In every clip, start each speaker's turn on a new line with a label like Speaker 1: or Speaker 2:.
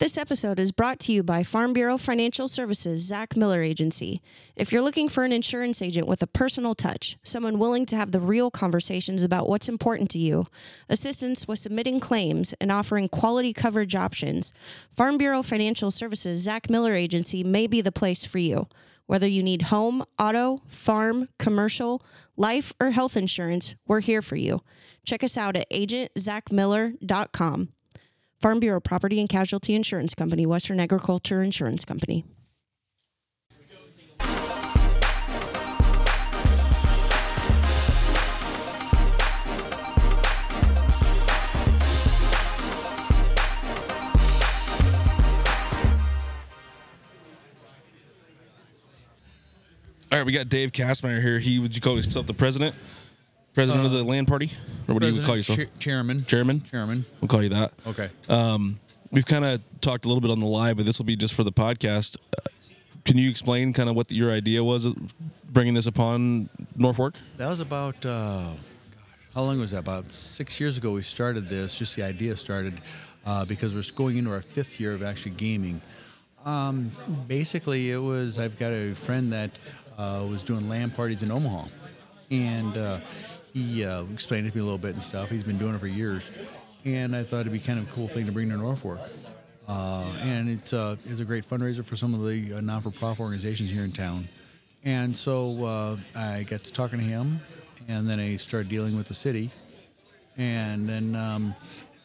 Speaker 1: This episode is brought to you by Farm Bureau Financial Services Zach Miller Agency. If you're looking for an insurance agent with a personal touch, someone willing to have the real conversations about what's important to you, assistance with submitting claims, and offering quality coverage options, Farm Bureau Financial Services Zach Miller Agency may be the place for you. Whether you need home, auto, farm, commercial, life, or health insurance, we're here for you. Check us out at agentzachmiller.com. Farm Bureau Property and Casualty Insurance Company, Western Agriculture Insurance Company.
Speaker 2: All right, we got Dave Kastner here. He would you call yourself the president, president
Speaker 3: Uh,
Speaker 2: of the land party, or what do you would call yourself?
Speaker 3: President, chair- chairman.
Speaker 2: Chairman?
Speaker 3: Chairman.
Speaker 2: We'll call you that.
Speaker 3: Okay.
Speaker 2: Um, we've kind of talked a little bit on the live, but this will be just for the podcast. Uh, Can you explain kind of what your idea was of bringing this upon Norfolk?
Speaker 3: That was about, uh, gosh, how long was that? About six years ago, we started this. Just the idea started uh, because we're going into our fifth year of actually gaming. Um, basically, it was I've got a friend that uh, was doing LAN parties in Omaha, and uh, he uh, explained it to me a little bit and stuff. He's been doing it for years, and I thought it'd be kind of a cool thing to bring to Norfolk. Uh, and it's, uh, it's a great fundraiser for some of the uh, non-for-profit organizations here in town. And so uh, I got to talking to him, and then I started dealing with the city. And then um,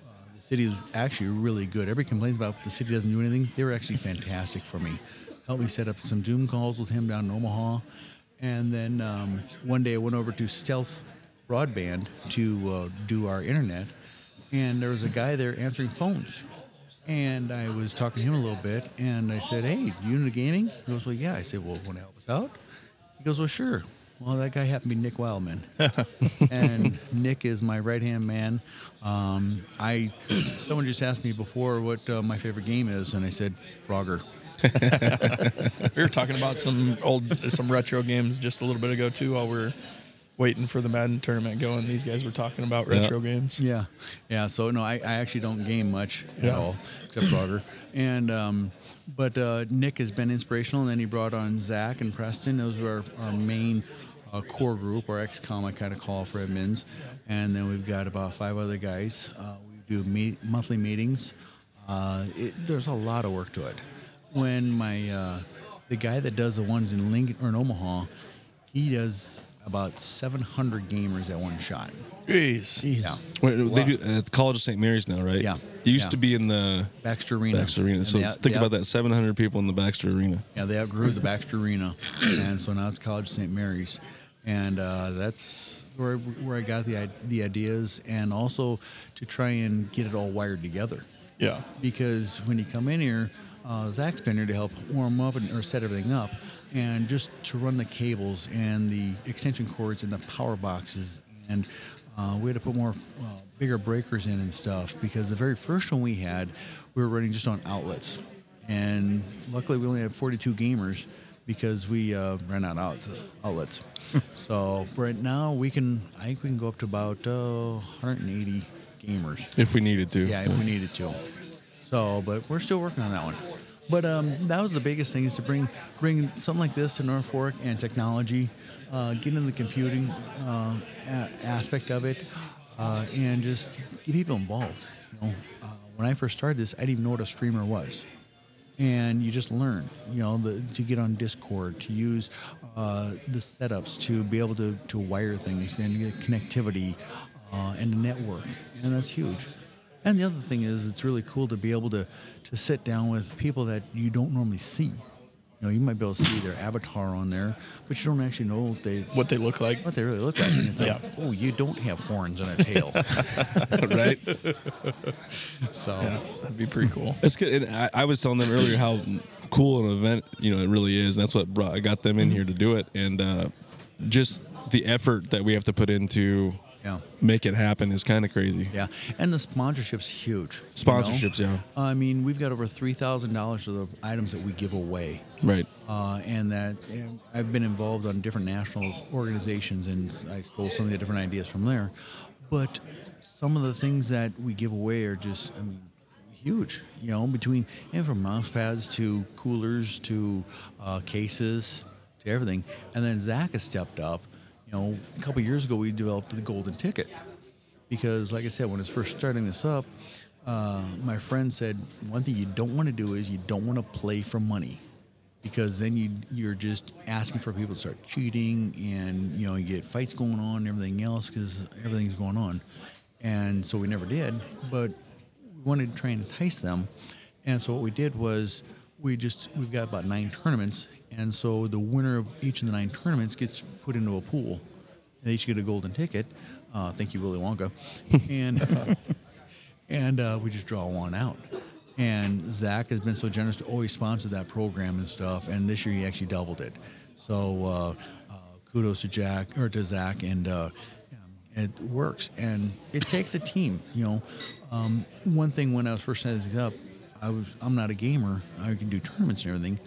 Speaker 3: uh, the city was actually really good. Everybody complains about the city doesn't do anything. They were actually fantastic for me. Helped me set up some Zoom calls with him down in Omaha. And then um, one day I went over to Stealth Broadband to uh, do our internet, and there was a guy there answering phones. And I was talking to him a little bit, and I said, "Hey, you into gaming?" He goes, "Well, yeah." I said, "Well, want to help us out?" He goes, "Well, sure." Well, that guy happened to be Nick Wildman, and Nick is my right hand man. Um, I someone just asked me before what uh, my favorite game is, and I said Frogger.
Speaker 4: We were talking about some old, some retro games just a little bit ago too, while we were waiting for the Madden tournament going. These guys were talking about retro games.
Speaker 3: Yeah, yeah. So no, I, I actually don't game much at
Speaker 4: Yeah.
Speaker 3: all except Frogger. And um, but uh, Nick has been inspirational, and then he brought on Zach and Preston. Those were our, our main uh, core group, our XCOM I kind of call for admins. And then we've got about five other guys. Uh, we do meet, monthly meetings. Uh, it, there's a lot of work to it. When my uh, the guy that does the ones in Lincoln or in Omaha, he does about 700 gamers at one shot.
Speaker 4: Jeez.
Speaker 3: Yeah.
Speaker 2: Wait, they do at the College of St. Mary's now, right?
Speaker 3: Yeah.
Speaker 2: It used
Speaker 3: Yeah.
Speaker 2: to be in the
Speaker 3: Baxter Arena.
Speaker 2: Baxter Arena.
Speaker 3: And
Speaker 2: So
Speaker 3: they
Speaker 2: let's
Speaker 3: out-
Speaker 2: think
Speaker 3: they
Speaker 2: about
Speaker 3: out-
Speaker 2: that: 700 people in the Baxter Arena.
Speaker 3: Yeah, they outgrew the Baxter Arena, and so now it's College St. Mary's, and uh, that's where where I got the i- the ideas, and also to try and get it all wired together,
Speaker 4: Yeah.
Speaker 3: because when you come in here, uh, Zach's been here to help warm up and or set everything up, and just to run the cables and the extension cords and the power boxes, and uh, we had to put more. Uh, Bigger breakers in and stuff because the very first one we had, we were running just on outlets and luckily we only had 42 gamers because we uh, ran out of outlets. so right now we can, I think we can go up to about uh, 180 gamers.
Speaker 2: If we needed to.
Speaker 3: Yeah, if we needed to. So, but we're still working on that one. But um, that was the biggest thing is to bring bring something like this to Norfolk and technology, uh, get into the computing uh, a- aspect of it, uh, and just get people involved. You know, uh, when I first started this, I didn't even know what a streamer was and you just learn you know the, to get on discord to use uh, the setups to be able to, to wire things and get connectivity uh, and the network and that's huge and the other thing is it's really cool to be able to, to sit down with people that you don't normally see you know you might be able to see their avatar on there but you don't actually know what they
Speaker 4: What they look like.
Speaker 3: what they really look like and it's like
Speaker 4: Yeah.
Speaker 3: oh you don't have horns and a tail
Speaker 2: right.
Speaker 3: so
Speaker 4: Yeah, that'd be pretty cool.
Speaker 2: That's good. And I, I was telling them earlier how cool an event you know it really is. And that's what brought I got them
Speaker 4: Mm-hmm.
Speaker 2: in here to do it, and uh, just the effort that we have to put into
Speaker 3: Yeah.
Speaker 2: make it happen is kind of crazy.
Speaker 3: Yeah, and the sponsorship's huge. you
Speaker 2: Sponsorships, yeah.
Speaker 3: I mean, we've got over three thousand dollars of the items that we give away,
Speaker 2: Right.
Speaker 3: uh, and that and I've been involved on different national organizations, and I stole some of the different ideas from there. But some of the things that we give away are just, I mean, huge. You know, between and from mouse pads to coolers to uh, cases to everything. And then Zach has stepped up. You know, a couple years ago we developed the golden ticket because, like I said, when it's first starting this up, uh, my friend said one thing you don't want to do is you don't want to play for money because then you you're just asking for people to start cheating and you know you get fights going on and everything else because everything's going on and so we never did but we wanted to try and entice them and so what we did was we just we've got about nine tournaments and so the winner of each of the nine tournaments gets put into a pool they each get a golden ticket uh, thank you willy wonka and uh, and uh, we just draw one out. And Zach has been so generous to always sponsor that program and stuff. And this year he actually doubled it. So uh, uh, kudos to Jack or to Zach, and uh, it works. And it takes a team, you know. Um, one thing when I was first setting this up, I was I'm not a gamer. I can do tournaments and everything,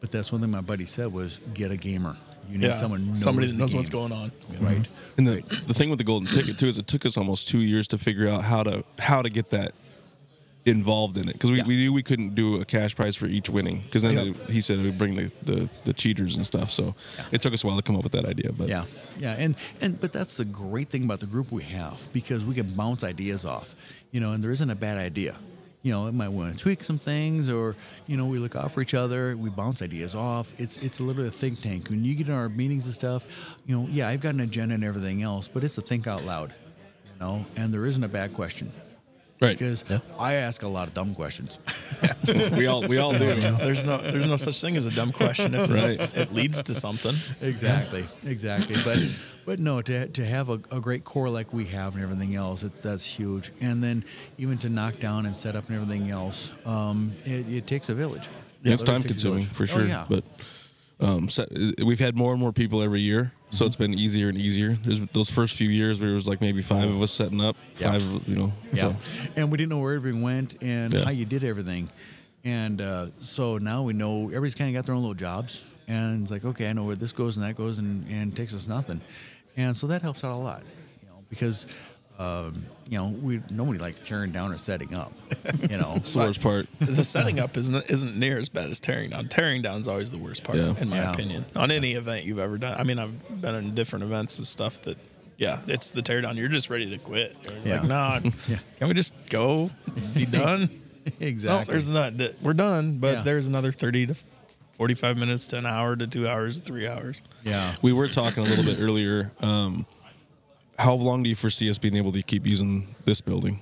Speaker 3: but that's one thing my buddy said was get a gamer. You need
Speaker 4: Yeah,
Speaker 3: someone who knows
Speaker 4: somebody that
Speaker 3: the
Speaker 4: knows what's
Speaker 3: game.
Speaker 4: going on.
Speaker 3: right?
Speaker 2: And the, the thing with the golden ticket too is it took us almost two years to figure out how to how to get that involved in it because we,
Speaker 3: Yeah.
Speaker 2: we knew we couldn't do a cash prize for each winning because then
Speaker 4: Yep.
Speaker 2: they- he said we bring the, the the cheaters and stuff so it took us a while to come up with that idea but
Speaker 3: Yeah, yeah, and and but that's the great thing about the group we have because we can bounce ideas off, you know, and there isn't a bad idea. You know, it might want to tweak some things, or you know, we look out for each other. We bounce ideas off. It's it's literally a think tank. When you get in our meetings and stuff, you know, yeah, I've got an agenda and everything else, but it's a think out loud, you know, and there isn't a bad question
Speaker 2: right
Speaker 3: because I ask a lot of dumb questions.
Speaker 2: we all we all do
Speaker 4: There's no there's no such thing as a dumb question if it's- it leads to something.
Speaker 3: exactly exactly but but no to, to have a, a great core like we have and everything else it, that's huge and then even to knock down and set up and everything else um, it, it takes a village
Speaker 2: it's
Speaker 3: It
Speaker 2: time
Speaker 3: takes a
Speaker 2: consuming
Speaker 3: village.
Speaker 2: for
Speaker 3: Oh,
Speaker 2: sure
Speaker 3: yeah.
Speaker 2: but um so- we've had more and more people every year
Speaker 3: Mm-hmm.
Speaker 2: so it's been easier and easier there's those first few years where it was like maybe five of us setting up
Speaker 3: Yeah.
Speaker 2: five you know
Speaker 3: yeah
Speaker 2: so.
Speaker 3: and we didn't know where everything went and
Speaker 2: Yeah.
Speaker 3: how you did everything and uh, so now we know everybody's kind of got their own little jobs and it's like okay i know where this goes and that goes and, and it takes us nothing and so that helps out a lot you know because um, you know we nobody likes tearing down or setting up you know
Speaker 2: it's the worst part
Speaker 4: The setting up isn't isn't near as bad as tearing down. Tearing down is always the worst part,
Speaker 2: Yeah.
Speaker 4: in my
Speaker 3: Yeah.
Speaker 4: opinion. On any event you've ever done. I mean, I've been in different events and stuff that. Yeah, it's the tear down. You're just ready to quit. You're
Speaker 3: Yeah.
Speaker 4: Like, nah, can we just go? Be done. No,
Speaker 3: Exactly.
Speaker 4: there's not. that- We're done, but
Speaker 3: Yeah.
Speaker 4: there's another 30 to 45 minutes to an hour to two hours to three hours.
Speaker 3: yeah.
Speaker 2: We were talking a little bit earlier. Um, how long do you foresee us being able to keep using this building?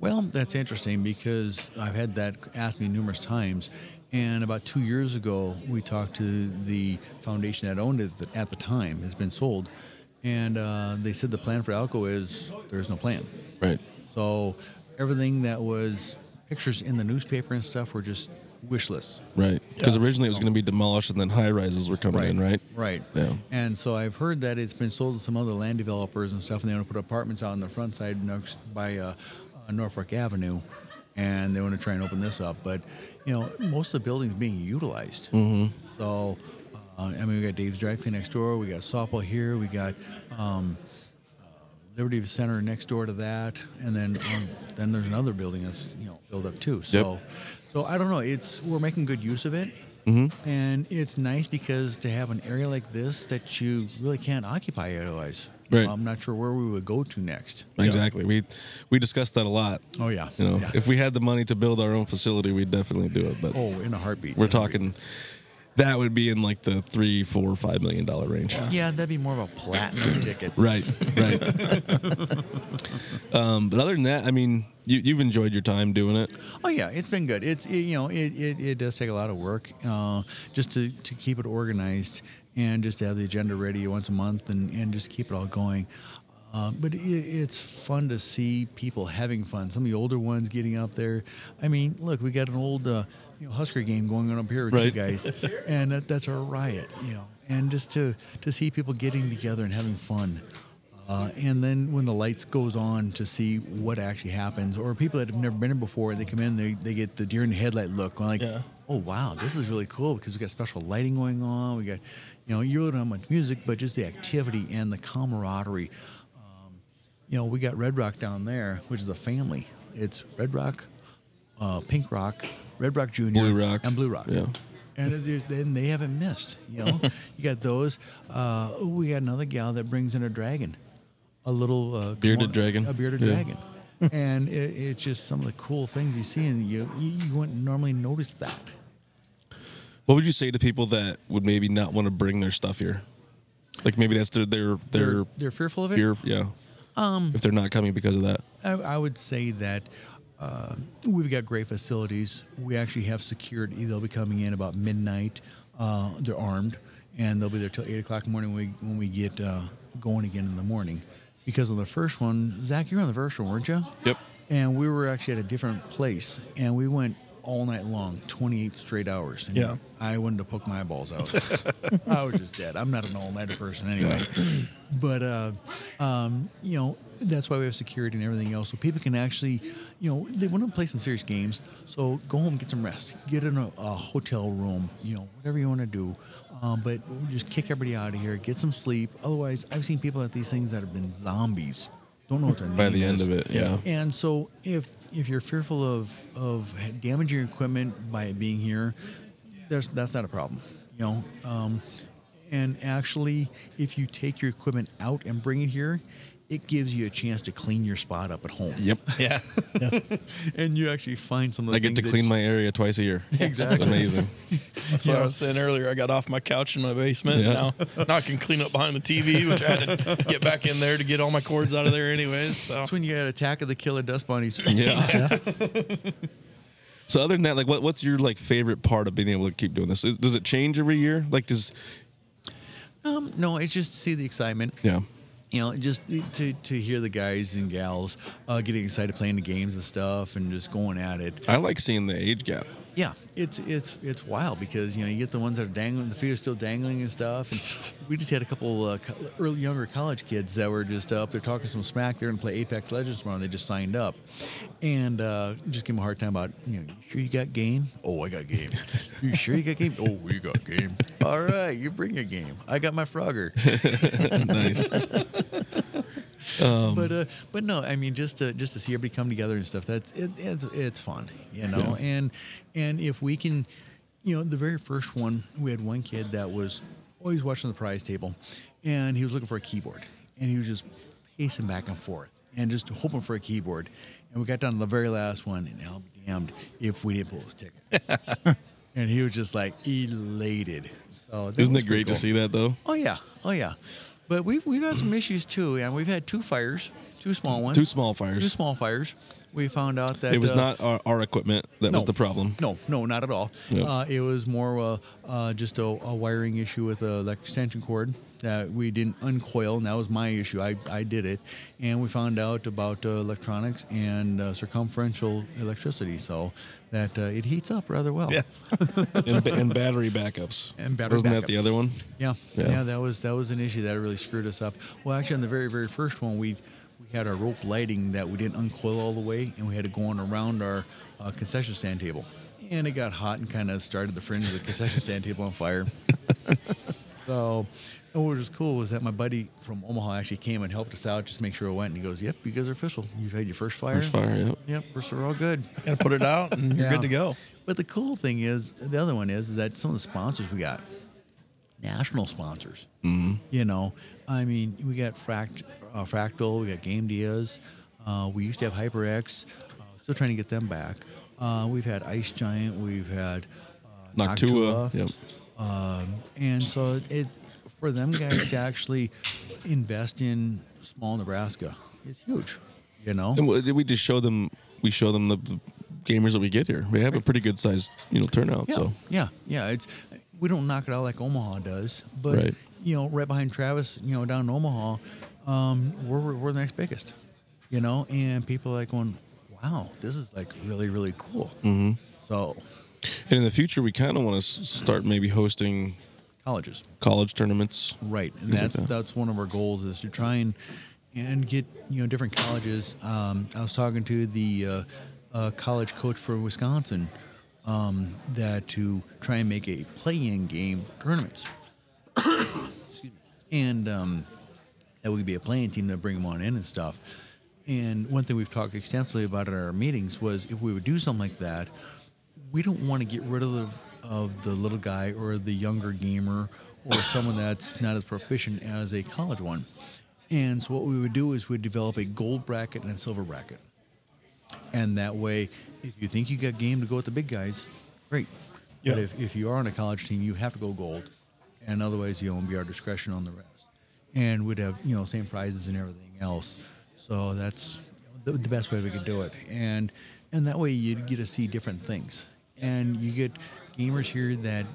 Speaker 3: Well, that's interesting because I've had that asked me numerous times. And about two years ago, we talked to the foundation that owned it at the time. It's been sold, and uh, they said the plan for Alco is there's no plan.
Speaker 2: Right.
Speaker 3: So everything that was pictures in the newspaper and stuff were just wish lists.
Speaker 2: Right. Because
Speaker 4: Yeah.
Speaker 2: originally it was going to be demolished and then high rises were coming in, right?
Speaker 3: Right.
Speaker 2: Yeah.
Speaker 3: And so I've heard that it's been sold to some other land developers and stuff, and they want to put apartments out on the front side next by uh, uh, Norfolk Avenue, and they want to try and open this up. But you know, most of the building's being utilized.
Speaker 2: Mm-hmm.
Speaker 3: So, uh, I mean, we got Dave's Dry Clean next door. We got softball here. We got. Um, Liberty Center next door to that, and then um, then there's another building that's you know filled up too. So, so I don't know. It's we're making good use of it,
Speaker 2: Mm-hmm.
Speaker 3: and it's nice because to have an area like this that you really can't occupy otherwise.
Speaker 2: Right.
Speaker 3: I'm not sure where we would go to next.
Speaker 2: Exactly. We we discussed that a lot.
Speaker 3: Oh yeah.
Speaker 2: You know,
Speaker 3: Yeah.
Speaker 2: if we had the money to build our own facility, we'd definitely do it. But
Speaker 3: oh, in a heartbeat.
Speaker 2: we're
Speaker 3: In a heartbeat.
Speaker 2: talking that would be in like the three, four, five million dollar range.
Speaker 3: Yeah, that'd be more of a platinum ticket.
Speaker 2: Right, right. um, but other than that, I mean, you, you've enjoyed your time doing it.
Speaker 3: Oh yeah, it's been good. It's it, you know it, it, it does take a lot of work uh, just to, to keep it organized and just to have the agenda ready once a month and, and just keep it all going. Uh, but it, it's fun to see people having fun. Some of the older ones getting up there. I mean, look, we got an old uh, you know, Husker game going on up here with you
Speaker 2: Right.
Speaker 3: guys, and that, that's our riot, you know. And just to to see people getting together and having fun. Uh, and then when the lights goes on to see what actually happens, or people that have never been in before, they come in, they, they get the deer in the headlight look, going like,
Speaker 4: Yeah.
Speaker 3: oh wow, this is really cool because we got special lighting going on. We got, you know, you really don't have much music, but just the activity and the camaraderie. Um, you know, we got Red Rock down there, which is a family. It's Red Rock, uh, Pink Rock, Red Rock Jr.,
Speaker 2: Blue Rock.
Speaker 3: and Blue Rock.
Speaker 2: Yeah.
Speaker 3: And it is- then they haven't missed. You know, you got those. Uh, ooh, we got another gal that brings in a dragon, a little uh,
Speaker 2: Bearded
Speaker 3: kimono-
Speaker 2: dragon.
Speaker 3: a bearded
Speaker 2: Yeah.
Speaker 3: dragon. and it, it's just some of the cool things you see, and you you, you wouldn't normally notice that.
Speaker 2: What would you say to people that would maybe not want to bring their stuff here? Like maybe that's their their their
Speaker 3: They're they're fearful of it.
Speaker 2: fear. Yeah. Um. If they're not coming because of that.
Speaker 3: I, I would say that uh, we've got great facilities. We actually have security. They'll be coming in about midnight. Uh, they're armed, and they'll be there till eight o'clock in the morning. When we, when we get uh, going again in the morning, because on the first one, Zach, you were on the first one, weren't you?
Speaker 2: Yep.
Speaker 3: And we were actually at a different place, and we went all night long, 28 straight hours. And
Speaker 4: Yeah.
Speaker 3: I wanted to poke my eyeballs out. I was just dead. I'm not an all-nighter person anyway. But uh, um, you know, that's why we have security and everything else, so people can actually, you know, they want to play some serious games. So go home, get some rest, get in a, a hotel room, you know, whatever you want to do. Um, but just kick everybody out of here, get some sleep. Otherwise, I've seen people at these things that have been zombies. Don't know what their
Speaker 2: By the
Speaker 3: name
Speaker 2: end
Speaker 3: is.
Speaker 2: of it, yeah.
Speaker 3: And so if if you're fearful of of damaging your equipment by it being here, there's that's not a problem, you know. Um, and actually, if you take your equipment out and bring it here, it gives you a chance to clean your spot up at home.
Speaker 2: Yep.
Speaker 4: Yeah.
Speaker 3: And you actually find some of the
Speaker 2: I get to
Speaker 3: things that-
Speaker 2: clean my area twice a year. Exactly. Amazing.
Speaker 4: That's what I was saying earlier. I got off my couch in my basement.
Speaker 2: Yeah.
Speaker 4: Now, now I can clean up behind the TV, which I had to get back in there to get all my cords out of there, anyways. So
Speaker 3: That's when you got Attack of the Killer Dust Bunnies.
Speaker 2: Yeah. So other than that, like, what, what's your like favorite part of being able to keep doing this? Is, does it change every year? Like, does
Speaker 3: um, no, it's just to see the excitement.
Speaker 2: yeah,
Speaker 3: you know, just to, to hear the guys and gals uh, getting excited playing the games and stuff and just going at it.
Speaker 2: I like seeing the age gap.
Speaker 3: Yeah, it's it's it's wild because you know you get the ones that are dangling, the feet are still dangling and stuff. And we just had a couple uh, co- early younger college kids that were just up. They're talking some smack. They're gonna play Apex Legends tomorrow. And they just signed up, and uh, just give them a hard time about you know. You sure you got game? Oh, I got game. you sure you got game? Oh, we got game. All right, you bring your game. I got my Frogger.
Speaker 2: nice.
Speaker 3: but uh, but no, I mean just to just to see everybody come together and stuff. That's it, it's it's fun, you know. And and if we can, you know, the very first one we had one kid that was always watching the prize table, and he was looking for a keyboard, and he was just pacing back and forth and just hoping for a keyboard. And we got down to the very last one, and I'll be damned if we didn't pull his ticket. and he was just like elated. So that
Speaker 2: Isn't
Speaker 3: was
Speaker 2: it
Speaker 3: pretty
Speaker 2: great to
Speaker 3: cool.
Speaker 2: see that though?
Speaker 3: Oh yeah, oh yeah, but we've we've had some issues too, and we've had two fires, two small ones,
Speaker 2: Two small fires.
Speaker 3: two small fires. We found out that
Speaker 2: it was
Speaker 3: uh,
Speaker 2: not our, our equipment that was
Speaker 3: no.
Speaker 2: the problem.
Speaker 3: No, no, not at all.
Speaker 2: Yeah.
Speaker 3: Uh, it was more uh, uh, just a, a wiring issue with a like extension cord that we didn't uncoil, and that was my issue. I, I did it, and we found out about uh, electronics and uh, circumferential electricity, so that uh, it heats up rather well.
Speaker 4: yeah,
Speaker 2: and, ba- and battery backups.
Speaker 3: And battery
Speaker 2: Wasn't that the
Speaker 3: backups.
Speaker 2: other one?
Speaker 3: Yeah,
Speaker 2: Yeah.
Speaker 3: yeah, that was that was an issue that really screwed us up. Well, actually, on the very very first one, we we had our rope lighting that we didn't uncoil all the way, and we had it going around our uh, concession stand table, and it got hot and kind of started the fringe of the concession stand table on fire. so, and what was cool was that my buddy from Omaha actually came and helped us out, just make sure it went. And he goes, "Yep, you guys are official. You've had your first fire.
Speaker 2: First fire. Yep.
Speaker 3: Yep, we're so all good."
Speaker 4: gotta put it out, and you're
Speaker 3: Yeah.
Speaker 4: good to go.
Speaker 3: But the cool thing is, the other one is, is that some of the sponsors we got, national sponsors. Mm-hmm. You know, I mean, we got Fract, uh, Fractal, we got Game Diaz, uh, we used to have HyperX, uh, still trying to get them back. Uh, we've had Ice Giant, we've had uh,
Speaker 2: Noctua. Yep.
Speaker 3: um, and so it for them guys to actually invest in small Nebraska is huge. You know,
Speaker 2: And we- we just show them. We show them the the gamers that we get here. We have a pretty good sized you know turnout.
Speaker 3: Yeah,
Speaker 2: So
Speaker 3: yeah, yeah. It's we don't knock it out like Omaha does, but
Speaker 2: Right.
Speaker 3: you know, right behind Travis, you know, down in Omaha, um, we're we're the next biggest, you know, and people are like going, "Wow, this is like really really cool." Mm-hmm. So
Speaker 2: and in the future, we kind of want to start maybe hosting
Speaker 3: colleges,
Speaker 2: college tournaments.
Speaker 3: right? And
Speaker 2: like
Speaker 3: that's
Speaker 2: that.
Speaker 3: that's one of our goals is to try and and get you know different colleges. Um, I was talking to the uh, uh, college coach for Wisconsin um, that to try and make a play-in game for tournaments. and um, that we could be a playing team to bring them on in and stuff. And one thing we've talked extensively about at our meetings was if we would do something like that, we don't want to get rid of the, of the little guy or the younger gamer or someone that's not as proficient as a college one. And so what we would do is we'd develop a gold bracket and a silver bracket. And that way, if you think you got game to go with the big guys, great. But
Speaker 4: Yeah.
Speaker 3: if, if you are on a college team, you have to go gold. And otherwise, you know, it'll be our discretion on the rest. And we'd have, you know, same prizes and everything else. So that's the, the best way we could do it. And and that way you'd get to see different things. And you get gamers here that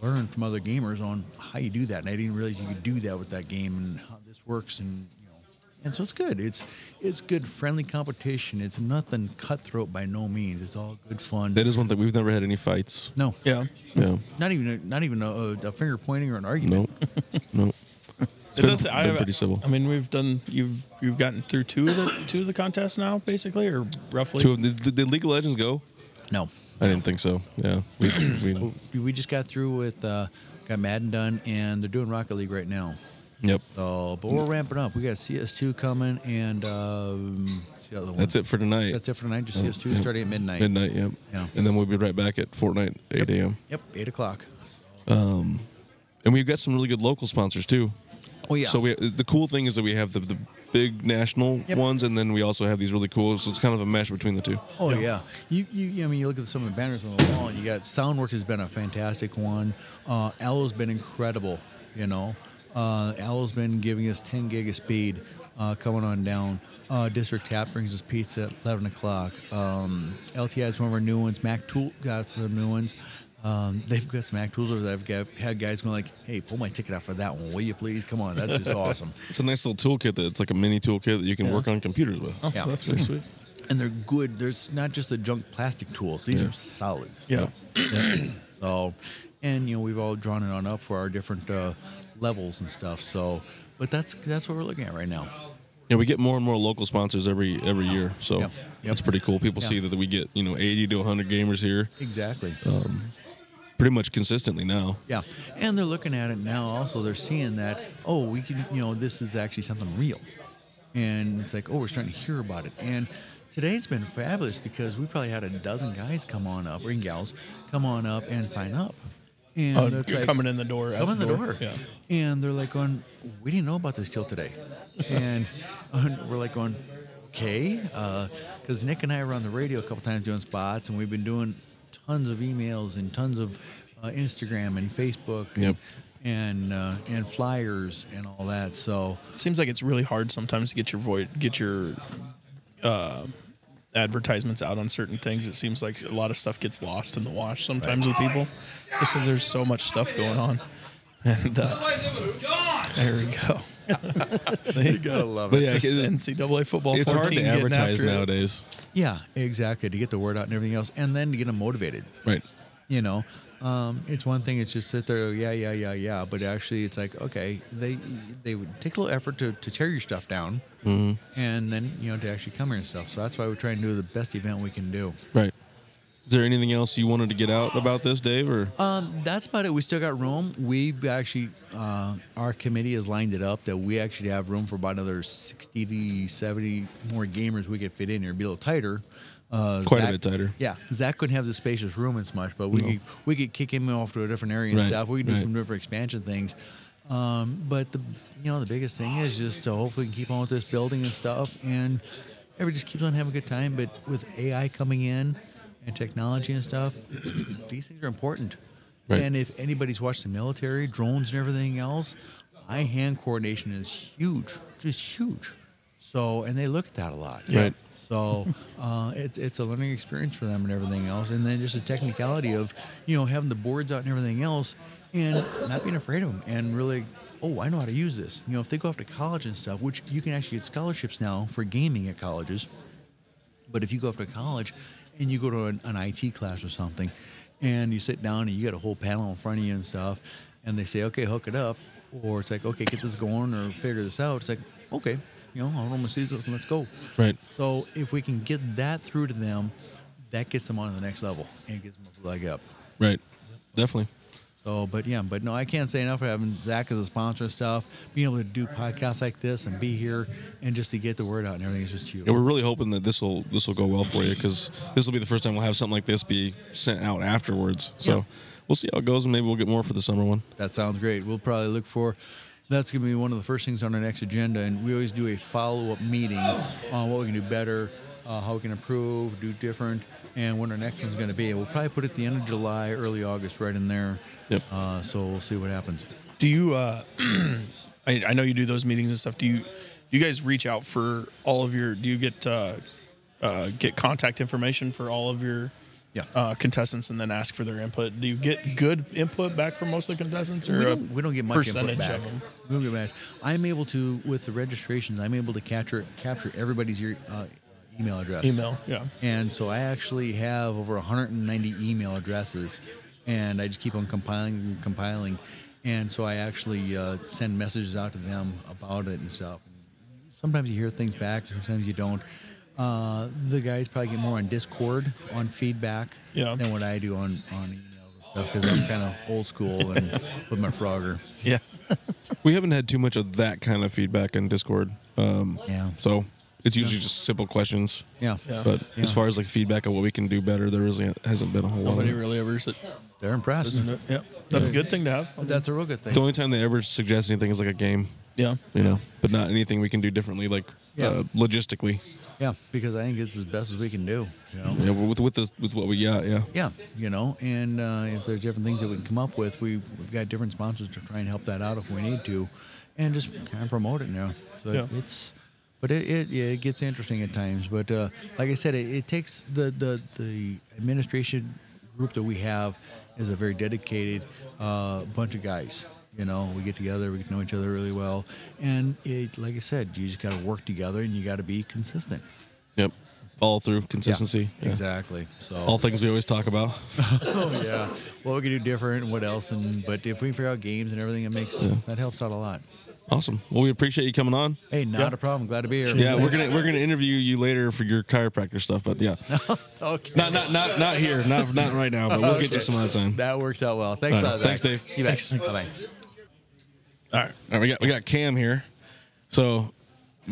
Speaker 3: learn from other gamers on how you do that. And I didn't realize you could do that with that game and how this works and, you know, and so it's good. It's it's good friendly competition. It's nothing cutthroat by no means. It's all good fun.
Speaker 2: That is one thing we've never had any fights.
Speaker 3: no,
Speaker 4: Yeah.
Speaker 2: No,
Speaker 3: not even a, not even a, a finger pointing or an argument.
Speaker 2: no, no.
Speaker 4: It
Speaker 2: been-
Speaker 4: does.
Speaker 2: been
Speaker 4: I have,
Speaker 2: pretty civil.
Speaker 4: I mean, we've done. You've you've gotten through two of the two of the contests now, basically, or roughly.
Speaker 2: Two of them- did, did League of Legends go?
Speaker 3: No,
Speaker 2: I didn't think so. Yeah, we, we,
Speaker 3: We- we just got through with uh, got Madden done, and they're doing Rocket League right now.
Speaker 2: yep.
Speaker 3: So, but we're ramping up. We got CS2 coming, and um, what's the other one.
Speaker 2: That's it for tonight.
Speaker 3: That's it for tonight. Just CS2 starting at midnight.
Speaker 2: Midnight. Yep.
Speaker 3: Yeah.
Speaker 2: And then we'll be right back at Fortnite, 8 a.m.
Speaker 3: Yep, eight o'clock.
Speaker 2: Um, And we've got some really good local sponsors too.
Speaker 3: Oh yeah.
Speaker 2: So we, the cool thing is that we have the, the big national
Speaker 3: Yep.
Speaker 2: ones, and then we also have these really cool. So it's kind of a mesh between the two.
Speaker 3: Oh yeah, you, you I mean you look at some of the banners on the wall. You got Soundwork has been a fantastic one. Uh, Allo's been incredible. You know, uh, Allo's been giving us 10 gig of speed uh, coming on down. Uh, District Tap brings us pizza at 11 o'clock. Um, LTI is one of our new ones. Mac Tool got some new ones. Um, they've got some Mac tools over there. I've got, had guys going like, "Hey, pull my ticket out for that one, will you please? Come on, Oh, that's just awesome."
Speaker 2: It's a nice little toolkit that it's like a mini toolkit that you can work on computers with.
Speaker 4: Oh,
Speaker 3: Yeah.
Speaker 4: that's pretty sweet.
Speaker 3: And they're good. There's not just the junk plastic tools; these are solid.
Speaker 4: Yeah.
Speaker 3: So, and you know, we've all drawn it on up for our different uh, levels and stuff. So, but that's that's what we're looking at right now.
Speaker 2: Yeah, we get more and more local sponsors every every year, so
Speaker 3: Yep.
Speaker 2: that's
Speaker 3: Yep.
Speaker 2: pretty cool. People
Speaker 3: Yeah.
Speaker 2: see that we get you know 80 to 100 gamers here, Um,
Speaker 3: Exactly.
Speaker 2: pretty much consistently now.
Speaker 3: yeah, and they're looking at it now. Also, they're seeing that oh, we can you know this is actually something real, and it's like oh, we're starting to hear about it. And today's been fabulous because we probably had a dozen guys come on up or gals come on up and sign up. And
Speaker 4: Oh,
Speaker 3: it's
Speaker 4: you're
Speaker 3: like-
Speaker 4: coming in the door. out
Speaker 3: Come in the door.
Speaker 4: Yeah.
Speaker 3: And they're like going, we didn't know about this till today. and uh, we're like going, okay. Because Nick and I were on the radio a couple times doing spots, and we've been doing tons of emails and tons of uh, Instagram and Facebook
Speaker 2: Yep.
Speaker 3: and uh, and flyers and all that. So
Speaker 4: It seems like it's really hard sometimes to get your void, get your uh, advertisements out on certain things. It seems like a lot of stuff gets lost in the wash sometimes with people, just because there's so much stuff going on. And uh, there we go.
Speaker 3: you gotta love
Speaker 2: But yeah,
Speaker 4: This
Speaker 2: it,
Speaker 4: NCAA football.
Speaker 2: uh, it's
Speaker 4: 14
Speaker 2: hard to
Speaker 4: getting
Speaker 2: advertise
Speaker 4: after it.
Speaker 2: nowadays,
Speaker 3: Yeah, exactly. To get the word out and everything else, and then to get them motivated.
Speaker 2: right?
Speaker 3: you know um, it's one thing it's just sit there oh, yeah yeah yeah yeah but actually it's like okay they they would take a little effort to, to tear your stuff down Mm-hmm. and then you know to actually come here and stuff so that's why we're trying to do the best event we can do
Speaker 2: Right. Is there anything else you wanted to get out about this, Dave? Or
Speaker 3: um, that's about it we still got room we've actually uh, our committee has lined it up that we actually have room for about another 60 to 70 more gamers we could fit in here be a little tighter uh,
Speaker 2: Quite a bit tighter.
Speaker 3: Yeah, Zach couldn't have the spacious room as much, but we could, we could kick him off to a different area and
Speaker 2: Right,
Speaker 3: stuff. We could do
Speaker 2: right.
Speaker 3: some different expansion things. Um, but the you know the biggest thing is just to hopefully we can keep on with this building and stuff, and everybody just keeps on having a good time. But with AI coming in and technology and stuff, these things are important.
Speaker 2: Right.
Speaker 3: And if anybody's watched the military, drones and everything else, eye hand coordination is huge, just huge. So and they look at that a lot.
Speaker 2: Right.
Speaker 3: So uh, it's it's a learning experience for them and everything else, and then just the technicality of you know having the boards out and everything else, and not being afraid of them, and really, oh, I know how to use this. You know, if they go off to college and stuff, which you can actually get scholarships now for gaming at colleges, but if you go off to college and you go to an, an IT class or something, and you sit down and you got a whole panel in front of you and stuff, and they say, okay, hook it up, or it's like, okay, get this going or figure this out. It's like, okay, you know, I'm gonna see this and let's go.
Speaker 2: right?
Speaker 3: So if we can get that through to them, that gets them on to the next level and gets them a leg up.
Speaker 2: Right. Definitely.
Speaker 3: So, but yeah, but no, I can't say enough for having Zach as a sponsor and stuff. Being able to do podcasts like this and be here and just to get the word out and everything is just huge.
Speaker 2: Yeah, we're really hoping that this will this will go well for you because this will be the first time we'll have something like this be sent out afterwards. So
Speaker 3: Yeah.
Speaker 2: we'll see how it goes, and maybe we'll get more for the summer one.
Speaker 3: That sounds great. We'll probably look for. That's going to be one of the first things on our next agenda, and we always do a follow-up meeting on what we can do better, uh, how we can improve, do different, and when our next one's going to be. We'll probably put it at the end of July, early August, right in there.
Speaker 2: Yep.
Speaker 3: Uh, so we'll see what happens.
Speaker 4: Do you? Uh, I, I know you do those meetings and stuff. Do you? Do you guys reach out for all of your? Do you get uh, uh, get contact information for all of your
Speaker 3: Yeah.
Speaker 4: uh, contestants and then ask for their input? Do you get good input back from most of the contestants, or
Speaker 3: we
Speaker 4: a
Speaker 3: don't, we don't get much
Speaker 4: uh, percentage
Speaker 3: input back.
Speaker 4: of them?
Speaker 3: We don't get much. I'm able to with the registrations. I'm able to capture capture everybody's e- uh, email address.
Speaker 4: Email, yeah.
Speaker 3: And so I actually have over 190 email addresses, and I just keep on compiling and compiling. And so I actually uh, send messages out to them about it and stuff. Sometimes you hear things back, sometimes you don't. Uh, the guys probably get more on Discord on feedback
Speaker 4: Yeah.
Speaker 3: than what I do on on emails and stuff because I'm kind of old school and with my Frogger.
Speaker 4: Yeah.
Speaker 2: We haven't had too much of that kind of feedback in Discord. Um,
Speaker 3: Yeah.
Speaker 2: So it's usually just simple questions.
Speaker 3: Yeah.
Speaker 2: But
Speaker 3: Yeah.
Speaker 2: as far as like feedback of what we can do better, there really hasn't been a whole lot. Of
Speaker 4: Nobody
Speaker 2: it.
Speaker 4: really ever said.
Speaker 3: They're impressed.
Speaker 4: Yeah, that's a good thing to have.
Speaker 3: That's a real good thing.
Speaker 2: The only time they ever suggest anything is like a game,
Speaker 4: Yeah.
Speaker 2: you know, but not anything we can do differently, like
Speaker 3: Yeah.
Speaker 2: uh, logistically.
Speaker 3: Yeah, because I think it's as best as we can do. You know.
Speaker 2: Yeah, with with this, with what we got, yeah.
Speaker 3: Yeah, you know, and uh, if there's different things that we can come up with, we, we've got different sponsors to try and help that out if we need to, and just kind of promote it now. So
Speaker 4: Yeah.
Speaker 3: it's, but it, it yeah, it gets interesting at times. But uh, like I said, it, it takes the, the the administration group that we have is a very dedicated uh, bunch of guys. You know, we get together, we get to know each other really well, and it, like I said, you just got to work together and you got to be consistent.
Speaker 2: Yep. Follow through,
Speaker 3: Yeah,
Speaker 2: consistency. yeah.
Speaker 3: exactly. So
Speaker 2: All things we always talk about.
Speaker 3: Oh yeah, what we can do different, and what else, and but if we can figure out games and everything, it makes that helps out a lot.
Speaker 2: Awesome. Well, we appreciate you coming on.
Speaker 3: Hey, not
Speaker 4: Yeah.
Speaker 3: a problem. Glad to be here.
Speaker 2: Yeah, we're gonna we're gonna interview you later for your chiropractor stuff, but yeah,
Speaker 3: okay.
Speaker 2: not not not not here, not not right now, but we'll get you some other time. All
Speaker 3: That works out well. Thanks,
Speaker 2: All
Speaker 3: a
Speaker 2: right.
Speaker 3: lot,
Speaker 2: Thanks,
Speaker 3: Zach.
Speaker 2: Dave.
Speaker 3: You bet. Bye bye.
Speaker 2: right, all right, we got we got Cam here. So,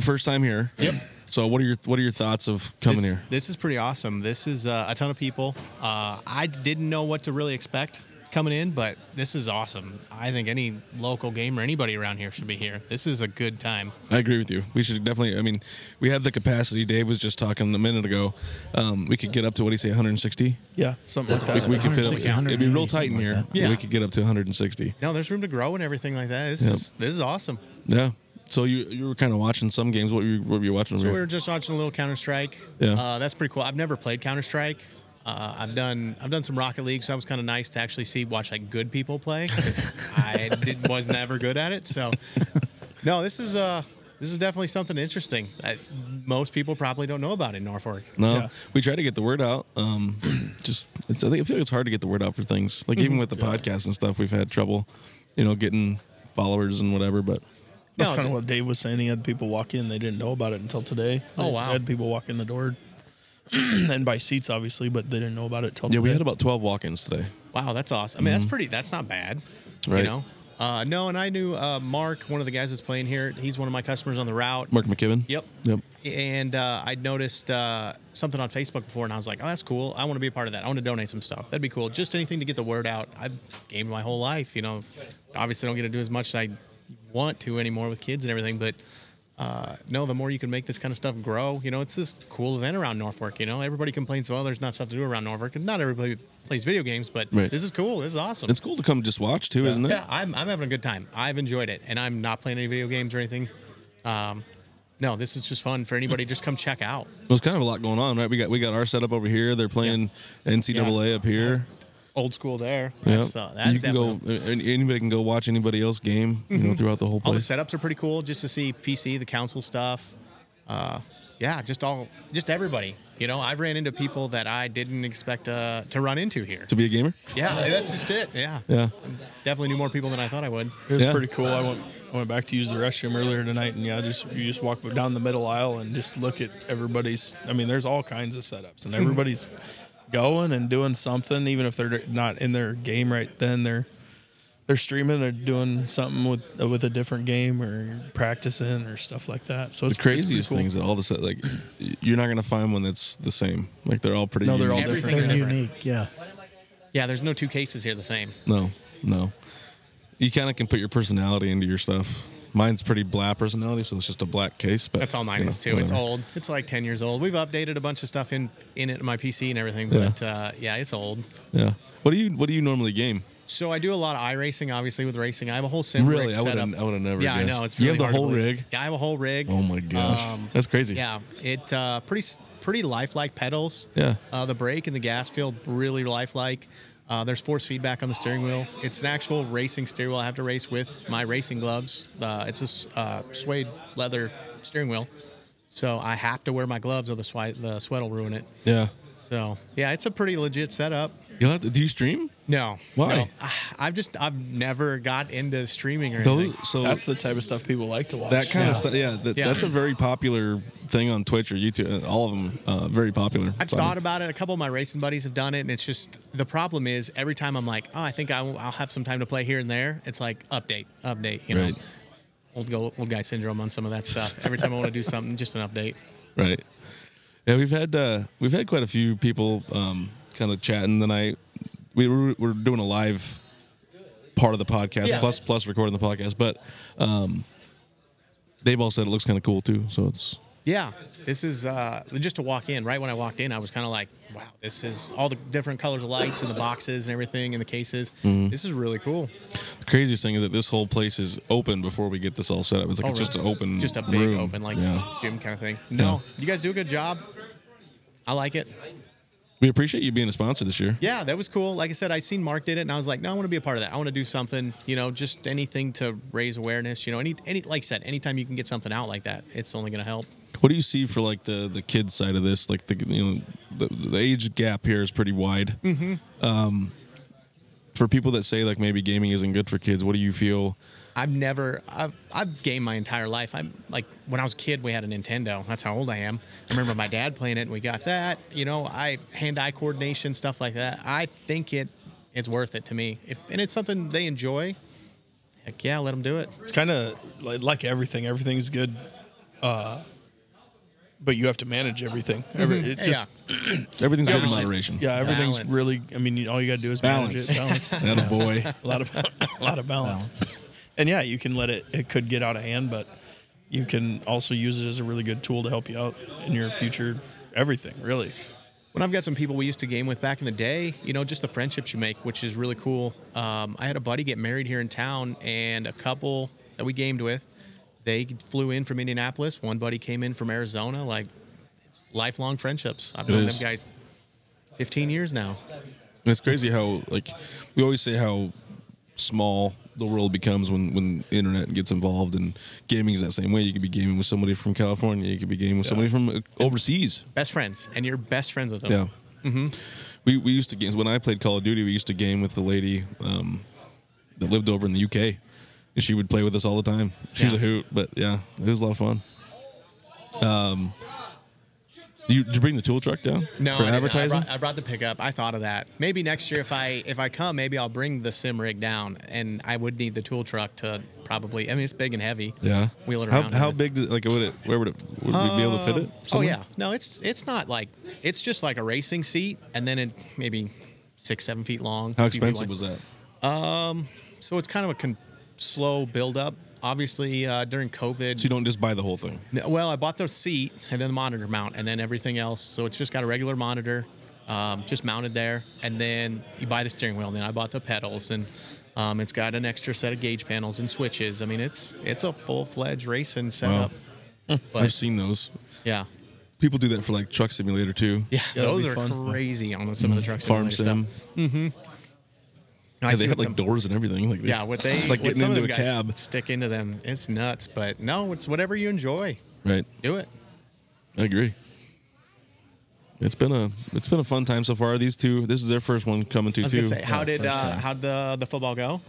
Speaker 2: first time here. Yep. So, what are your what are your thoughts of coming
Speaker 5: this,
Speaker 2: here?
Speaker 5: This is pretty awesome. This is uh, a ton of people. Uh, I didn't know what to really expect coming in, but this is awesome. I think any local gamer, anybody around here should be here. This is a good time.
Speaker 2: I agree with you. We should definitely. I mean, we have the capacity. Dave was just talking a minute ago. Um, we could get up to what do you say, 160?
Speaker 4: Yeah. Something like
Speaker 2: We,
Speaker 4: that.
Speaker 2: we could fit up.
Speaker 6: 160,
Speaker 2: It'd be real
Speaker 6: 180,
Speaker 2: tight in
Speaker 6: something
Speaker 2: here.
Speaker 6: like
Speaker 5: that. Yeah.
Speaker 2: We could get up to 160.
Speaker 5: No, there's room to grow and everything like that. This
Speaker 2: Yep.
Speaker 5: is this is awesome.
Speaker 2: Yeah. So you you were kind of watching some games. What were you, what were you watching? over
Speaker 5: So we
Speaker 2: here?
Speaker 5: were just watching a little Counter Strike.
Speaker 2: Yeah.
Speaker 5: uh, that's pretty cool. I've never played Counter Strike. Uh, I've done I've done some Rocket League, so that was kind of nice to actually see watch like good people play 'cause I did, was never good at it. So no, this is uh this is definitely something interesting that most people probably don't know about in Norfolk.
Speaker 2: No,
Speaker 4: Yeah.
Speaker 2: we try to get the word out. Um, just it's, I think I feel it's hard to get the word out for things like
Speaker 5: Mm-hmm.
Speaker 2: even with the podcast and stuff, we've had trouble, you know, getting followers and whatever. But
Speaker 4: That's
Speaker 5: No,
Speaker 4: kind of
Speaker 5: th-
Speaker 4: what Dave was saying. He had people walk in; they didn't know about it until today.
Speaker 5: Oh,
Speaker 4: They
Speaker 5: wow.
Speaker 4: Had people walk in the door and buy seats, obviously, but they didn't know about it till
Speaker 2: yeah,
Speaker 4: today.
Speaker 2: we had about twelve walk-ins today.
Speaker 5: Wow, that's awesome. I mean, that's pretty. That's not bad.
Speaker 2: Mm-hmm. Right.
Speaker 5: You know. Uh, no, and I knew uh, Mark, one of the guys that's playing here. He's one of my customers on the route.
Speaker 2: Mark McKibben.
Speaker 5: Yep.
Speaker 2: Yep.
Speaker 5: and uh, I noticed uh, something on Facebook before, and I was like, "Oh, that's cool. I want to be a part of that. I want to donate some stuff. That'd be cool. Just anything to get the word out. I've gamed my whole life, you know. Obviously, I don't get to do as much as I want to anymore with kids and everything, but." Uh, no, the more you can make this kind of stuff grow, you know, it's this cool event around Norfolk. You know, everybody complains, well, there's not stuff to do around Norfolk, and not everybody plays video games, but
Speaker 2: Right.
Speaker 5: this is cool. This is awesome.
Speaker 2: It's cool to come just watch too, isn't it?
Speaker 5: Yeah, I'm, I'm having a good time. I've enjoyed it, and I'm not playing any video games or anything. Um, no, this is just fun for anybody. Just come check out.
Speaker 2: There's kind of a lot going on, right? We got we got our setup over here. They're playing NCAA up here.
Speaker 5: Old school there. That's,
Speaker 2: Yep.
Speaker 5: uh, that's
Speaker 2: you can
Speaker 5: definitely.
Speaker 2: go. an- Anybody can go watch anybody else game. You know, throughout the whole
Speaker 5: Mm-hmm. All the
Speaker 2: place.
Speaker 5: setups are pretty cool. Just to see PC, the council stuff. Uh, yeah, just all, just everybody. You know, I've ran into people that I didn't expect uh, to run into here.
Speaker 2: To be a gamer.
Speaker 5: Yeah, that's just it. Yeah.
Speaker 2: Yeah.
Speaker 5: definitely knew more people than I thought I would.
Speaker 4: It was
Speaker 2: Yeah.
Speaker 4: pretty cool. I went I went back to use the restroom earlier tonight, and yeah, just you just walk down the middle aisle and just look at everybody's. I mean, there's all kinds of setups, and everybody's going and doing something, even if they're not in their game right then. They're they're streaming or doing something with with a different game or practicing or stuff like that. So it's
Speaker 2: the craziest
Speaker 4: it's pretty
Speaker 2: things that all this like you're not gonna find one that's the same. Like they're all pretty.
Speaker 4: No, they're all
Speaker 2: unique.
Speaker 5: Everything
Speaker 4: different.
Speaker 5: is
Speaker 6: They're unique.
Speaker 5: different.
Speaker 6: Yeah.
Speaker 5: Yeah, there's no two cases here the same.
Speaker 2: No, no. You kind of can put your personality into your stuff. Mine's pretty black personality, so it's just a black case. But
Speaker 5: That's all mine
Speaker 2: you know,
Speaker 5: is too. It's
Speaker 2: whatever.
Speaker 5: old. It's like ten years old. We've updated a bunch of stuff in in it, my PC and everything.
Speaker 2: Yeah.
Speaker 5: But uh, yeah, it's old.
Speaker 2: Yeah. What do you What do you normally game?
Speaker 5: So I do a lot of iRacing, obviously with racing. I have a whole sim
Speaker 2: Really?
Speaker 5: rig
Speaker 2: I would've-
Speaker 5: setup.
Speaker 2: I would've never
Speaker 5: Yeah, I
Speaker 2: guessed.
Speaker 5: know. It's
Speaker 2: You have
Speaker 5: really
Speaker 2: the
Speaker 5: hard to
Speaker 2: whole
Speaker 5: believe.
Speaker 2: rig?
Speaker 5: Yeah, I have a whole rig.
Speaker 2: Oh my gosh,
Speaker 5: Um,
Speaker 2: that's crazy.
Speaker 5: Yeah, it uh, pretty s- pretty lifelike pedals.
Speaker 2: Yeah.
Speaker 5: Uh, the brake and the gas feel really lifelike. Uh, there's force feedback on the steering wheel. It's an actual racing steering wheel. I have to race with my racing gloves. Uh, it's a s- uh, suede leather steering wheel, so I have to wear my gloves, otherwise the sweat will ruin it.
Speaker 2: Yeah.
Speaker 5: So yeah, it's a pretty legit setup.
Speaker 2: You'll have to. Do you stream?
Speaker 5: No,
Speaker 2: Why?
Speaker 5: no. Ah, I've just I've never got into streaming or
Speaker 2: Those.
Speaker 5: anything.
Speaker 2: So
Speaker 4: cool. That's the type of stuff people like to watch.
Speaker 2: that kind
Speaker 6: Yeah.
Speaker 2: of stuff. Yeah, that,
Speaker 5: Yeah.
Speaker 2: That's a very popular thing on Twitch or YouTube. uh, All of them uh, very popular.
Speaker 5: I've
Speaker 2: So,
Speaker 5: thought about it. A couple of my racing buddies have done it, and it's just the problem is every time I'm like, oh, I think I will, I'll have some time to play here and there. It's like update, update. You know,
Speaker 2: Right.
Speaker 5: old go old guy syndrome on some of that stuff. Every time I want to do something, just an update.
Speaker 2: Right. Yeah, we've had uh, we've had quite a few people um, kind of chatting tonight. We were, we're doing a live part of the podcast,
Speaker 5: Yeah.
Speaker 2: plus plus recording the podcast, but um, they've all said it looks kind of cool too. So it's
Speaker 5: Yeah, this is uh, just to walk in. Right when I walked in, I was kind of like, wow, this is all the different colors of lights and the boxes and everything and the cases. This is really cool.
Speaker 2: mm-hmm. the craziest thing is that this whole place is open before we get this all set up. It's like
Speaker 5: Oh,
Speaker 2: it's
Speaker 5: really?
Speaker 2: just an open,
Speaker 5: just a big
Speaker 2: room.
Speaker 5: open like
Speaker 2: yeah.
Speaker 5: gym kind of thing. No, you guys do a good job. I like it.
Speaker 2: We appreciate you being a sponsor this year.
Speaker 5: Yeah, that was cool. Like I said, I seen Mark did it, and I was like, no, I want to be a part of that. I want to do something, you know, just anything to raise awareness. You know, any any like I said, anytime you can get something out like that, it's only gonna help.
Speaker 2: What do you see for like the the kids side of this? Like the you know the, the age gap here is pretty wide. Mm-hmm. Um, for people that say like maybe gaming isn't good for kids, what do you feel?
Speaker 5: I've never I've I've gamed my entire life. I'm like when I was a kid we had a Nintendo. That's how old I am. I remember my dad playing it and we got that. You know, I hand eye coordination, stuff like that. I think it it's worth it to me. If and it's something they enjoy, heck yeah, let them do it.
Speaker 4: It's kind of like, like everything. Everything's good, uh, but you have to manage everything. Every, it just,
Speaker 2: Everything's good in
Speaker 5: Mm-hmm. Balance.
Speaker 2: moderation.
Speaker 4: yeah. everything's
Speaker 5: Balance.
Speaker 4: really. I mean, all you got to do is
Speaker 2: Balance.
Speaker 4: manage it. Balance.
Speaker 2: That a boy.
Speaker 4: a lot of a lot of balance. And yeah, you can let it. It could get out of hand, but you can also use it as a really good tool to help you out in your future. Everything really.
Speaker 5: When I've got some people we used to game with back in the day, you know, just the friendships you make, which is really cool. Um, I had a buddy get married here in town, and a couple that we gamed with, they flew in from Indianapolis. One buddy came in from Arizona. Like, it's lifelong friendships. I've
Speaker 2: It
Speaker 5: known
Speaker 2: is.
Speaker 5: them guys 15 years now.
Speaker 2: And It's crazy how like we always say how small the world becomes when when internet gets involved and gaming's that same way. You could be gaming with somebody from California, you could be gaming with somebody from uh, overseas.
Speaker 5: Best friends, and you're best friends with them. Mm-hmm.
Speaker 2: Yeah. We we used to game when I played Call of Duty. We used to game with the lady um, that lived over in the UK, and she would play with us all the time. She's
Speaker 5: Yeah.
Speaker 2: a hoot, but yeah, it was a lot of fun. Um, do you, did you bring the tool truck down
Speaker 5: No,
Speaker 2: for
Speaker 5: I didn't. I
Speaker 2: advertising?
Speaker 5: brought, I brought the pickup. I thought of that. Maybe next year, if I if I come, maybe I'll bring the sim rig down, and I would need the tool truck to probably. I mean, it's big and heavy.
Speaker 2: yeah,
Speaker 5: wheel it
Speaker 2: How,
Speaker 5: around
Speaker 2: how
Speaker 5: with it.
Speaker 2: big? Did, like, would it? Where would it? Would we be able to fit it?
Speaker 5: Oh
Speaker 2: somewhere?
Speaker 5: yeah, no, it's it's not like it's just like a racing seat, and then it maybe six seven feet long.
Speaker 2: How
Speaker 5: a few feet
Speaker 2: expensive
Speaker 5: wide.
Speaker 2: was that?
Speaker 5: Um, So it's kind of a con- slow build up. Obviously, uh, during COVID,
Speaker 2: So you don't just buy the whole thing.
Speaker 5: No, Well, I bought the seat and then the monitor mount and then everything else. So it's just got a regular monitor, um, just mounted there. And then you buy the steering wheel. And then I bought the pedals and um, it's got an extra set of gauge panels and switches. I mean, it's it's a full fledged racing setup.
Speaker 2: I've seen those.
Speaker 5: Hmm. Yeah.
Speaker 2: People do that for like Truck Simulator too.
Speaker 5: Yeah,
Speaker 4: that'd
Speaker 5: those
Speaker 4: be
Speaker 5: are
Speaker 4: fun.
Speaker 5: crazy on some of the trucks.
Speaker 2: Farm Sim. Mm-hmm.
Speaker 5: No, I
Speaker 2: Yeah,
Speaker 5: see
Speaker 2: they had
Speaker 5: what
Speaker 2: like
Speaker 5: some-
Speaker 2: doors and everything. Like
Speaker 5: Yeah, what they
Speaker 2: like
Speaker 5: what
Speaker 2: getting
Speaker 5: some of
Speaker 2: into a
Speaker 5: them guys
Speaker 2: cab,
Speaker 5: Stick into them. It's nuts, but no, it's whatever you enjoy.
Speaker 2: right?
Speaker 5: Do it.
Speaker 2: I agree. It's been a it's been a fun time so far. These two, this is their first one coming to
Speaker 5: I was
Speaker 2: too.
Speaker 5: gonna say, how did
Speaker 6: first
Speaker 5: uh,
Speaker 6: time.
Speaker 5: how the the football go?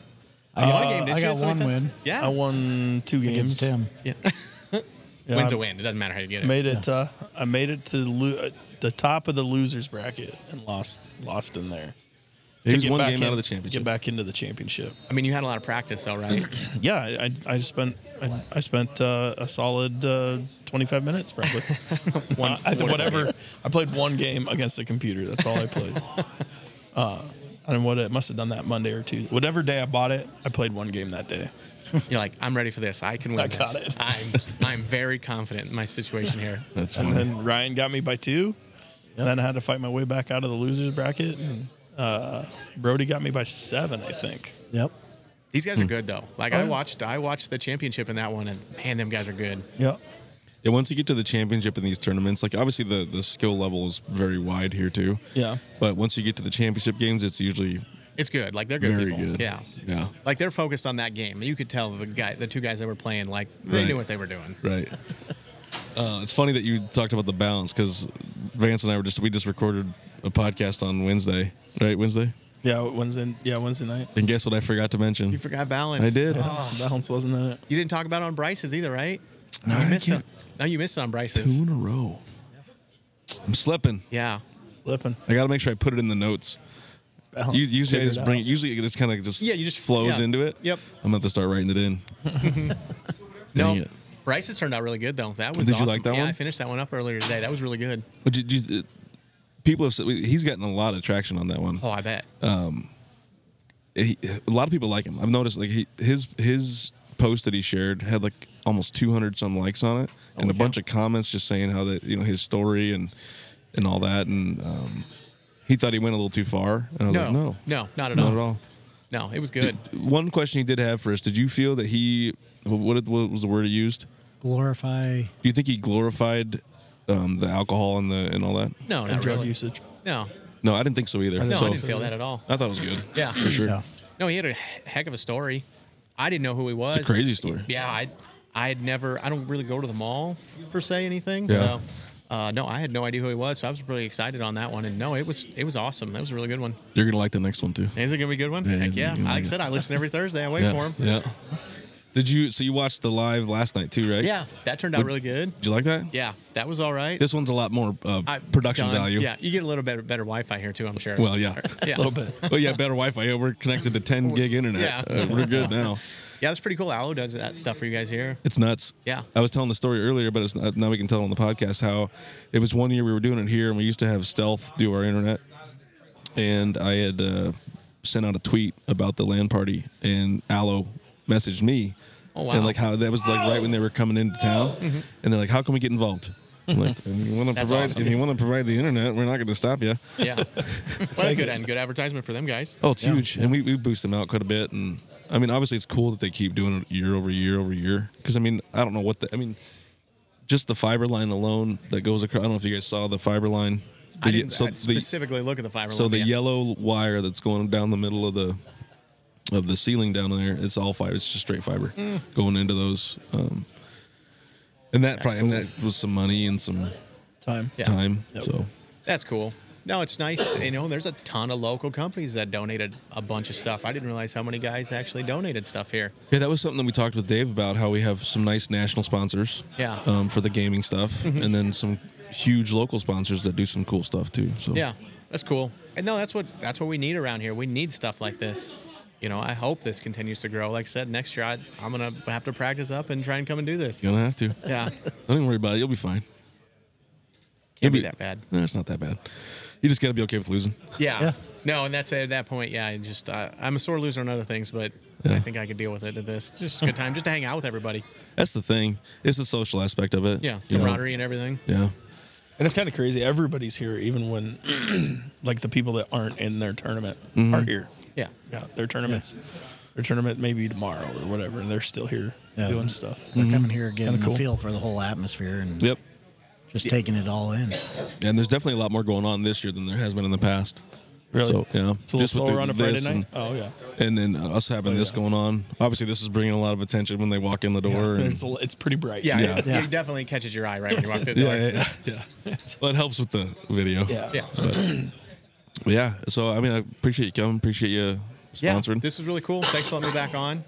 Speaker 6: I
Speaker 5: You
Speaker 6: got,
Speaker 5: won a game, didn't
Speaker 6: I
Speaker 5: you?
Speaker 6: got
Speaker 5: That's what
Speaker 6: one
Speaker 5: he said?
Speaker 6: win
Speaker 5: Yeah,
Speaker 4: I won two games.
Speaker 6: against him.
Speaker 5: Yeah.
Speaker 4: Yeah,
Speaker 5: Win's
Speaker 4: I
Speaker 5: a win. It doesn't matter how you get it.
Speaker 4: Made it. Uh, I made it to lo- uh, the top of the losers bracket and lost. Lost in there.
Speaker 2: He was
Speaker 4: get
Speaker 2: one
Speaker 4: back
Speaker 2: game
Speaker 4: in-
Speaker 2: out of the championship.
Speaker 4: Get back into the championship.
Speaker 5: I mean, you had a lot of practice, though, right?
Speaker 4: Yeah, I, I I spent I, I spent uh, a solid uh, 25 minutes probably. one, I, think whatever. I played one game against the computer. That's all I played. uh, I don't know what it must have done that Monday or Tuesday. Whatever day I bought it, I played one game that day.
Speaker 5: You're like, I'm ready for this. I can win
Speaker 4: I got
Speaker 5: this.
Speaker 4: it.
Speaker 5: I'm I'm very confident in my situation here.
Speaker 2: That's
Speaker 4: And
Speaker 2: funny.
Speaker 4: then Ryan got me by two. And then I had to fight my way back out of the losers bracket. And, uh, Brody got me by seven, I think.
Speaker 6: Yep.
Speaker 5: These guys are
Speaker 2: Hmm.
Speaker 5: good though. Like
Speaker 4: Oh,
Speaker 5: I
Speaker 4: yeah.
Speaker 5: watched I watched the championship in that one, and man, them guys are good.
Speaker 4: Yeah.
Speaker 2: Yeah, once you get to the championship in these tournaments, like obviously the, the skill level is very wide here too.
Speaker 4: Yeah.
Speaker 2: But once you get to the championship games, it's usually
Speaker 5: It's good. Like they're good
Speaker 2: very
Speaker 5: people.
Speaker 2: good.
Speaker 5: Yeah.
Speaker 2: Yeah.
Speaker 5: Like they're focused on that game. You could tell the guy, the two guys that were playing, like they
Speaker 2: Right.
Speaker 5: knew what they were doing.
Speaker 2: Right. Uh, it's funny that you talked about the balance because Vance and I were just we just recorded a podcast on Wednesday, right? Wednesday,
Speaker 4: Yeah. Wednesday. Yeah. Wednesday night.
Speaker 2: and guess what I forgot to mention?
Speaker 5: You forgot balance. Oh.
Speaker 2: I did.
Speaker 4: Balance wasn't it.
Speaker 5: You didn't talk about it on Bryce's either, right? No,
Speaker 2: I
Speaker 5: you missed it.
Speaker 2: can't-
Speaker 5: No, you missed it on Bryce's.
Speaker 2: Two in a row. I'm slipping.
Speaker 5: Yeah.
Speaker 4: Slipping.
Speaker 2: I got to make sure I put it in the notes.
Speaker 4: Balance.
Speaker 2: Us- Usually I
Speaker 4: Figure
Speaker 2: just
Speaker 4: it
Speaker 2: bring.
Speaker 4: out.
Speaker 2: It, usually it just kind of just
Speaker 5: Yeah, you just-
Speaker 2: flows
Speaker 5: yeah.
Speaker 2: into it.
Speaker 5: Yep.
Speaker 2: I'm gonna have to start writing it in.
Speaker 5: No.
Speaker 2: Dang it.
Speaker 5: Bryce's turned out really good though. That was
Speaker 2: Did you
Speaker 5: awesome.
Speaker 2: like that
Speaker 5: yeah,
Speaker 2: one?
Speaker 5: I finished that one up earlier today. That was really good.
Speaker 2: But you, you, it- people have said he's gotten a lot of traction on that one. Um,
Speaker 5: Oh, I bet.
Speaker 2: He- a lot of people like him. I've noticed like he, his his post that he shared had like almost 200 some likes on it, and a bunch of comments just saying how that you know his story and and all that, and um, he thought he went a little too far. And I was
Speaker 5: no,
Speaker 2: like, no,
Speaker 5: no, not at
Speaker 2: not
Speaker 5: all.
Speaker 2: at all.
Speaker 5: No, it was good.
Speaker 2: One question he did have for us: Did you feel that he what, did- what was the word he used?
Speaker 6: Glorify.
Speaker 2: Do you think he glorified um, the alcohol and the and all that?
Speaker 5: no,
Speaker 4: And
Speaker 5: not
Speaker 4: drug
Speaker 5: really.
Speaker 4: usage.
Speaker 5: No,
Speaker 2: No, I didn't think so either.
Speaker 5: no,
Speaker 2: so,
Speaker 5: I didn't feel that at all.
Speaker 2: I thought it was good.
Speaker 5: Yeah.
Speaker 2: for sure.
Speaker 6: Yeah.
Speaker 5: No, he had a he- heck of a story. I didn't know who he was.
Speaker 2: It's a crazy story.
Speaker 5: Yeah, I, I had never. I don't really go to the mall per se anything.
Speaker 2: Yeah.
Speaker 5: So, uh, no, I had no idea who he was. So I was really excited on that one. And no, it was it was awesome. That was a really good one.
Speaker 2: You're gonna like the next one too.
Speaker 5: Is it gonna be a good one?
Speaker 2: Yeah,
Speaker 5: Heck
Speaker 2: yeah,
Speaker 5: yeah.
Speaker 2: yeah,
Speaker 5: Like I
Speaker 2: yeah.
Speaker 5: said, I listen every Thursday. I wait
Speaker 2: yeah.
Speaker 5: for him.
Speaker 2: Yeah. Did you? So you watched the live last night too, right?
Speaker 5: Yeah, that turned out really good.
Speaker 2: Did you like that?
Speaker 5: Yeah, that was all right.
Speaker 2: This one's a lot more uh,
Speaker 5: I-
Speaker 2: production
Speaker 5: done.
Speaker 2: value.
Speaker 5: Yeah, you get a little better better Wi-Fi here too. I'm sure.
Speaker 2: Well, yeah.
Speaker 5: yeah,
Speaker 4: A little bit.
Speaker 2: well, yeah. Better Wi-Fi. Yeah, we're connected to 10 gig internet.
Speaker 5: Yeah.
Speaker 2: Uh, we're good now.
Speaker 5: Yeah, that's pretty cool. Allo does that stuff for you guys here.
Speaker 2: It's nuts.
Speaker 5: Yeah.
Speaker 2: I was telling the story earlier, but it's not, now we can tell on the podcast how it was one year we were doing it here, and we used to have Stealth do our internet, and I had uh, sent out a tweet about the land party, and Allo messaged me,
Speaker 5: Oh, wow. Mm-hmm.
Speaker 2: and like how that was like right when they were coming into town, and they're like, "How can we get involved?" I'm like, if you want to
Speaker 5: That's
Speaker 2: provide,
Speaker 5: awesome.
Speaker 2: if you want to provide the internet, we're not going to stop you.
Speaker 5: Yeah, well, good and good advertisement for them guys.
Speaker 2: Oh, it's huge, and we, we boost them out quite a bit. And I mean, obviously, it's cool that they keep doing it year over year over year. Because I mean, I don't know what the I mean, just the fiber line alone that goes across. I don't know if you guys saw the fiber line. The,
Speaker 5: I didn't
Speaker 2: so
Speaker 5: I
Speaker 2: the
Speaker 5: specifically look at the fiber.
Speaker 2: so
Speaker 5: line,
Speaker 2: the
Speaker 5: yeah.
Speaker 2: yellow wire that's going down the middle of the of the ceiling down there, it's all fiber. It's just straight fiber
Speaker 5: Hmm.
Speaker 2: going into those. Um, and that probably and that was some money and some
Speaker 4: Time.
Speaker 5: Yeah.
Speaker 2: time. So
Speaker 5: That's cool. No, it's nice. You know, there's a ton of local companies that donated a bunch of stuff. I didn't realize how many guys actually donated stuff here.
Speaker 2: Yeah, that was something that we talked with Dave about how we have some nice national sponsors.
Speaker 5: Yeah. Mm-hmm.
Speaker 2: Um, for the gaming stuff, and then some huge local sponsors that do some cool stuff too. So
Speaker 5: Yeah, that's cool. And no, that's what that's what we need around here. We need stuff like this. You know, I hope this continues to grow. Like I said, next year I, I'm gonna have to practice up and try and come and do this.
Speaker 2: you're gonna have to.
Speaker 5: Yeah,
Speaker 2: Don't even worry about it. You'll be fine.
Speaker 5: can't be that bad.
Speaker 2: No, it's not that bad. You just gotta be okay with losing.
Speaker 5: Yeah. No, and that's at that point. Yeah, I just uh, I'm a sore loser on other things, but I think I could deal with it. At this, It's just a good time, just to hang out with everybody.
Speaker 2: That's the thing. It's the social aspect of it.
Speaker 5: Yeah,
Speaker 2: you know?
Speaker 5: camaraderie and everything.
Speaker 2: Yeah.
Speaker 4: And it's kind of crazy. Everybody's here, even when, like, the people that aren't in their tournament are here.
Speaker 5: Yeah.
Speaker 4: Yeah, their tournaments, their tournament maybe tomorrow or whatever, and they're still here
Speaker 6: Yeah.
Speaker 4: doing stuff.
Speaker 6: They're
Speaker 5: Mm-hmm.
Speaker 6: coming here, getting
Speaker 4: Kinda cool.
Speaker 6: a feel for the whole atmosphere, and
Speaker 2: Mm-hmm. Yep.
Speaker 6: just taking it all in.
Speaker 2: And there's definitely a lot more going on this year than there has been in the past.
Speaker 4: Really?
Speaker 2: So, yeah.
Speaker 4: It's a
Speaker 2: Just
Speaker 4: little
Speaker 2: with
Speaker 4: slower
Speaker 2: the-
Speaker 4: on a Friday
Speaker 2: this
Speaker 4: night.
Speaker 2: and-
Speaker 4: oh yeah. Oh,
Speaker 2: And then us having this going on, obviously, this is bringing a lot of attention when they walk in the door. and,
Speaker 4: It's, a, it's pretty bright.
Speaker 5: Yeah,
Speaker 2: Yeah.
Speaker 5: It,
Speaker 6: Yeah.
Speaker 5: it definitely catches your eye right when you walk through the
Speaker 2: yeah,
Speaker 5: door.
Speaker 2: yeah, yeah.
Speaker 4: yeah, It's-
Speaker 2: Well, it helps with the video.
Speaker 4: yeah.
Speaker 5: Yeah.
Speaker 2: But yeah, so I mean, I appreciate you coming. Appreciate you
Speaker 5: Yeah,
Speaker 2: sponsoring.
Speaker 5: This is really cool. Thanks for letting me back on.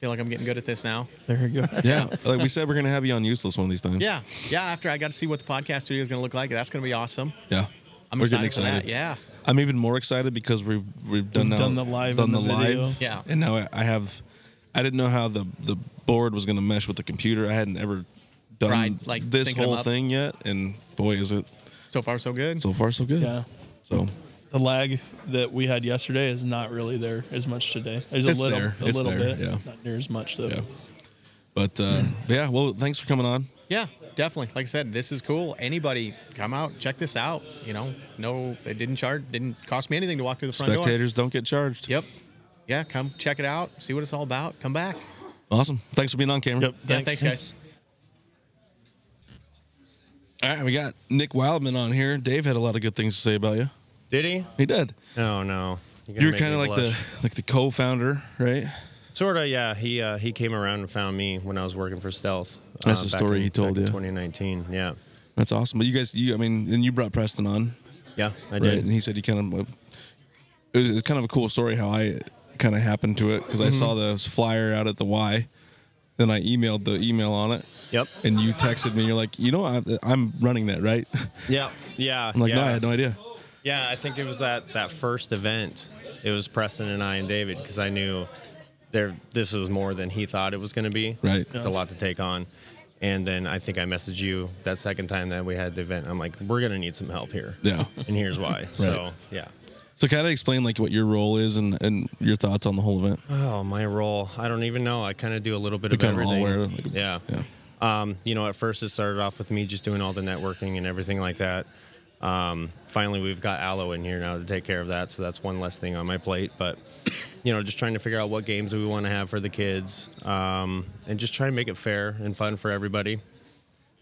Speaker 5: feel like I'm getting good at this now.
Speaker 4: There you go.
Speaker 2: yeah, like we said, we're gonna have you on Useless one of these times.
Speaker 5: Yeah. Yeah. After I got to see what the podcast studio is going to look like, that's going to be awesome.
Speaker 2: yeah.
Speaker 5: I'm
Speaker 2: we're
Speaker 5: excited,
Speaker 2: getting
Speaker 5: for that.
Speaker 2: excited.
Speaker 5: Yeah.
Speaker 2: I'm even more excited because we've we've done
Speaker 4: We've
Speaker 2: now-
Speaker 4: done the live
Speaker 2: done
Speaker 4: and
Speaker 2: the,
Speaker 4: the
Speaker 2: live,
Speaker 4: video.
Speaker 5: Yeah.
Speaker 2: And now I, I have, I didn't know how the the board was gonna mesh with the computer. I hadn't ever done
Speaker 5: Right, like
Speaker 2: this
Speaker 5: syncing 'em
Speaker 2: whole
Speaker 5: up.
Speaker 2: thing yet, and boy, is it
Speaker 5: So far, so good.
Speaker 2: so far so good.
Speaker 4: Yeah.
Speaker 2: So
Speaker 4: The lag that we had yesterday is not really there as much today. There's
Speaker 2: It's
Speaker 4: a little,
Speaker 2: there.
Speaker 4: a
Speaker 2: It's
Speaker 4: little
Speaker 2: there,
Speaker 4: bit,
Speaker 2: yeah.
Speaker 4: not near as much though.
Speaker 2: yeah, but uh, but yeah. Well, thanks for coming on.
Speaker 5: Yeah, definitely. Like I said, this is cool. Anybody come out, check this out. You know, no, it didn't charge, didn't cost me anything to walk through the front
Speaker 2: Spectators don't get charged.
Speaker 5: door. Yep. Yeah, come check it out, see what it's all about. Come back.
Speaker 2: Awesome. Thanks for being on camera.
Speaker 4: Yep.
Speaker 5: Yeah, thanks, guys.
Speaker 2: All right, we got Nick Wildman on here. Dave had a lot of good things to say about you.
Speaker 7: Did he?
Speaker 2: He did.
Speaker 7: Oh no.
Speaker 2: You were kind of like the like the co-founder,
Speaker 7: Uh,
Speaker 2: right?
Speaker 7: sort of yeah. He uh, he came around and found me when I was working for Stealth.
Speaker 2: That's
Speaker 7: uh,
Speaker 2: the
Speaker 7: back
Speaker 2: story
Speaker 7: in-
Speaker 2: he told
Speaker 7: back in
Speaker 2: you.
Speaker 7: 2019. Yeah.
Speaker 2: That's awesome. But you guys, you I mean, and you brought Preston on,
Speaker 7: Yeah, I
Speaker 2: right?
Speaker 7: did.
Speaker 2: And he said he kind of uh, it was kind of a cool story how I kind of happened to it because
Speaker 7: Mm-hmm.
Speaker 2: I saw the flyer out at the Y, then I emailed the email on it,
Speaker 7: Yep.
Speaker 2: and you texted me. You're like, you know, I, I'm running that, right?
Speaker 7: Yeah. Yeah.
Speaker 2: I'm like,
Speaker 7: yeah.
Speaker 2: no, I had no idea.
Speaker 7: Yeah, I think it was that that first event. It was Preston and I and David because I knew there this was more than he thought it was going to be.
Speaker 2: Right.
Speaker 7: it's a lot to take on. And then I think I messaged you that second time that we had the event. I'm like, we're going to need some help here,
Speaker 2: Yeah.
Speaker 7: and here's why. So yeah.
Speaker 2: So kind of explain like what your role is and and your thoughts on the whole event.
Speaker 7: Oh, my role. I don't even know. I kind of do a little bit of
Speaker 2: kinda all
Speaker 7: everything.
Speaker 2: wear, like,
Speaker 7: yeah.
Speaker 2: yeah.
Speaker 7: Um, you know, at first it started off with me just doing all the networking and everything like that. Um, finally, we've got Aloe in here now to take care of that, so that's one less thing on my plate. But you know, just trying to figure out what games we want to have for the kids, um, and just try and make it fair and fun for everybody.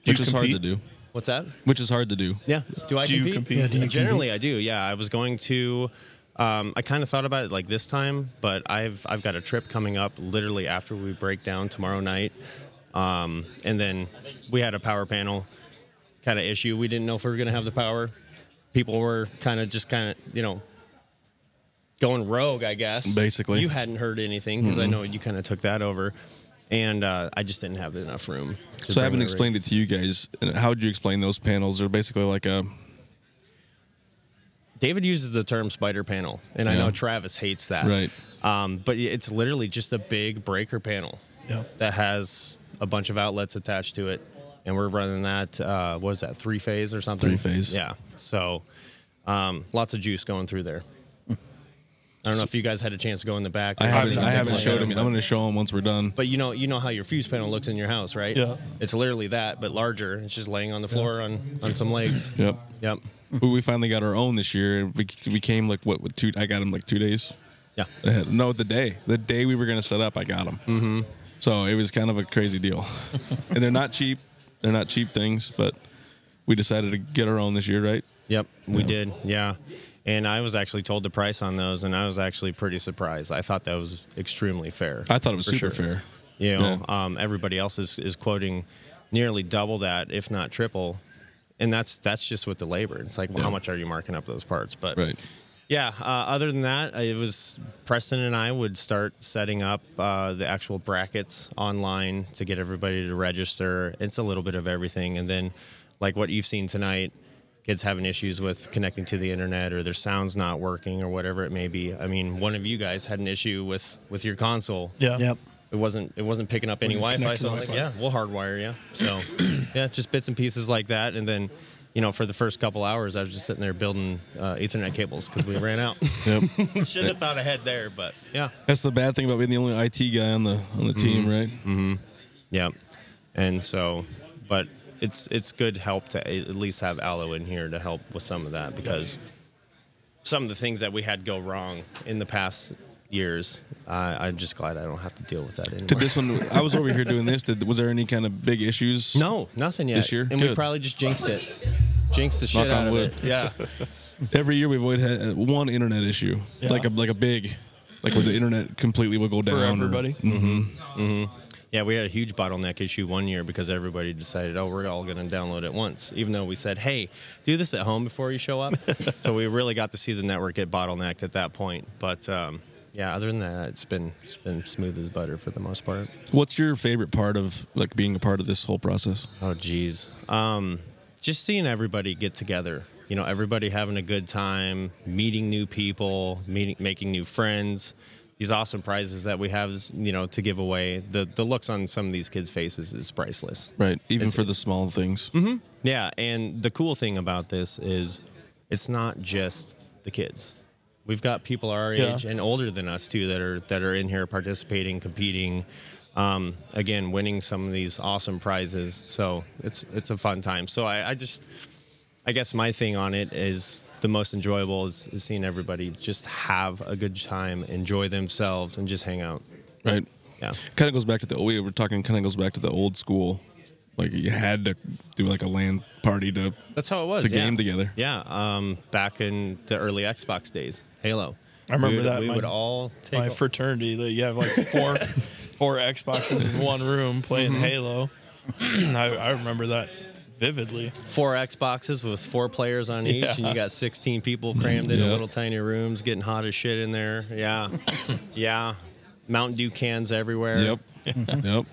Speaker 2: Which is hard to do.
Speaker 7: What's that?
Speaker 2: Which is hard to do.
Speaker 7: Yeah. Do I
Speaker 4: Do you
Speaker 7: compete?
Speaker 4: compete? Yeah, do you
Speaker 7: Generally, I do. Yeah, I was going to. Um, I kind of thought about it like this time, but I've I've got a trip coming up literally after we break down tomorrow night, um, and then we had a power panel kind of issue. We didn't know if we were gonna have the power. People were kind of just kind of you know going rogue, I guess.
Speaker 2: Basically. Mm-hmm.
Speaker 7: you hadn't heard anything because I know you kind of took that over, and uh, I just didn't have enough room.
Speaker 2: So
Speaker 7: to
Speaker 2: I
Speaker 7: bring
Speaker 2: haven't
Speaker 7: every-
Speaker 2: explained it to you guys. And How would you explain those panels? They're basically like a
Speaker 7: David uses the term spider panel, and I
Speaker 2: Yeah.
Speaker 7: know Travis hates that.
Speaker 2: Right.
Speaker 7: Um, but it's literally just a big breaker panel
Speaker 4: Yeah.
Speaker 7: that has a bunch of outlets attached to it, and we're running that. Uh, what is that three phase or something?
Speaker 2: Three-phase.
Speaker 7: Yeah. So, um, lots of juice going through there. I don't know if you guys had a chance to go in the back.
Speaker 2: I
Speaker 7: or
Speaker 2: haven't,
Speaker 7: anything
Speaker 2: I haven't
Speaker 7: like
Speaker 2: showed
Speaker 7: that,
Speaker 2: him. I'm
Speaker 7: but-
Speaker 2: going to show him once we're done.
Speaker 7: But you know, you know how your fuse panel looks in your house, right?
Speaker 4: Yeah.
Speaker 7: It's literally that, but larger. It's just laying on the floor on on some legs.
Speaker 2: Yep.
Speaker 7: Yep.
Speaker 2: But we finally got our own this year. We, we came like what with two. I got him like two days.
Speaker 7: Yeah.
Speaker 2: Ahead. No, the day the day we were going to set up, I got him. Mm-hmm. So it was kind of a crazy deal, and they're not cheap. They're not cheap things, but we decided to get our own this year, right?
Speaker 7: Yep, we
Speaker 2: Yeah.
Speaker 7: did. Yeah. And I was actually told the price on those, and I was actually pretty surprised. I thought that was extremely fair.
Speaker 2: I thought it was
Speaker 7: For
Speaker 2: super
Speaker 7: sure.
Speaker 2: fair.
Speaker 7: You know, um, everybody else is, is quoting nearly double that, if not triple. And that's that's just with the labor. It's like, well, how much are you marking up those parts? But
Speaker 2: Right.
Speaker 7: yeah, uh, other than that, it was Preston and I would start setting up uh, the actual brackets online to get everybody to register. It's a little bit of everything. And then, like what you've seen tonight, kids having issues with connecting to the internet or their sound's not working or whatever it may be. I mean, one of you guys had an issue with, with your console.
Speaker 4: Yeah.
Speaker 6: Yep.
Speaker 7: It wasn't it wasn't picking up any
Speaker 4: When you
Speaker 7: Wi-Fi.
Speaker 4: connect to
Speaker 7: So
Speaker 4: the
Speaker 7: I'm like, yeah,
Speaker 4: Wi-Fi.
Speaker 7: we'll hardwire you. So yeah, just bits and pieces like that, and then. You know, for the first couple hours, I was just sitting there building uh, Ethernet cables because we ran out.
Speaker 2: Yep.
Speaker 7: Should have thought ahead there, but yeah,
Speaker 2: That's the bad thing about being the only IT guy on the on the
Speaker 7: Mm-hmm.
Speaker 2: team, right?
Speaker 7: yeah. And so, but it's it's good help to a- at least have Aloe in here to help with some of that because some of the things that we had go wrong in the past years, I I'm just glad I don't have to deal with that anymore.
Speaker 2: Did this one? I was over here doing this. Did was there any kind of big issues?
Speaker 7: no, nothing yet.
Speaker 2: This year?
Speaker 7: and
Speaker 2: Good.
Speaker 7: we probably just jinxed it, jinxed the shit
Speaker 2: Knock on
Speaker 7: out of
Speaker 2: wood.
Speaker 7: it. Yeah.
Speaker 2: Every year we've always had one internet issue,
Speaker 4: Yeah.
Speaker 2: like a like a big, like where the internet completely will go down. or-
Speaker 4: everybody?
Speaker 2: Mhm.
Speaker 7: Mm-hmm. Yeah, we had a huge bottleneck issue one year because everybody decided, oh, we're all going to download at once, even though we said, hey, do this at home before you show up. so we really got to see the network get bottlenecked at that point. But um, yeah, other than that, it's been it's been smooth as butter for the most part.
Speaker 2: What's your favorite part of like being a part of this whole process?
Speaker 7: Oh, geez, um, just seeing everybody get together you know everybody having a good time, meeting new people, meeting making new friends. These awesome prizes that we have, you know, to give away. The the looks on some of these kids' faces is priceless.
Speaker 2: Right. Even
Speaker 7: It's- Mm-hmm.
Speaker 2: for the small things.
Speaker 7: Yeah, and the cool thing about this is it's not just the kids. We've got people our
Speaker 4: Yeah.
Speaker 7: age and older than us too that are that are in here participating, competing, um, again, winning some of these awesome prizes. So it's it's a fun time. So I, I just I guess my thing on it is the most enjoyable is, is seeing everybody just have a good time, enjoy themselves, and just hang out.
Speaker 2: Right.
Speaker 7: Yeah.
Speaker 2: Kind of goes back to the we were talking. Kind of goes back to the old school. Like you had to do like a land party to
Speaker 7: That's how Oh, it was.
Speaker 2: to
Speaker 7: yeah.
Speaker 2: game together.
Speaker 7: Yeah, um, back in the early Xbox days, Halo.
Speaker 4: I remember
Speaker 7: we would,
Speaker 4: that.
Speaker 7: We
Speaker 4: My-
Speaker 7: would all take
Speaker 4: my fraternity. Like, you have like four four Xboxes in one room playing Halo. I, I remember that vividly.
Speaker 7: four Xboxes with four players on each, and you got 16 people crammed in
Speaker 2: Yeah.
Speaker 7: into little tiny rooms, getting hot as shit in there. Yeah, yeah. Mountain Dew cans everywhere.
Speaker 2: Yep. yep.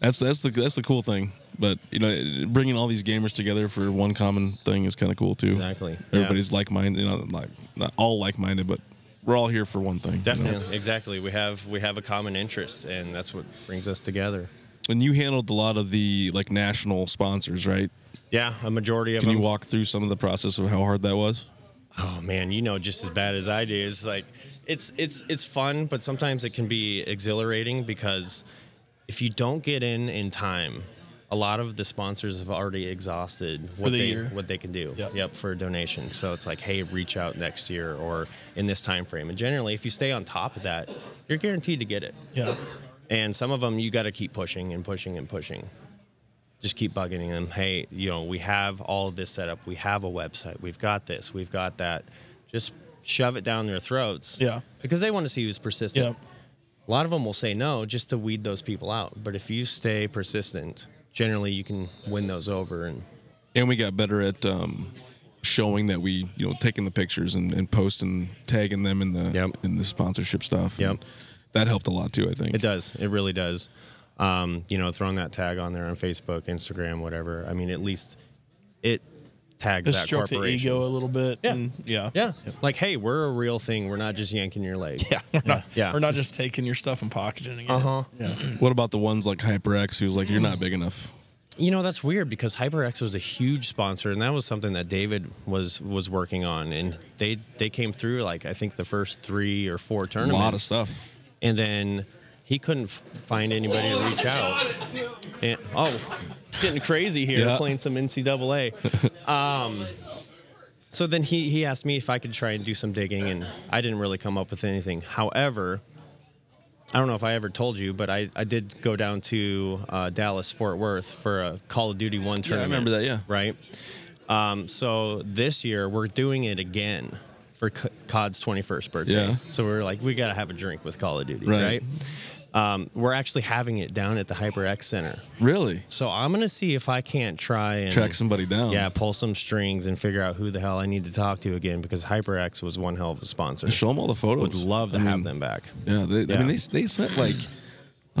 Speaker 2: That's that's the that's the cool thing. But you know, bringing all these gamers together for one common thing is kind of cool too.
Speaker 7: Exactly. Yeah.
Speaker 2: Everybody's like minded. You know, like not all like minded, but we're all here for one thing. you know?
Speaker 7: Definitely. Exactly. We have we have a common interest, and that's what brings us together.
Speaker 2: And you handled a lot of the like national sponsors, right?
Speaker 7: Yeah, a majority of
Speaker 2: Can
Speaker 7: them.
Speaker 2: you walk through some of the process of how hard that was?
Speaker 7: oh man, you know just as bad as I do. It's like it's it's it's fun, but sometimes it can be exhilarating because if you don't get in in time, a lot of the sponsors have already exhausted what
Speaker 4: the
Speaker 7: they
Speaker 4: year.
Speaker 7: what they can do.
Speaker 4: Yep.
Speaker 7: for a donation. So it's like, hey, reach out next year or in this time frame. And generally, if you stay on top of that, you're guaranteed to get it.
Speaker 4: Yeah.
Speaker 7: And some of them you got to keep pushing and pushing and pushing. Just keep bugging them. Hey, you know, we have all of this set up. We have a website. We've got this. We've got that. Just shove it down their throats.
Speaker 4: Yeah.
Speaker 7: Because they want to see who's persistent.
Speaker 4: Yeah.
Speaker 7: A lot of them will say no just to weed those people out. But if you stay persistent, generally you can win those over. And
Speaker 2: and we got better at um, showing that we you know taking the pictures and, and posting tagging them in the
Speaker 7: Yep.
Speaker 2: in the sponsorship stuff
Speaker 7: Yep.
Speaker 2: And that helped a lot too i think
Speaker 7: it does. It really does. Um, you know, throwing that tag on there on Facebook, Instagram, whatever. I mean, at least it tags
Speaker 4: Just
Speaker 7: that
Speaker 4: stroke the
Speaker 7: corporation.
Speaker 4: ego a little bit.
Speaker 7: Yeah.
Speaker 4: And yeah.
Speaker 7: Yeah. Like, hey, we're a real thing. We're not just yanking your leg.
Speaker 4: Yeah. We're not,
Speaker 7: Yeah.
Speaker 4: We're not just taking your stuff and pocketing it.
Speaker 7: Uh-huh.
Speaker 2: what about the ones like hyperx who's like you're not big enough
Speaker 7: You know, that's weird because HyperX was a huge sponsor and that was something that David was was working on and they they came through like I think the first 3 or 4
Speaker 2: a
Speaker 7: tournaments.
Speaker 2: lot of stuff
Speaker 7: and then he couldn't f- find anybody to reach out. And, oh, getting crazy here
Speaker 2: Yeah.
Speaker 7: playing some NCAA. Um, so then he he asked me if I could try and do some digging, and I didn't really come up with anything. However, I don't know if I ever told you, but I, I did go down to uh, Dallas Fort Worth for a Call of Duty one tournament.
Speaker 2: remember that, yeah.
Speaker 7: Right. Um, so this year we're doing it again for C- COD's 21st birthday.
Speaker 2: Yeah.
Speaker 7: So we are like, we got to have a drink with Call of Duty,
Speaker 2: Right.
Speaker 7: right? Um, we're actually having it down at the HyperX Center.
Speaker 2: really
Speaker 7: So I'm gonna see if I can't try and
Speaker 2: track somebody down
Speaker 7: Yeah, pull some strings and figure out who the hell I need to talk to again because HyperX was one hell of a sponsor.
Speaker 2: show them all the photos
Speaker 7: Would love to
Speaker 2: I
Speaker 7: have
Speaker 2: mean,
Speaker 7: them back.
Speaker 2: yeah, they, i
Speaker 7: Yeah.
Speaker 2: mean they, they sent like i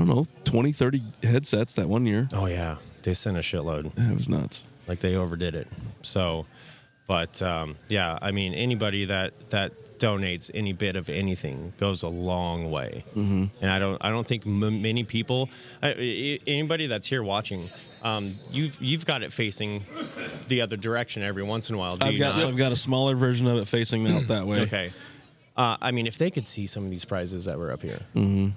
Speaker 2: don't know 20 30 headsets that one year
Speaker 7: Oh yeah, they sent a shitload.
Speaker 2: it was nuts
Speaker 7: like they overdid it so but um, yeah i mean anybody that that donates any bit of anything goes a long way mm-hmm. and i don't i don't think m- many people I, I- anybody that's here watching um, you've you've got it facing the other direction every once in a while do
Speaker 2: i've
Speaker 7: you
Speaker 2: got
Speaker 7: not?
Speaker 2: so i've got a smaller version of it facing out that way
Speaker 7: okay uh, i mean if they could see some of these prizes that were up here mm-hmm.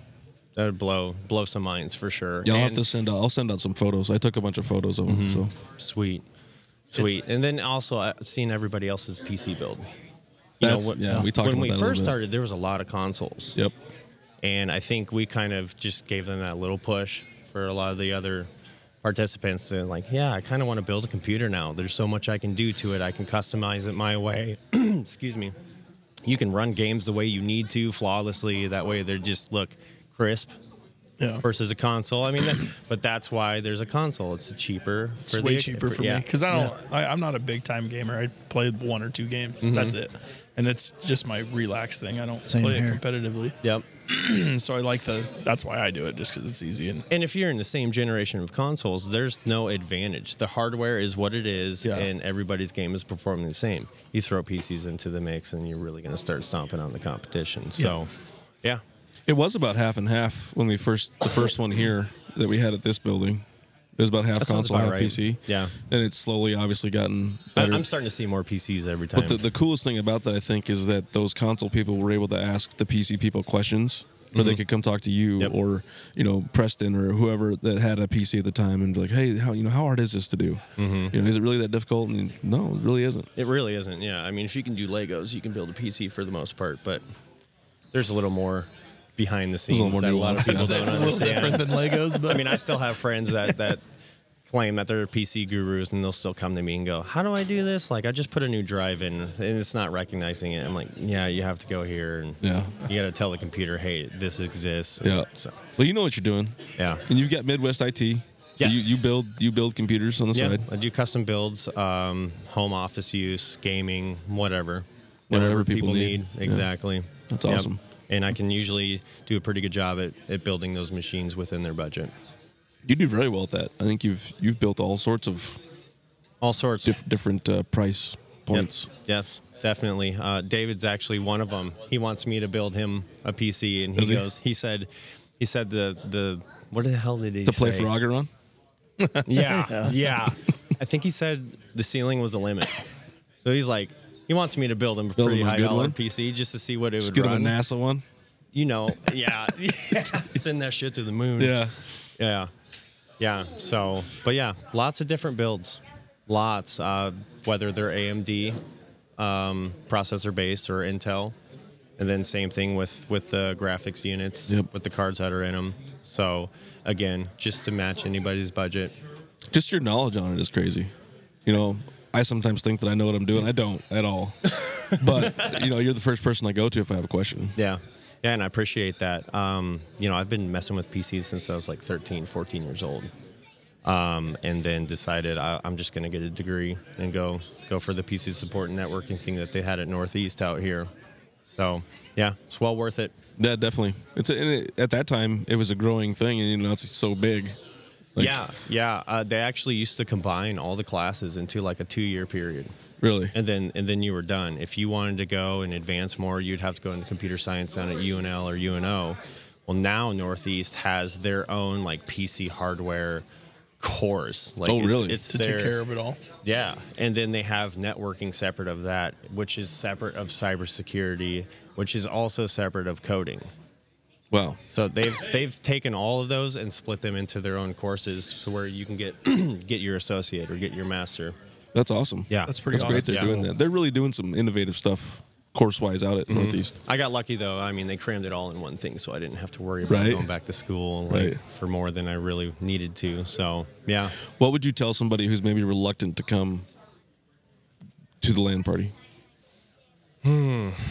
Speaker 7: that would blow blow some minds for sure
Speaker 2: Y'all have
Speaker 7: And-
Speaker 2: to send out. I'll send out some photos. I took a bunch of photos of them. So
Speaker 7: Mm-hmm. Sweet, sweet. And then also uh, seeing everybody else's PC build. You
Speaker 2: That's- yeah, we talked
Speaker 7: when
Speaker 2: about
Speaker 7: we
Speaker 2: that a little
Speaker 7: first
Speaker 2: bit.
Speaker 7: started, there was a lot of consoles,
Speaker 2: yep,
Speaker 7: and I think we kind of just gave them that little push for a lot of the other participants to like, yeah, I kind of want to build a computer now. There's so much I can do to it. I can customize it my way. Excuse me. You can run games the way you need to flawlessly. That way, they're just look crisp
Speaker 4: Yeah.
Speaker 7: versus a console. I mean, that, but that's why there's a console. It's cheaper. For
Speaker 4: It's way cheaper for me because I don't. I, I'm not a big time gamer. I play one or two games. That's
Speaker 7: Mm-hmm.
Speaker 4: it, and it's just my relax thing. I don't
Speaker 6: Same
Speaker 4: play
Speaker 6: here.
Speaker 4: it competitively,
Speaker 7: Yep.
Speaker 4: And so I like the. That's why I do it, just because it's easy and
Speaker 7: And if you're in the same generation of consoles, there's no advantage. The hardware is what it is,
Speaker 4: Yeah.
Speaker 7: and everybody's game is performing the same. You throw PCs into the mix, and you're really going to start stomping on the competition. So, yeah.
Speaker 2: It was about half and half when we first the first one here that we had at this building. It was about half
Speaker 7: That sounds
Speaker 2: console,
Speaker 7: about
Speaker 2: half
Speaker 7: right.
Speaker 2: PC.
Speaker 7: Yeah.
Speaker 2: and it's slowly, obviously, gotten
Speaker 7: I-
Speaker 2: better.
Speaker 7: I'm starting to see more PCs every time.
Speaker 2: but the, the coolest thing about that, I think, is that those console people were able to ask the PC people questions, where they could come talk to you
Speaker 7: Mm-hmm. Yep.
Speaker 2: or you know Preston or whoever that had a PC at the time and be like, hey, how you know how hard is this to do?
Speaker 7: Mm.
Speaker 2: Mm-hmm. You know, is it really that difficult? And no, it really isn't.
Speaker 7: It really isn't. Yeah, I mean, if you can do Legos, you can build a PC for the most part, but there's a little more behind the scenes
Speaker 2: little more
Speaker 7: that a lot of
Speaker 2: nuance, yeah.
Speaker 7: people don't
Speaker 4: it's a little different
Speaker 7: understand.
Speaker 4: than Legos. But
Speaker 7: I mean, I still have friends that that claim that they're PC gurus, and they'll still come to me and go, "How do I do this? Like, I just put a new drive in, and it's not recognizing it." I'm like, "Yeah, you have to go here, and
Speaker 2: Yeah.
Speaker 7: you got to tell the computer, hey, this exists."
Speaker 2: Yeah.
Speaker 7: So,
Speaker 2: Well, you know what you're doing,
Speaker 7: yeah.
Speaker 2: and you've got Midwest IT. So
Speaker 7: Yes.
Speaker 2: you, you build you build computers on the
Speaker 7: Yeah,
Speaker 2: side.
Speaker 7: I do custom builds, um, home office use, gaming, whatever.
Speaker 2: Whatever people need. Yeah.
Speaker 7: Exactly.
Speaker 2: That's
Speaker 7: Yep.
Speaker 2: awesome.
Speaker 7: And I can usually do a pretty good job at, at building those machines within their budget.
Speaker 2: You do very well at that. I think you've you've built all sorts of
Speaker 7: All sorts.
Speaker 2: diff- different uh, price
Speaker 7: Yep.
Speaker 2: points.
Speaker 7: Yes, definitely. Uh, David's actually one of them. He wants me to build him a PC, and he
Speaker 2: Does he?
Speaker 7: goes. He? said, he said the the what the hell did he
Speaker 2: To play
Speaker 7: say?
Speaker 2: for Agaron,
Speaker 7: Yeah, yeah. I think he said the ceiling was the limit. So he's like, he wants me to build him a
Speaker 2: Build him
Speaker 7: pretty
Speaker 2: a
Speaker 7: high
Speaker 2: good
Speaker 7: dollar
Speaker 2: one?
Speaker 7: PC just to see what it
Speaker 2: just
Speaker 7: would
Speaker 2: get
Speaker 7: run.
Speaker 2: him a NASA one.
Speaker 7: You know, yeah, yeah. Send that shit to the moon. yeah, yeah. So, but yeah, lots of different builds, lots. Uh, whether they're AMD um, processor based or Intel, and then same thing with with the graphics units,
Speaker 2: Yep.
Speaker 7: with the cards that are in them. So again, just to match anybody's budget.
Speaker 2: Just your knowledge on it is crazy. You know, I sometimes think that I know what I'm doing. I don't at all. but you know, you're the first person I go to if I have a question.
Speaker 7: Yeah. Yeah, and I appreciate that. Um, you know, I've been messing with PCs since I was like 13, 14 years old. Um, and then decided I, I'm just going to get a degree and go go for the PC support and networking thing that they had at Northeast out here. So, yeah, it's well worth it.
Speaker 2: Yeah, definitely. It's a, and it, at that time it was a growing thing, and you know, it's so big. Like,
Speaker 7: yeah, yeah. Uh, they actually used to combine all the classes into like a two year period.
Speaker 2: really.
Speaker 7: and then and then you were done. If you wanted to go and advance more, you'd have to go into computer science down at UNL or UNO. Well, now Northeast has their own like PC hardware course. Like
Speaker 2: Oh,
Speaker 7: it's-
Speaker 2: really?
Speaker 7: It's
Speaker 4: to
Speaker 7: their,
Speaker 4: take care of it all.
Speaker 7: yeah, and then they have networking separate of that, which is separate of cybersecurity, which is also separate of coding.
Speaker 2: Wow.
Speaker 7: So they've they've taken all of those and split them into their own courses, so where you can get get your associate or get your master.
Speaker 2: That's awesome.
Speaker 7: Yeah,
Speaker 4: That's pretty
Speaker 2: That's
Speaker 4: awesome.
Speaker 2: great they're
Speaker 7: Yeah.
Speaker 2: doing that. They're really doing some innovative stuff course wise out at Mm-hmm.
Speaker 7: Mm-hmm.
Speaker 2: Northeast.
Speaker 7: I got lucky though. I mean, they crammed it all in one thing, so I didn't have to worry about
Speaker 2: Right.
Speaker 7: going back to school like,
Speaker 2: Right.
Speaker 7: for more than I really needed to. So Oh, yeah,
Speaker 2: What would you tell somebody who's maybe reluctant to come to the land party?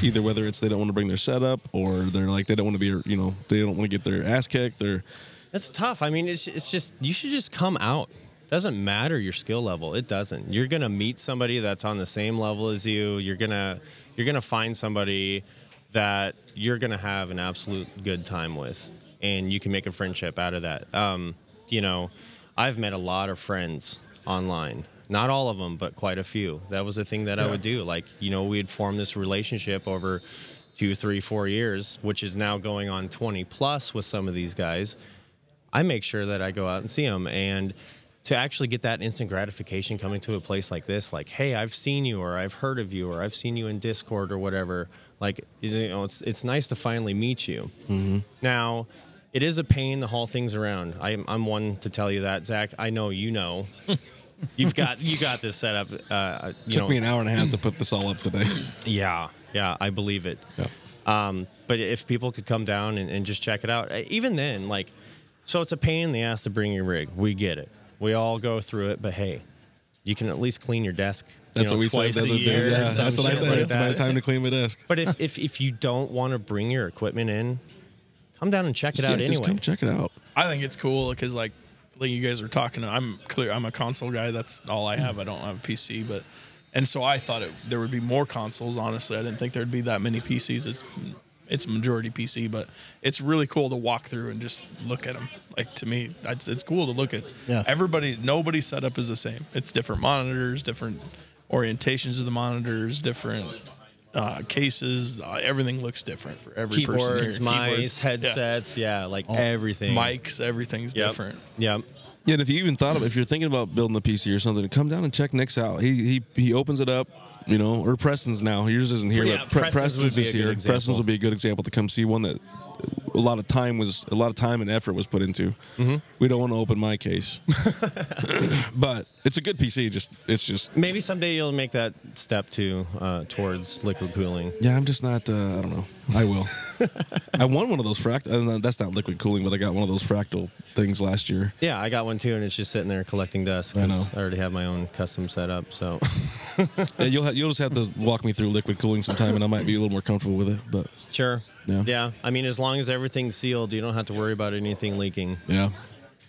Speaker 2: Either whether it's they don't want to bring their setup or they're like they don't want to be you know they don't want to get their ass kicked or
Speaker 7: that's tough. I mean, it's it's just you should just come out. Doesn't matter your skill level. It doesn't. You're gonna meet somebody that's on the same level as you. You're gonna you're gonna find somebody that you're gonna have an absolute good time with, and you can make a friendship out of that. Um, you know, I've met a lot of friends online. Not all of them, but quite a few. That was a thing that I would do. Like, you know, we'd form this relationship over two, three, four years, which is now going on 20 plus with some of these guys. I make sure that I go out and see them. And to actually get that instant gratification coming to a place like this, like, hey, I've seen you, or I've heard of you, or I've seen you in Discord, or whatever. Like, you know, it's it's nice to finally meet you.
Speaker 2: mm-hmm.
Speaker 7: Now, it is a pain to haul things around. I'm I'm one to tell you that, Zach. I know you know. You've got you got this set up. Uh, you
Speaker 2: took
Speaker 7: know,
Speaker 2: me an hour and a half to put this all up today.
Speaker 7: yeah, yeah, I believe it.
Speaker 2: Yeah.
Speaker 7: Um, but if people could come down and, and just check it out, uh, even then, like, so it's a pain in the ass to bring your rig. We get it. We all go through it, but hey, you can at least clean your desk. you
Speaker 2: That's
Speaker 7: know,
Speaker 2: what we
Speaker 7: twice
Speaker 2: said. That's
Speaker 7: a
Speaker 2: what,
Speaker 7: year.
Speaker 2: yeah,
Speaker 7: or some
Speaker 2: that's what I
Speaker 7: shit
Speaker 2: said.
Speaker 7: like
Speaker 2: it's
Speaker 7: that.
Speaker 2: my time to clean my desk.
Speaker 7: But if, if if you don't want to bring your equipment in, I'm down and check it out
Speaker 2: Yeah, just
Speaker 7: anyway.
Speaker 2: come check it out.
Speaker 4: I think it's cool because like like you guys are talking. I'm clear. I'm a console guy. That's all I have. I don't have a PC, but and so I thought it, there would be more consoles. Honestly, I didn't think there'd be that many PCs. It's it's majority PC, but it's really cool to walk through and just look at them. Like to me, I, it's cool to look at.
Speaker 6: Yeah.
Speaker 4: Everybody, nobody's setup is the same. It's different monitors, different orientations of the monitors, different uh, cases. Uh, everything looks different for every person. here.
Speaker 7: Keyboards, mice,
Speaker 4: Keyboards, yeah.
Speaker 7: headsets, yeah, like everything.
Speaker 4: mics, everything's
Speaker 7: Yep.
Speaker 4: different.
Speaker 7: Yeah.
Speaker 2: Yeah, and if you even thought of if you're thinking about building a PC or something, come down and check Nick's out. He he he opens it up, you know, or Preston's now. Yours isn't here,
Speaker 7: Yeah,
Speaker 2: but Pre-
Speaker 7: Preston's
Speaker 2: Preston's,
Speaker 7: would be
Speaker 2: is
Speaker 7: a good
Speaker 2: here.
Speaker 7: example.
Speaker 2: Preston's would be a good example to come see one that a lot of time was a lot of time and effort was put into.
Speaker 7: Mm-hmm.
Speaker 2: We don't want to open my case, but it's a good PC. Just it's just
Speaker 7: Maybe someday you'll make that step too uh, towards liquid cooling.
Speaker 2: yeah. I'm just not. Uh, I don't know. I will. I won one of those fractal. That's not liquid cooling, but I got one of those fractal things last year.
Speaker 7: Yeah, I got one too, and it's just sitting there collecting dust
Speaker 2: I
Speaker 7: because I, already have my own custom setup. So
Speaker 2: Yeah, you'll ha- you'll just have to walk me through liquid cooling sometime, and I might be a little more comfortable with it. But
Speaker 7: sure.
Speaker 2: Yeah.
Speaker 7: I mean, as long as everything's sealed, you don't have to worry about anything leaking.
Speaker 2: Yeah.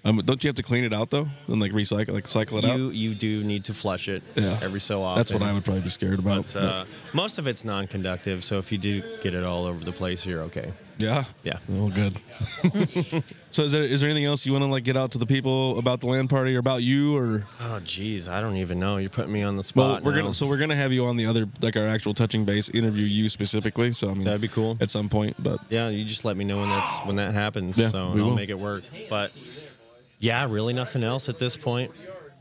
Speaker 2: Um, don't you have to clean it out though, and like recycle, like cycle it
Speaker 7: You
Speaker 2: out?
Speaker 7: you do need to flush it
Speaker 2: Yeah.
Speaker 7: every so often.
Speaker 2: That's what I would probably be scared about.
Speaker 7: But, uh, most of it's non-conductive, so if you do get it all over the place, you're okay.
Speaker 2: yeah,
Speaker 7: yeah.
Speaker 2: all good. so, is there is there anything else you want to like get out to the people about the land party or about you or?
Speaker 7: Oh, geez, I don't even know. You're putting me on the
Speaker 2: Well,
Speaker 7: spot.
Speaker 2: we're
Speaker 7: now.
Speaker 2: gonna so we're gonna have you on the other like our actual touching base interview you specifically. So I mean
Speaker 7: That'd be cool.
Speaker 2: at some point, but
Speaker 7: yeah, you just let me know when that's when that happens,
Speaker 2: Yeah,
Speaker 7: so
Speaker 2: we
Speaker 7: and I'll
Speaker 2: will.
Speaker 7: make it work. But yeah, really nothing else at this point.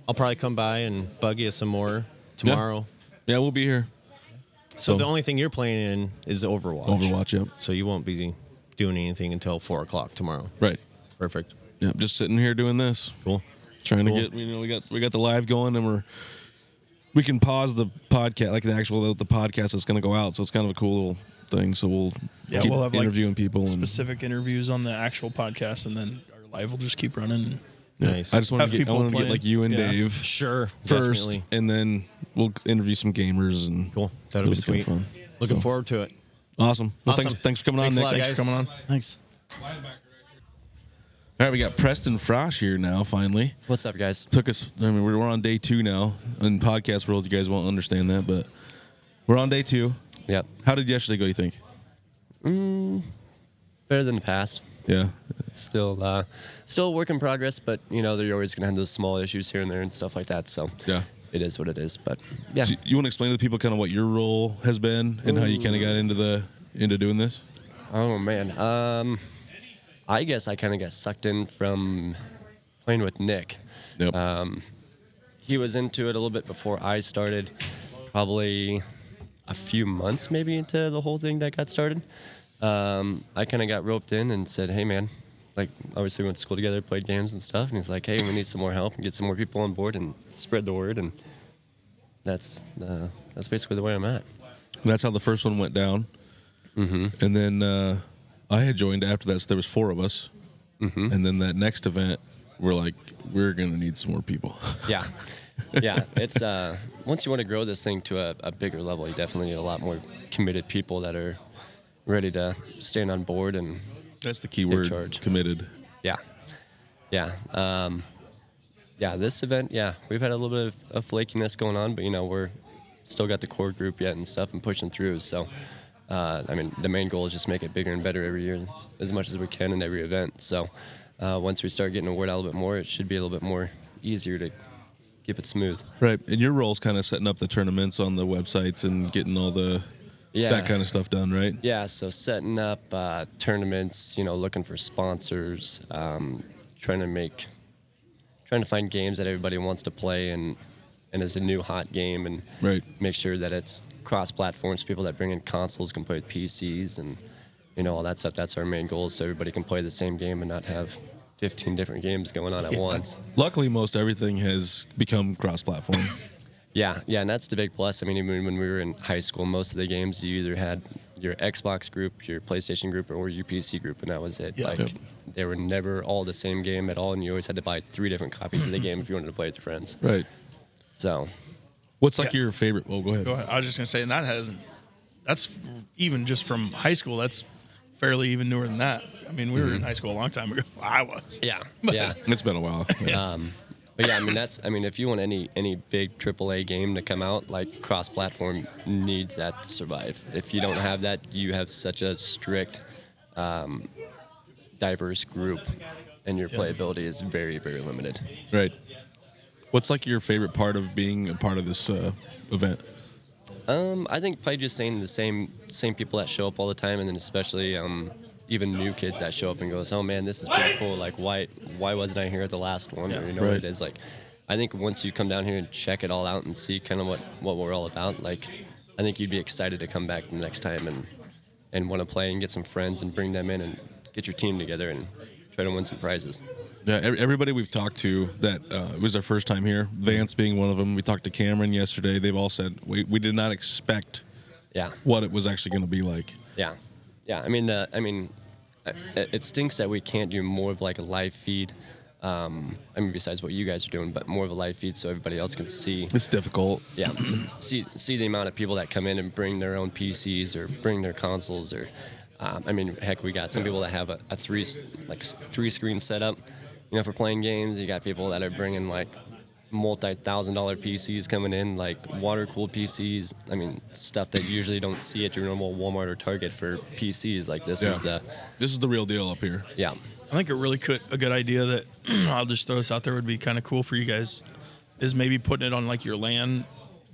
Speaker 7: I'll probably come by and bug you some more tomorrow.
Speaker 2: yeah, we'll be here.
Speaker 7: So,
Speaker 2: So-
Speaker 7: the only thing you're playing in is Overwatch.
Speaker 2: Overwatch, yep,
Speaker 7: So you won't be doing anything until four o'clock tomorrow.
Speaker 2: right,
Speaker 7: Perfect.
Speaker 2: yep. Just sitting here doing this.
Speaker 7: Cool.
Speaker 2: trying
Speaker 7: Cool.
Speaker 2: to get you know we got we got the live going and we're we can pause the podcast like the actual the podcast that's going to go out so it's kind of a cool little thing so we'll
Speaker 4: Yeah,
Speaker 2: keep
Speaker 4: we'll have, like,
Speaker 2: interviewing people and
Speaker 4: specific interviews on the actual podcast, and then our live will just keep running.
Speaker 2: yeah.
Speaker 7: Nice.
Speaker 2: I just want
Speaker 4: Have
Speaker 2: to get I
Speaker 4: people
Speaker 2: want to get
Speaker 4: playing.
Speaker 2: like you and
Speaker 4: Yeah.
Speaker 2: Dave
Speaker 7: Sure.
Speaker 2: first
Speaker 7: Definitely.
Speaker 2: and then we'll interview some gamers and
Speaker 7: Cool. That'll be
Speaker 2: It'll be
Speaker 7: sweet.
Speaker 2: kinda fun.
Speaker 7: Looking
Speaker 2: So-
Speaker 7: forward to it.
Speaker 2: awesome. Well,
Speaker 7: Awesome.
Speaker 2: thanks thanks for coming on
Speaker 7: Thanks a
Speaker 2: Nick.
Speaker 7: lot,
Speaker 2: thanks
Speaker 7: guys.
Speaker 2: for coming on.
Speaker 6: Thanks.
Speaker 2: All right, we got Preston Frosh here now finally.
Speaker 8: What's up, guys?
Speaker 2: took us. I mean, we're, we're on day two now in podcast world. You guys won't understand that, but we're on day two.
Speaker 8: Yep.
Speaker 2: How did yesterday go? You think? Mm.
Speaker 8: Better than the past.
Speaker 2: Yeah,
Speaker 8: It's still, uh, still a work in progress, but you know, you're always gonna have those small issues here and there and stuff like that. So
Speaker 2: yeah.
Speaker 8: it is what it is. But yeah,
Speaker 2: So you want to explain to the people kind of what your role has been and how you kind of got into the into doing this?
Speaker 8: Oh man, um, I guess I kind of got sucked in from playing with Nick. Um,
Speaker 2: Yep.
Speaker 8: He was into it a little bit before I started, probably a few months maybe into the whole thing that got started. Um, I kind of got roped in and said, "Hey man." Like obviously we went to school together, played games and stuff, and he's like, "Hey, we need some more help and get some more people on board and spread the word." And that's uh, that's basically the way I'm at.
Speaker 2: That's how the first one went down. Mm-hmm. And then uh, I had joined after that. So there was four of us.
Speaker 8: Mm-hmm.
Speaker 2: And then that next event, we're like, we're gonna need some more people.
Speaker 8: yeah yeah it's uh once you want to grow this thing to a, a bigger level you definitely need a lot more committed people that are ready to stand on board and
Speaker 2: That's the key word.
Speaker 8: charge.
Speaker 2: Committed.
Speaker 8: yeah yeah um yeah this event yeah we've had a little bit of, of flakiness going on but you know we're still got the core group yet and stuff and pushing through so uh, I mean, the main goal is just make it bigger and better every year, as much as we can in every event. So, uh, once we start getting the word out a little bit more, it should be a little bit more easier to keep it smooth.
Speaker 2: Right. And your role's kind of setting up the tournaments on the websites and getting all the
Speaker 8: Yeah,
Speaker 2: that kind of stuff done, right?
Speaker 8: Yeah, so setting up uh, tournaments, you know, looking for sponsors, um, trying to make, trying to find games that everybody wants to play and and is a new hot game, and
Speaker 2: Right.
Speaker 8: make sure that it's cross platforms. People that bring in consoles can play with PCs and you know all that stuff. That's our main goal, so everybody can play the same game and not have 15 different games going on at once.
Speaker 2: Luckily, most everything has become cross-platform.
Speaker 8: Yeah, yeah, and that's the big plus. I mean, even when we were in high school, most of the games you either had your Xbox group, your PlayStation group, or your PC group, and that was it.
Speaker 4: Yeah.
Speaker 8: like
Speaker 4: Yep.
Speaker 8: they were never all the same game at all, and you always had to buy three different copies of the game if you wanted to play with your friends.
Speaker 2: right.
Speaker 8: So,
Speaker 2: What's like your favorite? Well, go ahead.
Speaker 4: Go ahead. I was just gonna say, and that hasn't. That's even just from high school. That's fairly even newer than that. I mean, we were
Speaker 2: Mm-hmm.
Speaker 4: in high school a long time ago. I was.
Speaker 8: Yeah, yeah.
Speaker 2: It's been a while.
Speaker 8: Um, but yeah, I mean that's I mean if you want any any big AAA game to come out, like cross platform needs that to survive. If you don't have that, you have such a strict, um, diverse group, and your playability is very very limited.
Speaker 2: Right. What's like your favorite part of being a part of this uh, event?
Speaker 8: Um, I think probably just saying the same same people that show up all the time, and then especially um, even new kids that show up and goes, "Oh man, this is pretty cool. Like, why why wasn't I here at the last one?" or you know what
Speaker 2: right.
Speaker 8: it is. Like, I think once you come down here and check it all out and see kind of what what we're all about, like, I think you'd be excited to come back the next time and and want to play and get some friends and bring them in and get your team together and try to win some prizes.
Speaker 2: Yeah, ev- everybody we've talked to that uh, it was their first time here, Vance being one of them. We talked to Cameron yesterday. They've all said we, we did not expect
Speaker 8: Yeah.
Speaker 2: what it was actually going to be like.
Speaker 8: Yeah, yeah. I mean, uh, I mean, it, it stinks that we can't do more of like a live feed. Um, I mean, besides what you guys are doing, but more of a live feed so everybody else can see.
Speaker 2: It's difficult.
Speaker 8: Yeah, see see the amount of people that come in and bring their own PCs or bring their consoles or, um, I mean, heck, we got some people that have a, a three like s- three screen setup. You know, for playing games, you got people that are bringing like multi-thousand dollar PCs coming in, like water-cooled PCs. I mean, stuff that you usually don't see at your normal Walmart or Target for PCs. Like this is
Speaker 2: Yeah.
Speaker 8: the
Speaker 2: This is the real deal up here.
Speaker 8: yeah.
Speaker 4: I think a really good a good idea that I'll just throw this out there would be kind of cool for you guys is maybe putting it on like your LAN.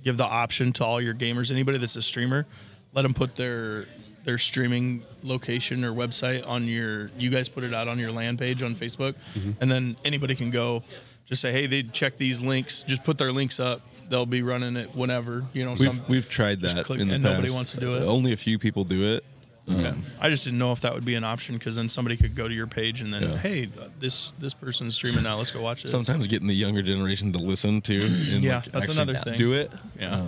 Speaker 4: Give the option to all your gamers, anybody that's a streamer, let them put their their streaming location or website on your. You guys put it out on your LAN page on Facebook,
Speaker 2: Mm-hmm.
Speaker 4: and then anybody can go. Just say, hey, they check these links. Just put their links up. They'll be running it whenever. You know, some,
Speaker 2: We've, we've tried
Speaker 4: just
Speaker 2: that
Speaker 4: click-
Speaker 2: in the
Speaker 4: and
Speaker 2: past.
Speaker 4: nobody wants to do it.
Speaker 2: Uh, Only a few people do it. Um,
Speaker 4: Yeah. I just didn't know if that would be an option because then somebody could go to your page and then,
Speaker 2: Yeah.
Speaker 4: hey, this this person's streaming now. Let's go watch it.
Speaker 2: Sometimes getting the younger generation to listen to. And
Speaker 4: Yeah,
Speaker 2: like,
Speaker 4: that's
Speaker 2: actually
Speaker 4: another thing.
Speaker 2: Do it. Um,
Speaker 4: Yeah.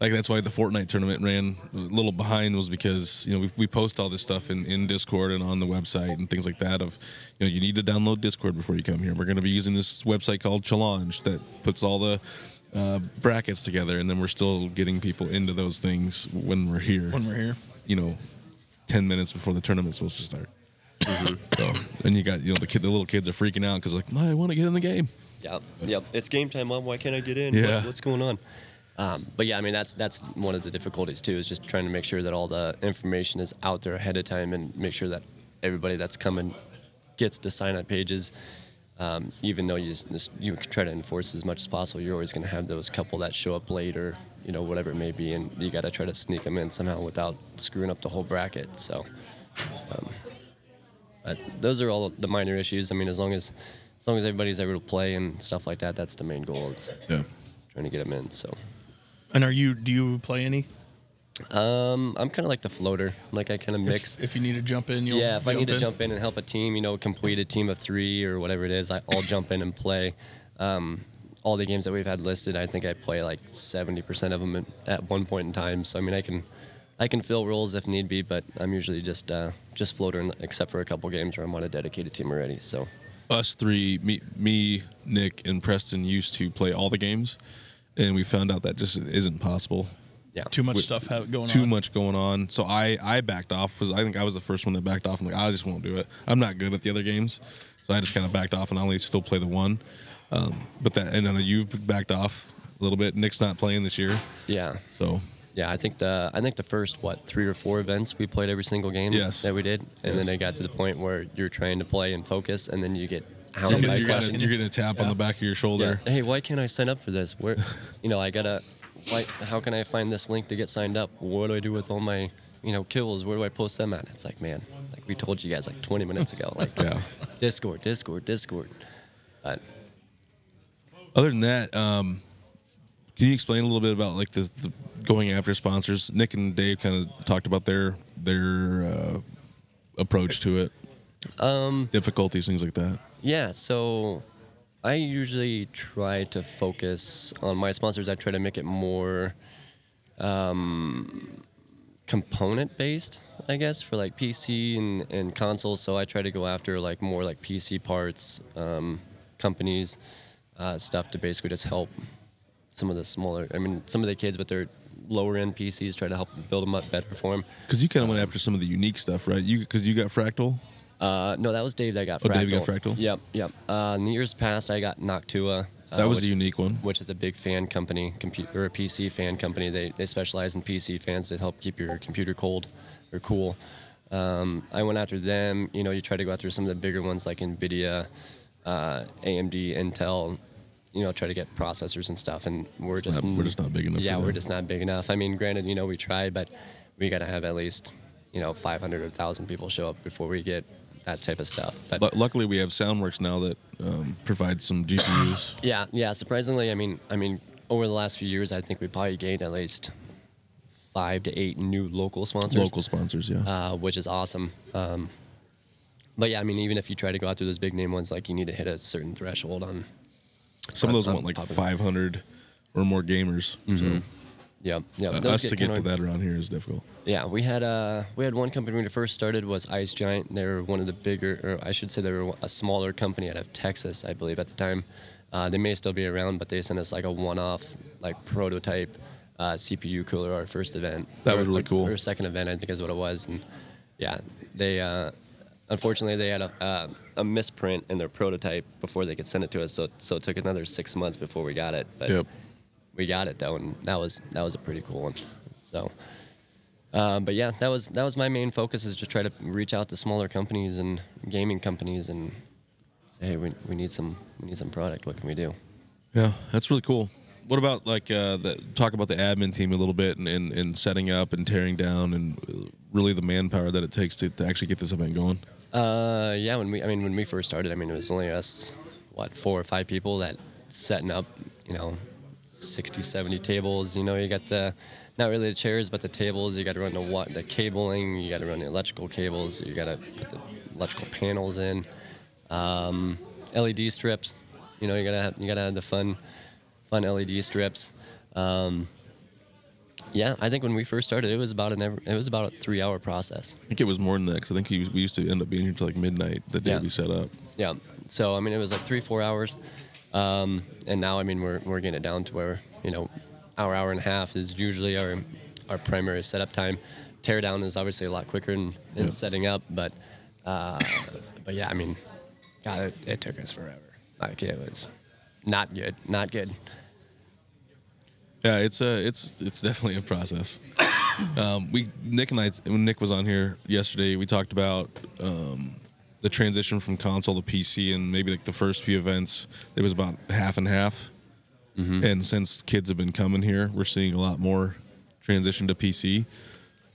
Speaker 2: like that's why the Fortnite tournament ran a little behind was because you know we, we post all this stuff in, in Discord and on the website and things like that of you know you need to download Discord before you come here. We're going to be using this website called Challenge that puts all the uh, brackets together, and then we're still getting people into those things when we're here.
Speaker 4: when we're here.
Speaker 2: you know, ten minutes before the tournament's supposed to start. so and you got you know the kid the little kids are freaking out because like "Ma, I want to get in the game.
Speaker 8: Yep. Yep. It's game time, mom. Why can't I get in?
Speaker 2: Yeah.
Speaker 8: What, what's going on? Um, but yeah, I mean that's that's one of the difficulties too is just trying to make sure that all the information is out there ahead of time and make sure that everybody that's coming gets to sign up pages. Um, even though you just, just- you can try to enforce as much as possible, you're always going to have those couple that show up late or you know whatever it may be, and you got to try to sneak them in somehow without screwing up the whole bracket. So. um, But those are all the minor issues. I mean, as long as as long as everybody's able to play and stuff like that, that's the main goal. It's
Speaker 2: Yeah.
Speaker 8: trying to get them in. So
Speaker 4: And are you? Do you play any?
Speaker 8: um, I'm kind of like the floater. Like I kind of mix.
Speaker 4: If you need to jump in, you'll
Speaker 8: yeah, if I
Speaker 4: you'll
Speaker 8: need to
Speaker 4: open.
Speaker 8: jump in and help a team, you know, complete a team of three or whatever it is, I, I'll jump in and play. Um, all the games that we've had listed, I think I play like 70% of them at, at one point in time. So I mean, I can I can fill roles if need be, but I'm usually just uh, just floater, in- except for a couple games where I'm on a dedicated team already. So
Speaker 2: us three, me, me, Nick, and Preston used to play all the games, and we found out that just isn't possible.
Speaker 8: yeah,
Speaker 4: Too much stuff ha- going
Speaker 2: Too
Speaker 4: on.
Speaker 2: much going on, so I I backed off. Was I think I was the first one that backed off. I'm like I just won't do it. I'm not good at the other games, so I just kind of backed off, and I only still play the one. Um, but that and I know you've backed off a little bit. Nick's not playing this year,
Speaker 8: yeah.
Speaker 2: so
Speaker 8: Yeah, I think the I think the first what three or four events we played every single game
Speaker 2: Yes.
Speaker 8: that we did, and
Speaker 2: Yes.
Speaker 8: then it got to the point where you're trying to play and focus, and then you get
Speaker 2: you're
Speaker 8: hounded by
Speaker 2: getting,
Speaker 8: questions.
Speaker 2: you're getting a tap on the back of your
Speaker 8: Yeah.
Speaker 2: shoulder.
Speaker 8: Hey, why can't I sign up for this? Where, you know, I gotta. Why, how can I find this link to get signed up? What do I do with all my you know kills? Where do I post them at? It's like man, like we told you guys like 20 minutes ago, like
Speaker 2: Yeah.
Speaker 8: Discord, Discord, Discord. But
Speaker 2: Other than that, um, can you explain a little bit about like the, the going after sponsors? Nick and Dave kind of talked about their their uh, approach to it, um, difficulties, things like that.
Speaker 8: Yeah, so I usually try to focus on my sponsors. I try to make it more um, component based, I guess, for like PC and, and console. So I try to go after like more like PC parts, um, companies, uh, stuff to basically just help some of the smaller, I mean, some of the kids with their lower end PCs, try to help build them up better for them.
Speaker 2: Because you kind of went after some of the unique stuff, right? You because you got Fractal.
Speaker 8: Uh, no, that was Dave that got
Speaker 2: Oh,
Speaker 8: fractal.
Speaker 2: Dave got fractal?
Speaker 8: Yep, yep. Uh, in the years past, I got Noctua. Uh,
Speaker 2: That was
Speaker 8: which-
Speaker 2: a unique one.
Speaker 8: Which is a big fan company, computer or a PC fan company. They, they specialize in PC fans that help keep your computer cold or cool. Um, I went after them. You know, you try to go after some of the bigger ones like NVIDIA, uh, AMD, Intel. You know, try to get processors and stuff, and we're just
Speaker 2: not- we're just not big enough
Speaker 8: Yeah,
Speaker 2: for
Speaker 8: we're
Speaker 2: that.
Speaker 8: just not big enough. I mean, granted, you know, we try, but we got to have at least you know 500 or 1,000 people show up before we get that type of stuff. But
Speaker 2: Lu- luckily, we have SoundWorks now that um, provides some GPUs.
Speaker 8: Yeah, yeah. Surprisingly, I mean, I mean, over the last few years, I think we probably gained at least five to eight new local sponsors,
Speaker 2: Local sponsors, yeah.
Speaker 8: uh, which is awesome. Um, but yeah, I mean, even if you try to go out through those big name ones, like you need to hit a certain threshold on.
Speaker 2: Some of those
Speaker 8: I'm-
Speaker 2: want like
Speaker 8: probably-
Speaker 2: 500 or more gamers. So
Speaker 8: Mm-hmm. Yeah, yeah.
Speaker 2: uh,
Speaker 8: those
Speaker 2: us to get
Speaker 8: kinda-
Speaker 2: to that around here is difficult.
Speaker 8: Yeah, we had uh, we had one company when we first started was Ice Giant. They were one of the bigger, or I should say, they were a smaller company out of Texas, I believe, at the time. Uh, they may still be around, but they sent us like a one-off, like prototype uh, CPU cooler our first event.
Speaker 2: That
Speaker 8: Or-
Speaker 2: was really cool.
Speaker 8: Or second event, I think, is what it was. And yeah, they uh, unfortunately they had a, uh, a misprint in their prototype before they could send it to us. So so it took another six months before we got it. But
Speaker 2: Yep.
Speaker 8: we got it though, and that was that was a pretty cool one. So, um, but yeah, that was that was my main focus is just try to reach out to smaller companies and gaming companies and say, hey, we, we need some we need some product. What can we do?
Speaker 2: Yeah, that's really cool. What about like uh, the, talk about the admin team a little bit and, and, and setting up and tearing down and uh, really the manpower that it takes to, to actually get this event going?
Speaker 8: Uh, yeah, when we I mean when we first started, I mean it was only us, what four or five people that setting up, you know. 60 70 tables you know you got the not really the chairs but the tables you got to run the what the cabling you got to run the electrical cables you got to put the electrical panels in um, LED strips. You know, you gotta have, you gotta have the fun, fun LED strips. Um, yeah, I think when we first started, it was about an ev- it was about a three hour process.
Speaker 2: I think it was more than that because I think he was, we used to end up being here till like midnight the day
Speaker 8: Yeah.
Speaker 2: we set up.
Speaker 8: Yeah, so I mean, it was like three four hours, um, and now I mean we're we're getting it down to where you know, hour hour and a half is usually our our primary setup time. Teardown is obviously a lot quicker in, in
Speaker 2: Yeah.
Speaker 8: setting up, but uh, but yeah, I mean, God, it, it took us forever. Like it was not good, not good.
Speaker 2: Yeah, it's a it's it's definitely a process. um, we Nick and I when Nick was on here yesterday, we talked about um, the transition from console to PC and maybe like the first few events, it was about half and half. And since kids have been coming here, we're seeing a lot more transition to PC.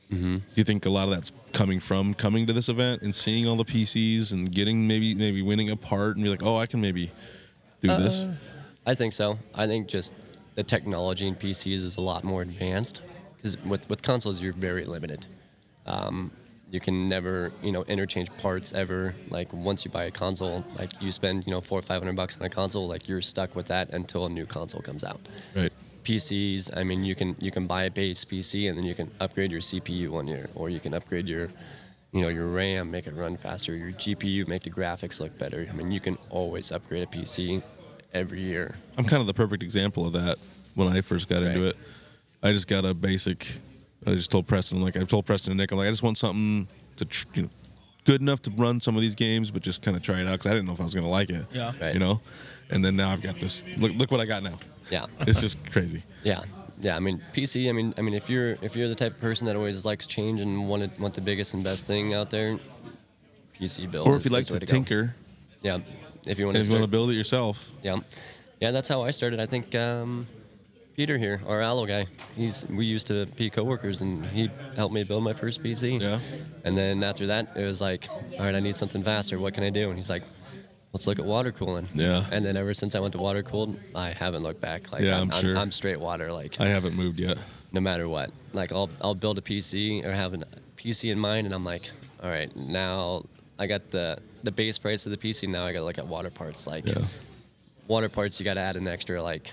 Speaker 2: Do you think a lot of that's coming from coming to this event and seeing all the PCs and getting maybe maybe winning a part and be like, oh, I can maybe do this.
Speaker 8: Uh, I think so. I think just the technology in PCs is a lot more advanced because with, with consoles you're very limited. Um, you can never you know interchange parts ever. Like once you buy a console, like you spend you know four or five hundred bucks on a console, like you're stuck with that until a new console comes out.
Speaker 2: Right.
Speaker 8: PCs, I mean you can you can buy a base PC and then you can upgrade your CPU one year, or you can upgrade your you know your RAM, make it run faster, your GPU, make the graphics look better. I mean you can always upgrade a PC every year.
Speaker 2: I'm kind of the perfect example of that when I first got into
Speaker 8: Right.
Speaker 2: it. I just got a basic. I just told Preston, like I told Preston and Nick, I'm like, I just want something to, tr- you know, good enough to run some of these games, but just kind of try it out because I didn't know if I was gonna like it.
Speaker 4: Yeah.
Speaker 8: Right.
Speaker 2: You know, and then now I've got this. Look, look what I got now.
Speaker 8: Yeah.
Speaker 2: It's just crazy.
Speaker 8: Yeah, yeah. I mean, PC. I mean, I mean, if you're if you're the type of person that always likes change and want it, want the biggest and best thing out there, PC build.
Speaker 2: Or if
Speaker 8: is-
Speaker 2: you
Speaker 8: is
Speaker 2: like
Speaker 8: the way
Speaker 2: to
Speaker 8: go.
Speaker 2: tinker
Speaker 8: Yeah, if you want
Speaker 2: and
Speaker 8: to.
Speaker 2: you want to
Speaker 8: Start,
Speaker 2: build it yourself,
Speaker 8: yeah, yeah. That's how I started. I think um, Peter here, our Allo guy, he's we used to be coworkers, and he helped me build my first PC.
Speaker 2: Yeah.
Speaker 8: And then after that, it was like, all right, I need something faster. What can I do? And he's like. Let's look at water cooling.
Speaker 2: Yeah.
Speaker 8: And then ever since I went to water cooled, I haven't looked back. Like
Speaker 2: Yeah,
Speaker 8: I'm,
Speaker 2: I'm sure.
Speaker 8: I'm straight water. Like
Speaker 2: I haven't moved yet.
Speaker 8: no matter what. Like I'll I'll build a PC or have a PC in mind, and I'm like, all right, now I got the the base price of the PC. Now I got to look at water parts. Like
Speaker 2: Yeah.
Speaker 8: water parts, you got to add an extra like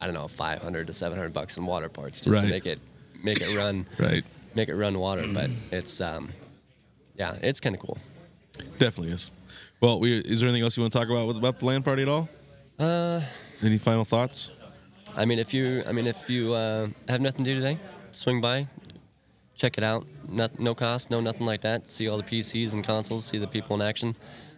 Speaker 8: I don't know, 500 to 700 bucks in water parts just to
Speaker 2: Right.
Speaker 8: make it make it run
Speaker 2: Right.
Speaker 8: make it run water. But it's um yeah, it's kind of cool.
Speaker 2: Definitely is. Well, we, is there anything else you want to talk about with, about the land party at all? Uh. Any final thoughts?
Speaker 8: I mean, if you I mean if you uh, have nothing to do today, swing by. check it out. No, no cost, no nothing like that. See all the PCs and consoles, see the people in action.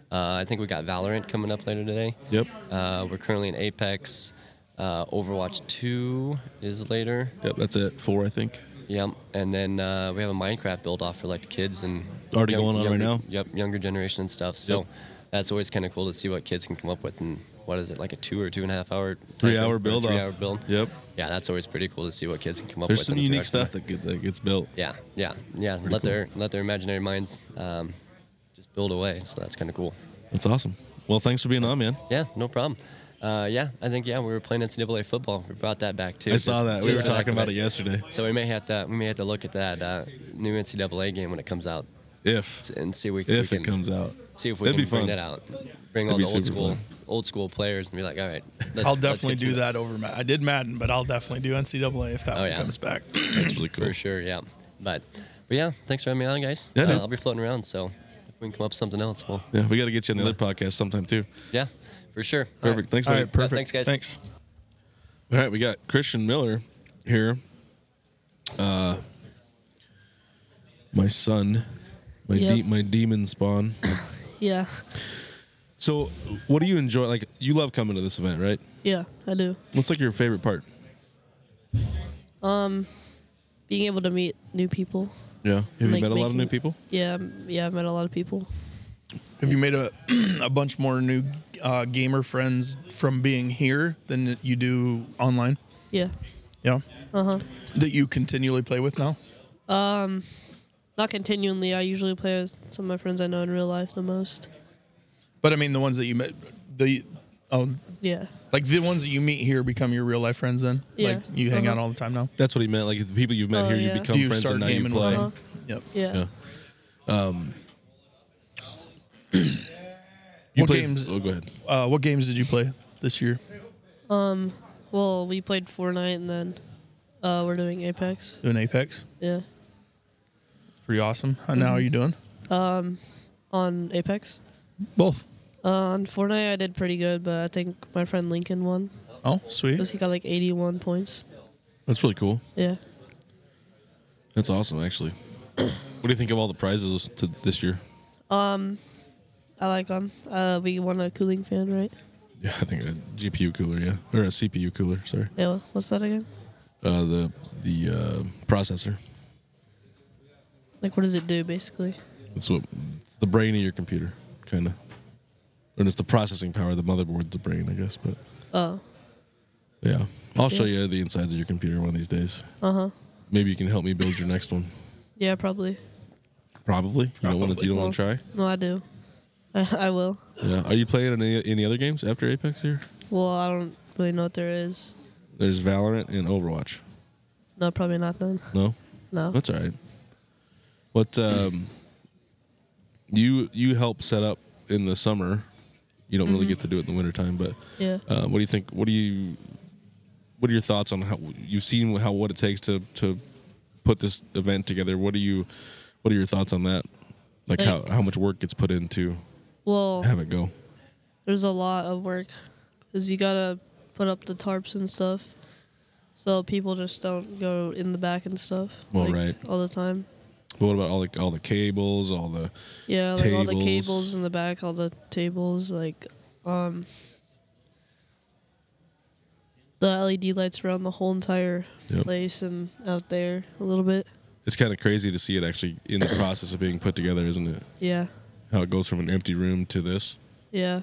Speaker 8: Uh, I think we got Valorant coming up later today.
Speaker 2: Yep.
Speaker 8: Uh, we're currently in Apex. Uh, Overwatch 2 is later.
Speaker 2: Yep. That's it. Four, I think.
Speaker 8: Yep. And then uh, we have a Minecraft build off for like the kids and
Speaker 2: Already going on right
Speaker 8: younger-
Speaker 2: now?
Speaker 8: Yep, younger generation and stuff. So
Speaker 2: Yep.
Speaker 8: that's always kind of cool to see what kids can come up with. And what is it like a two or two and a half hour,
Speaker 2: Three
Speaker 8: timeframe? Or
Speaker 2: hour
Speaker 8: a
Speaker 2: build
Speaker 8: Three
Speaker 2: off.
Speaker 8: hour build.
Speaker 2: Yep.
Speaker 8: Yeah, that's always pretty cool to see what kids can come up
Speaker 2: There's
Speaker 8: with.
Speaker 2: some
Speaker 8: and
Speaker 2: unique
Speaker 8: interact with.
Speaker 2: stuff that, get, that gets built.
Speaker 8: Yeah, yeah, yeah. let their let their imaginary minds um, just build away. So that's kind of cool.
Speaker 2: That's awesome. Well, thanks for being on, man.
Speaker 8: Yeah, no problem. Uh, yeah, I think yeah we were playing NCAA football. We brought that back too.
Speaker 2: I saw
Speaker 8: just-
Speaker 2: that. We
Speaker 8: just
Speaker 2: were
Speaker 8: for the heck
Speaker 2: talking
Speaker 8: of
Speaker 2: about it yesterday.
Speaker 8: So we may have to we may have to look at that uh, new NCAA game when it comes out
Speaker 2: If
Speaker 8: and see if we,
Speaker 2: if
Speaker 8: we
Speaker 2: it
Speaker 8: can
Speaker 2: comes out,
Speaker 8: see if we
Speaker 2: That'd
Speaker 8: can
Speaker 2: be
Speaker 8: bring
Speaker 2: fun.
Speaker 8: that out. Bring all
Speaker 2: That'd
Speaker 8: the
Speaker 2: be
Speaker 8: old
Speaker 2: super
Speaker 8: school
Speaker 2: fun.
Speaker 8: old school players and be like, all right, let's-
Speaker 4: I'll
Speaker 8: let's
Speaker 4: definitely do
Speaker 8: continue."
Speaker 4: that over. Ma- I did Madden, but I'll definitely do NCAA if that
Speaker 8: Oh,
Speaker 4: one
Speaker 8: yeah.
Speaker 4: comes back.
Speaker 2: that's really cool.
Speaker 8: for sure. Yeah, but but yeah, thanks for having me on, guys.
Speaker 2: Yeah,
Speaker 8: Uh,
Speaker 2: dude.
Speaker 8: I'll be floating around, so if we can come up with something else, well,
Speaker 2: Yeah, we got to get you on the other podcast sometime too.
Speaker 8: yeah, for sure. All right.
Speaker 2: Perfect. Thanks,
Speaker 4: All
Speaker 2: buddy.
Speaker 4: right, perfect.
Speaker 8: thanks, guys.
Speaker 4: Thanks.
Speaker 2: All right, we got Christian Miller here. Uh, my son, my
Speaker 9: Yep.
Speaker 2: de- my demon spawn.
Speaker 9: Yeah,
Speaker 2: So, what do you enjoy? Like, you love coming to this event, right?
Speaker 9: yeah, I do.
Speaker 2: What's like your favorite part?
Speaker 9: Um, Being able to meet new people.
Speaker 2: Yeah, have you
Speaker 9: Like
Speaker 2: met a lot of
Speaker 9: making-
Speaker 2: new people?
Speaker 9: Yeah, m- yeah, I've met a lot of people.
Speaker 4: Have you made a a bunch more new uh, gamer friends from being here than you do online?
Speaker 9: Yeah,
Speaker 4: Yeah. Uh huh. That you continually play with now?
Speaker 9: Um, not continually. I usually play with some of my friends I know in real life the most.
Speaker 4: But I mean, the ones that you met, the oh,
Speaker 9: Yeah,
Speaker 4: like the ones that you meet here become your real life friends. Then,
Speaker 9: Yeah.
Speaker 4: like you hang
Speaker 9: Uh-huh.
Speaker 4: out all the time now.
Speaker 2: That's what he meant. Like the people you've met
Speaker 9: Oh,
Speaker 2: here,
Speaker 9: yeah.
Speaker 2: you become
Speaker 4: Do you
Speaker 2: friends,
Speaker 4: start
Speaker 2: and now you
Speaker 4: gaming
Speaker 2: play.
Speaker 4: with
Speaker 9: them?
Speaker 4: Yep. Um,
Speaker 2: Yeah.
Speaker 9: yeah.
Speaker 2: You
Speaker 4: What
Speaker 2: play
Speaker 4: games?
Speaker 2: Oh, go ahead.
Speaker 4: Uh, what games did you play this year?
Speaker 9: Um, Well, we played Fortnite and then uh, we're doing Apex.
Speaker 4: Doing Apex.
Speaker 9: Yeah,
Speaker 4: It's pretty awesome. And
Speaker 9: Mm-hmm.
Speaker 4: now are you doing?
Speaker 9: Um, on Apex.
Speaker 4: Both.
Speaker 9: Uh, on Fortnite, I did pretty good, but I think my friend Lincoln won
Speaker 4: Oh, sweet.
Speaker 9: because he got like 81 points.
Speaker 2: That's really cool.
Speaker 9: Yeah.
Speaker 2: That's awesome, actually. what do you think of all the prizes to this year?
Speaker 9: Um, I like them. Uh, we won a cooling fan, right?
Speaker 2: Yeah, I think a GPU cooler, yeah, or a CPU cooler. Sorry,
Speaker 9: Yeah. wha- What's that again?
Speaker 2: uh, the the uh, processor.
Speaker 9: Like, what does it do basically?
Speaker 2: It's what it's the brain of your computer, kind of. And it's the processing power of the motherboard, the brain, I guess. But
Speaker 9: Oh,
Speaker 2: yeah, I'll show you the insides of your computer one of these days. Uh huh.
Speaker 9: Uh-huh.
Speaker 2: Maybe you can help me build your next one.
Speaker 9: yeah, probably.
Speaker 2: Probably. You don't want to. You don't want to
Speaker 9: Probably.
Speaker 2: try.
Speaker 9: No, I do. I, I will.
Speaker 2: Yeah. Are you playing any any other games after Apex here?
Speaker 9: Well, I don't really know what there is.
Speaker 2: There's Valorant and Overwatch.
Speaker 9: No, probably not then.
Speaker 2: No,
Speaker 9: No.
Speaker 2: that's all right. What um, you you help set up in the summer. You don't
Speaker 9: Mm-hmm.
Speaker 2: really get to do it in the wintertime, but
Speaker 9: Yeah.
Speaker 2: Uh, what do you think? What do you? What are your thoughts on how you've seen how what it takes to to put this event together? What do you? What are your thoughts on that? Like how how much work gets put into
Speaker 9: Well,
Speaker 2: have it go?
Speaker 9: there's a lot of work because you gotta put up the tarps and stuff, so people just don't go in the back and stuff.
Speaker 2: Well,
Speaker 9: like,
Speaker 2: right.
Speaker 9: All the time.
Speaker 2: But what about all the all the cables, all the
Speaker 9: Yeah, like all the
Speaker 2: Tables.
Speaker 9: cables in the back, all the tables, like um the LED lights around the whole entire
Speaker 2: Yep.
Speaker 9: place and out there a little bit.
Speaker 2: it's kind of crazy to see it actually in the process of being put together, isn't it?
Speaker 9: Yeah.
Speaker 2: How it goes from an empty room to this.
Speaker 9: Yeah.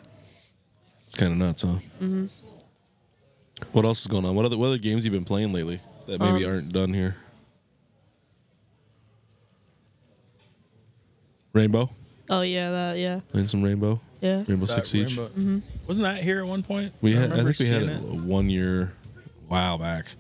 Speaker 2: It's kind of nuts, huh? Mm-hmm. What else is going on? What other what other games you've been playing lately that maybe aren't done here? Rainbow,
Speaker 9: Oh yeah, that yeah.
Speaker 2: playing some Rainbow,
Speaker 9: Yeah.
Speaker 2: Rainbow
Speaker 4: That
Speaker 2: Six Siege.
Speaker 4: rainbow- Mm-hmm. Wasn't that here at one point?
Speaker 2: We
Speaker 4: I
Speaker 2: had, I
Speaker 4: remember
Speaker 2: think we had
Speaker 4: seeing
Speaker 2: it one year, while back,
Speaker 4: I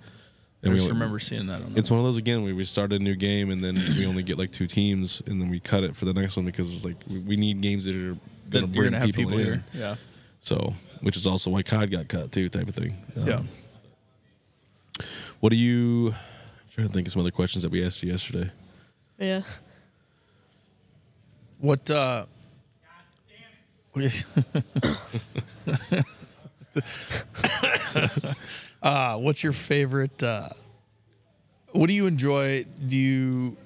Speaker 2: and
Speaker 4: just
Speaker 2: we
Speaker 4: remember seeing that. On
Speaker 2: It's one of those again where we start a new game and then we only get like two teams and then we cut it for the next one because it's like we- we need games that are
Speaker 4: that
Speaker 2: gonna
Speaker 4: you're
Speaker 2: bring
Speaker 4: gonna have people,
Speaker 2: in.
Speaker 4: here. Yeah.
Speaker 2: So, which is also why COD got cut too, type of thing. Um,
Speaker 4: yeah.
Speaker 2: What do you? I'm trying to think of some other questions that we asked you yesterday.
Speaker 9: Yeah.
Speaker 4: What? uh uh, what's your favorite? Uh, what do you enjoy? Do you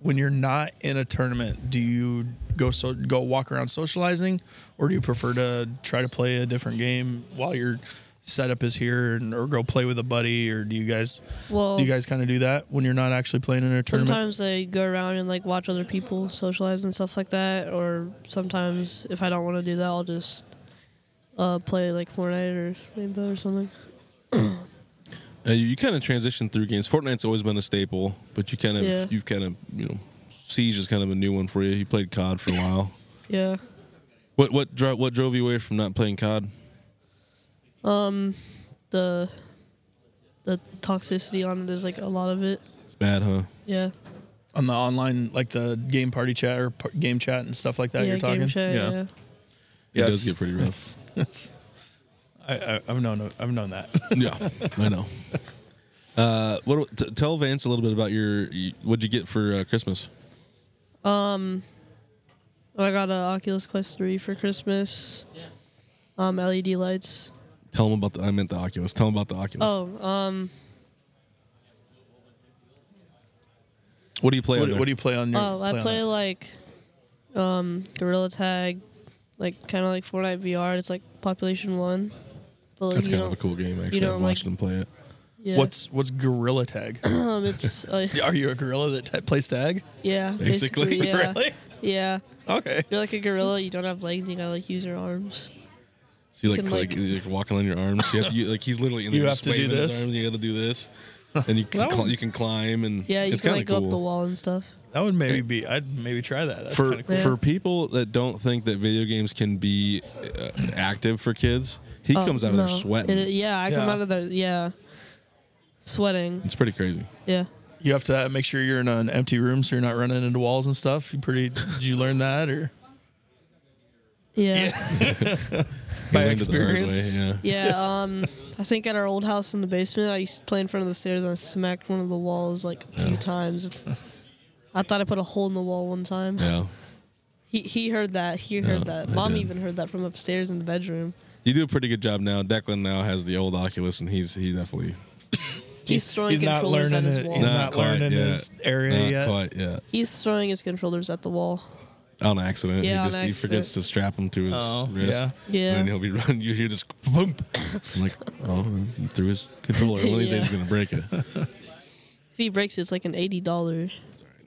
Speaker 4: when you're not in a tournament, do you go so go walk around socializing, or do you prefer to try to play a different game while your setup is here, and, or go play with a buddy, or do you guys
Speaker 9: Well,
Speaker 4: do you guys kind of do that when you're not actually playing in a tournament?
Speaker 9: sometimes I go around and like watch other people socialize and stuff like that. Or sometimes if I don't want to do that, I'll just uh, play like Fortnite or Rainbow or something.
Speaker 2: Uh, you kind of transition through games. Fortnite's always been a staple, but you kind of
Speaker 9: Yeah.
Speaker 2: you've kind of you know Siege is kind of a new one for you. You played COD for a while.
Speaker 9: Yeah.
Speaker 2: What what dro- what drove you away from not playing COD?
Speaker 9: Um, the the toxicity on it is like a lot of it.
Speaker 2: It's bad, huh?
Speaker 9: Yeah.
Speaker 4: on the online like the game party chat or par- game chat and stuff like that
Speaker 9: yeah.
Speaker 4: you're talking
Speaker 9: game chat.
Speaker 4: yeah.
Speaker 9: Yeah.
Speaker 2: It does
Speaker 4: it's-
Speaker 2: get pretty rough.
Speaker 4: it's- it's- I, I, I've known I've known that.
Speaker 2: yeah, I know. Uh, what t- tell Vance a little bit about your y- what'd you get for uh, Christmas?
Speaker 9: Um, I got an Oculus Quest 3 for Christmas. Um, LED lights.
Speaker 2: Tell him about the I meant the Oculus. Tell him about the Oculus.
Speaker 9: Oh, um,
Speaker 2: What do you play?
Speaker 4: what,
Speaker 2: on there?
Speaker 4: what do you play on your?
Speaker 9: oh, I
Speaker 4: on
Speaker 9: play
Speaker 4: it?
Speaker 9: like, um, Gorilla Tag, like kind of like Fortnite VR. It's like Population One. But like,
Speaker 2: That's
Speaker 9: you
Speaker 2: kind of
Speaker 9: don't-
Speaker 2: a cool game. Actually,
Speaker 9: don't
Speaker 2: I've watched
Speaker 9: like-
Speaker 2: him play it.
Speaker 9: Yeah.
Speaker 4: What's what's gorilla tag?
Speaker 9: um? It's uh,
Speaker 4: Are you a gorilla that t- plays tag?
Speaker 9: yeah.
Speaker 4: Basically,
Speaker 9: yeah.
Speaker 4: really?
Speaker 9: Yeah.
Speaker 4: Okay.
Speaker 9: You're like a gorilla. You don't have legs. And you gotta like use your arms.
Speaker 2: So you like,
Speaker 9: can,
Speaker 2: like,
Speaker 9: like-
Speaker 2: you're, like walking on your arms. You have to, you, like he's literally in there
Speaker 4: You
Speaker 2: just
Speaker 4: have to do
Speaker 2: waving his
Speaker 4: this?
Speaker 2: arms, you got to do this, and you can
Speaker 4: That
Speaker 2: cl-
Speaker 4: would-
Speaker 2: you can climb and
Speaker 9: Yeah. You
Speaker 2: it's
Speaker 9: can
Speaker 2: kind of
Speaker 9: like go
Speaker 2: cool.
Speaker 9: up the wall and stuff.
Speaker 4: That would maybe be. I'd maybe try that. That's
Speaker 2: for
Speaker 4: kinda cool.
Speaker 9: Yeah.
Speaker 2: for people that don't think that video games can be uh, active for kids, he
Speaker 9: Oh,
Speaker 2: comes out of there
Speaker 9: no.
Speaker 2: sweating.
Speaker 9: It- yeah, I come
Speaker 4: Yeah.
Speaker 9: out of there. Yeah. Sweating.
Speaker 2: it's pretty crazy.
Speaker 9: Yeah.
Speaker 4: You have to make sure you're in an empty room so you're not running into walls and stuff. You pretty? Did you learn that or
Speaker 9: Yeah.
Speaker 4: by
Speaker 2: Learned it the hard
Speaker 4: experience?
Speaker 2: way, yeah.
Speaker 9: Yeah, um, I think at our old house in the basement, I used to play in front of the stairs and I smacked one of the walls like a few times. It's, I thought I put a hole in the wall one time.
Speaker 2: Yeah.
Speaker 9: He, he heard that. He heard that.
Speaker 2: I
Speaker 9: Mom
Speaker 2: did.
Speaker 9: even heard that from upstairs in the bedroom.
Speaker 2: You do a pretty good job now. Declan now has the old Oculus, and he's he definitely
Speaker 9: He's, throwing
Speaker 10: he's not
Speaker 9: controllers
Speaker 10: learning
Speaker 9: at his
Speaker 10: it.
Speaker 9: wall.
Speaker 10: He's
Speaker 2: Not
Speaker 10: not
Speaker 2: quite
Speaker 10: learning
Speaker 2: yet.
Speaker 10: his area
Speaker 2: not
Speaker 10: yet.
Speaker 2: quite yeah
Speaker 9: He's throwing his controllers at the wall.
Speaker 2: on accident.
Speaker 9: Yeah,
Speaker 2: he
Speaker 9: on
Speaker 2: just he forgets
Speaker 9: accident.
Speaker 2: to strap him to his
Speaker 10: Oh,
Speaker 2: wrist.
Speaker 10: yeah.
Speaker 9: Yeah.
Speaker 2: And then he'll be running. You hear this boom. I'm like, oh, he threw his controller. One of these
Speaker 9: Yeah.
Speaker 2: days he's gonna break it.
Speaker 9: If he breaks it, it's like an eighty dollar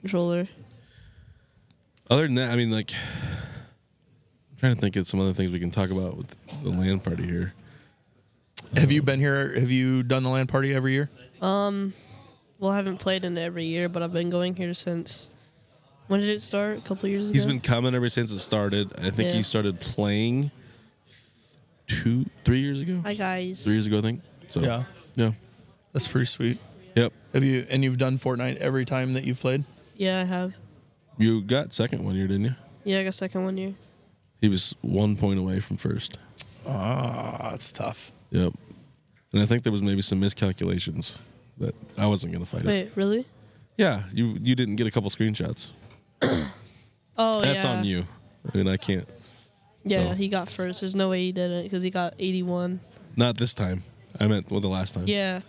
Speaker 9: controller.
Speaker 2: other than that, I mean, like, I'm trying to think of some other things we can talk about with the land party here.
Speaker 4: Have you been here? Have you done the land party every year?
Speaker 9: Um, Well, I haven't played in it every year, but I've been going here since. When did it start? A couple years ago.
Speaker 2: He's been coming ever since it started. I think he
Speaker 9: Yeah.
Speaker 2: started playing two, three years ago.
Speaker 9: Hi guys.
Speaker 2: Three years ago, I think. So
Speaker 4: Yeah.
Speaker 2: yeah,
Speaker 4: That's pretty sweet.
Speaker 2: yep.
Speaker 4: Have you and you've done Fortnite every time that you've played?
Speaker 9: Yeah, I have.
Speaker 2: You got second one year, didn't you?
Speaker 9: Yeah, I got second one year.
Speaker 2: He was one point away from first.
Speaker 4: Ah, it's tough.
Speaker 2: Yep. And I think there was maybe some miscalculations that I wasn't gonna fight it.
Speaker 9: Wait, really?
Speaker 2: Yeah, you you didn't get a couple screenshots.
Speaker 9: Oh,
Speaker 2: That's
Speaker 9: yeah.
Speaker 2: on you. Oh. I mean, I can't.
Speaker 9: Yeah,
Speaker 2: So-
Speaker 9: he got first. There's no way he did it because he got 81.
Speaker 2: Not this time. I meant well the last time.
Speaker 9: Yeah.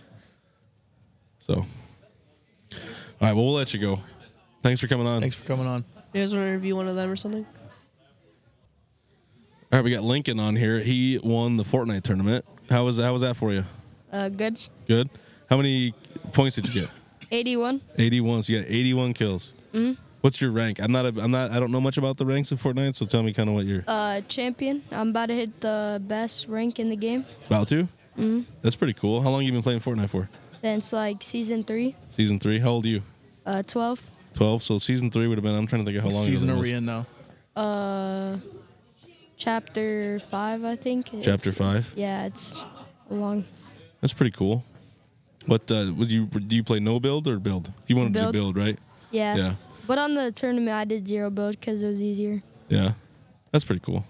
Speaker 2: So, all right. Well, we'll let you go. Thanks for coming on.
Speaker 4: Thanks for coming on.
Speaker 9: You guys want to interview one of them or something?
Speaker 2: All right, we got Lincoln on here. He won the Fortnite tournament. How was how was that for you?
Speaker 11: Uh, good.
Speaker 2: Good. How many points did you get?
Speaker 11: 81.
Speaker 2: Eighty-one. So you got eighty-one kills. Mm-hmm. What's your rank? I'm not. A, I'm not. I don't know much about the ranks of Fortnite. So tell me kind of what you're
Speaker 11: Uh, champion. I'm about to hit the best rank in the game
Speaker 2: about to. Mm-hmm. That's pretty cool. How long you been playing Fortnite for?
Speaker 11: since like season three,
Speaker 2: Season three. How old are you?
Speaker 11: uh, 12.
Speaker 2: Twelve. So season three would have been. I'm trying to think of how
Speaker 4: What
Speaker 2: long.
Speaker 4: season
Speaker 2: ago
Speaker 4: are
Speaker 2: that
Speaker 4: we
Speaker 2: was.
Speaker 4: in now?
Speaker 11: Uh, chapter five, I think.
Speaker 2: Chapter
Speaker 11: It's-
Speaker 2: five.
Speaker 11: Yeah, it's long.
Speaker 2: That's pretty cool. What uh, would you do? You play no build or build? You wanted to do
Speaker 11: Build.
Speaker 2: build, right?
Speaker 11: Yeah.
Speaker 2: Yeah.
Speaker 11: But on the tournament, I did zero build because it was easier.
Speaker 2: Yeah. That's pretty cool.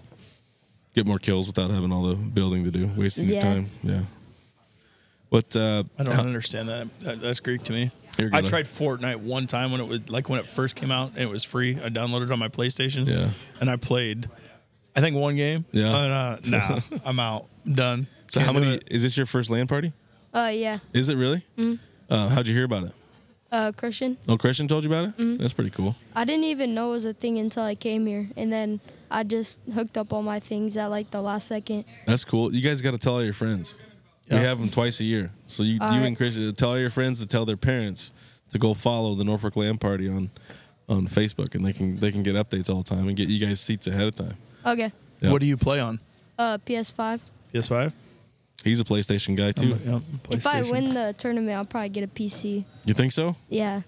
Speaker 2: Get more kills without having all the building to do, wasting your
Speaker 11: Yeah.
Speaker 2: time. Yeah. But uh
Speaker 10: I don't understand that. that. That's Greek to me.
Speaker 2: You're
Speaker 10: I
Speaker 2: gonna-
Speaker 10: tried Fortnite one time when it was like when it first came out and it was free. I downloaded it on my PlayStation.
Speaker 2: Yeah.
Speaker 10: And I played, I think one game.
Speaker 2: Yeah.
Speaker 10: Uh, nah, I'm out. Done.
Speaker 2: so
Speaker 10: Can't
Speaker 2: how
Speaker 10: do
Speaker 2: many
Speaker 10: it.
Speaker 2: is this your first land party?
Speaker 11: Uh, yeah.
Speaker 2: Is it really? Uh, how'd you hear about it?
Speaker 11: Uh, Christian.
Speaker 2: Oh, Christian told you about it?
Speaker 11: Mhm.
Speaker 2: That's pretty cool.
Speaker 11: I didn't even know it was a thing until I came here, and then I just hooked up all my things at like the last second.
Speaker 2: That's cool. You guys got to tell all your friends. We have them twice a year. So you, you
Speaker 11: All right.
Speaker 2: and Christian tell all your friends to tell their parents to go follow the Norfolk Land Party on on Facebook, and they can they can get updates all the time and get you guys seats ahead of time.
Speaker 11: Okay.
Speaker 2: Yeah.
Speaker 4: What do you play on?
Speaker 11: Uh, PS5.
Speaker 4: PS5.
Speaker 2: He's a PlayStation guy too.
Speaker 11: If I win the tournament, I'll probably get a PC.
Speaker 2: You think so?
Speaker 11: Yeah.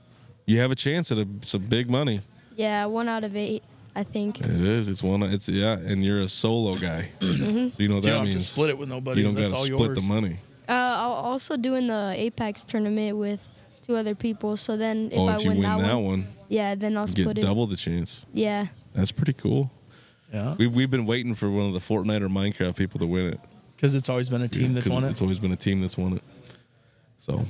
Speaker 2: You have a chance at a, some big money.
Speaker 11: Yeah, one out of eight, I think.
Speaker 2: It is. It's one. It's yeah. And you're a solo guy,
Speaker 11: Mhm.
Speaker 2: so you know what
Speaker 12: So you don't
Speaker 2: that
Speaker 12: have to
Speaker 2: means.
Speaker 12: split it with nobody.
Speaker 2: You don't
Speaker 12: That's
Speaker 2: gotta
Speaker 12: all
Speaker 2: split the
Speaker 12: yours.
Speaker 2: money.
Speaker 11: Uh, I'll also doing the Apex tournament with two other people. So then, if
Speaker 2: oh,
Speaker 11: I
Speaker 2: if you win
Speaker 11: that,
Speaker 2: that
Speaker 11: one,
Speaker 2: one,
Speaker 11: yeah, then I'll
Speaker 2: you
Speaker 11: split
Speaker 2: get
Speaker 11: it.
Speaker 2: double the chance.
Speaker 11: Yeah.
Speaker 2: That's pretty cool.
Speaker 4: Yeah.
Speaker 2: We we've been waiting for one of the Fortnite or Minecraft people to win it.
Speaker 4: Because it's always been a team that's
Speaker 2: 'cause
Speaker 4: won it.
Speaker 2: It's always been a team that's won it. So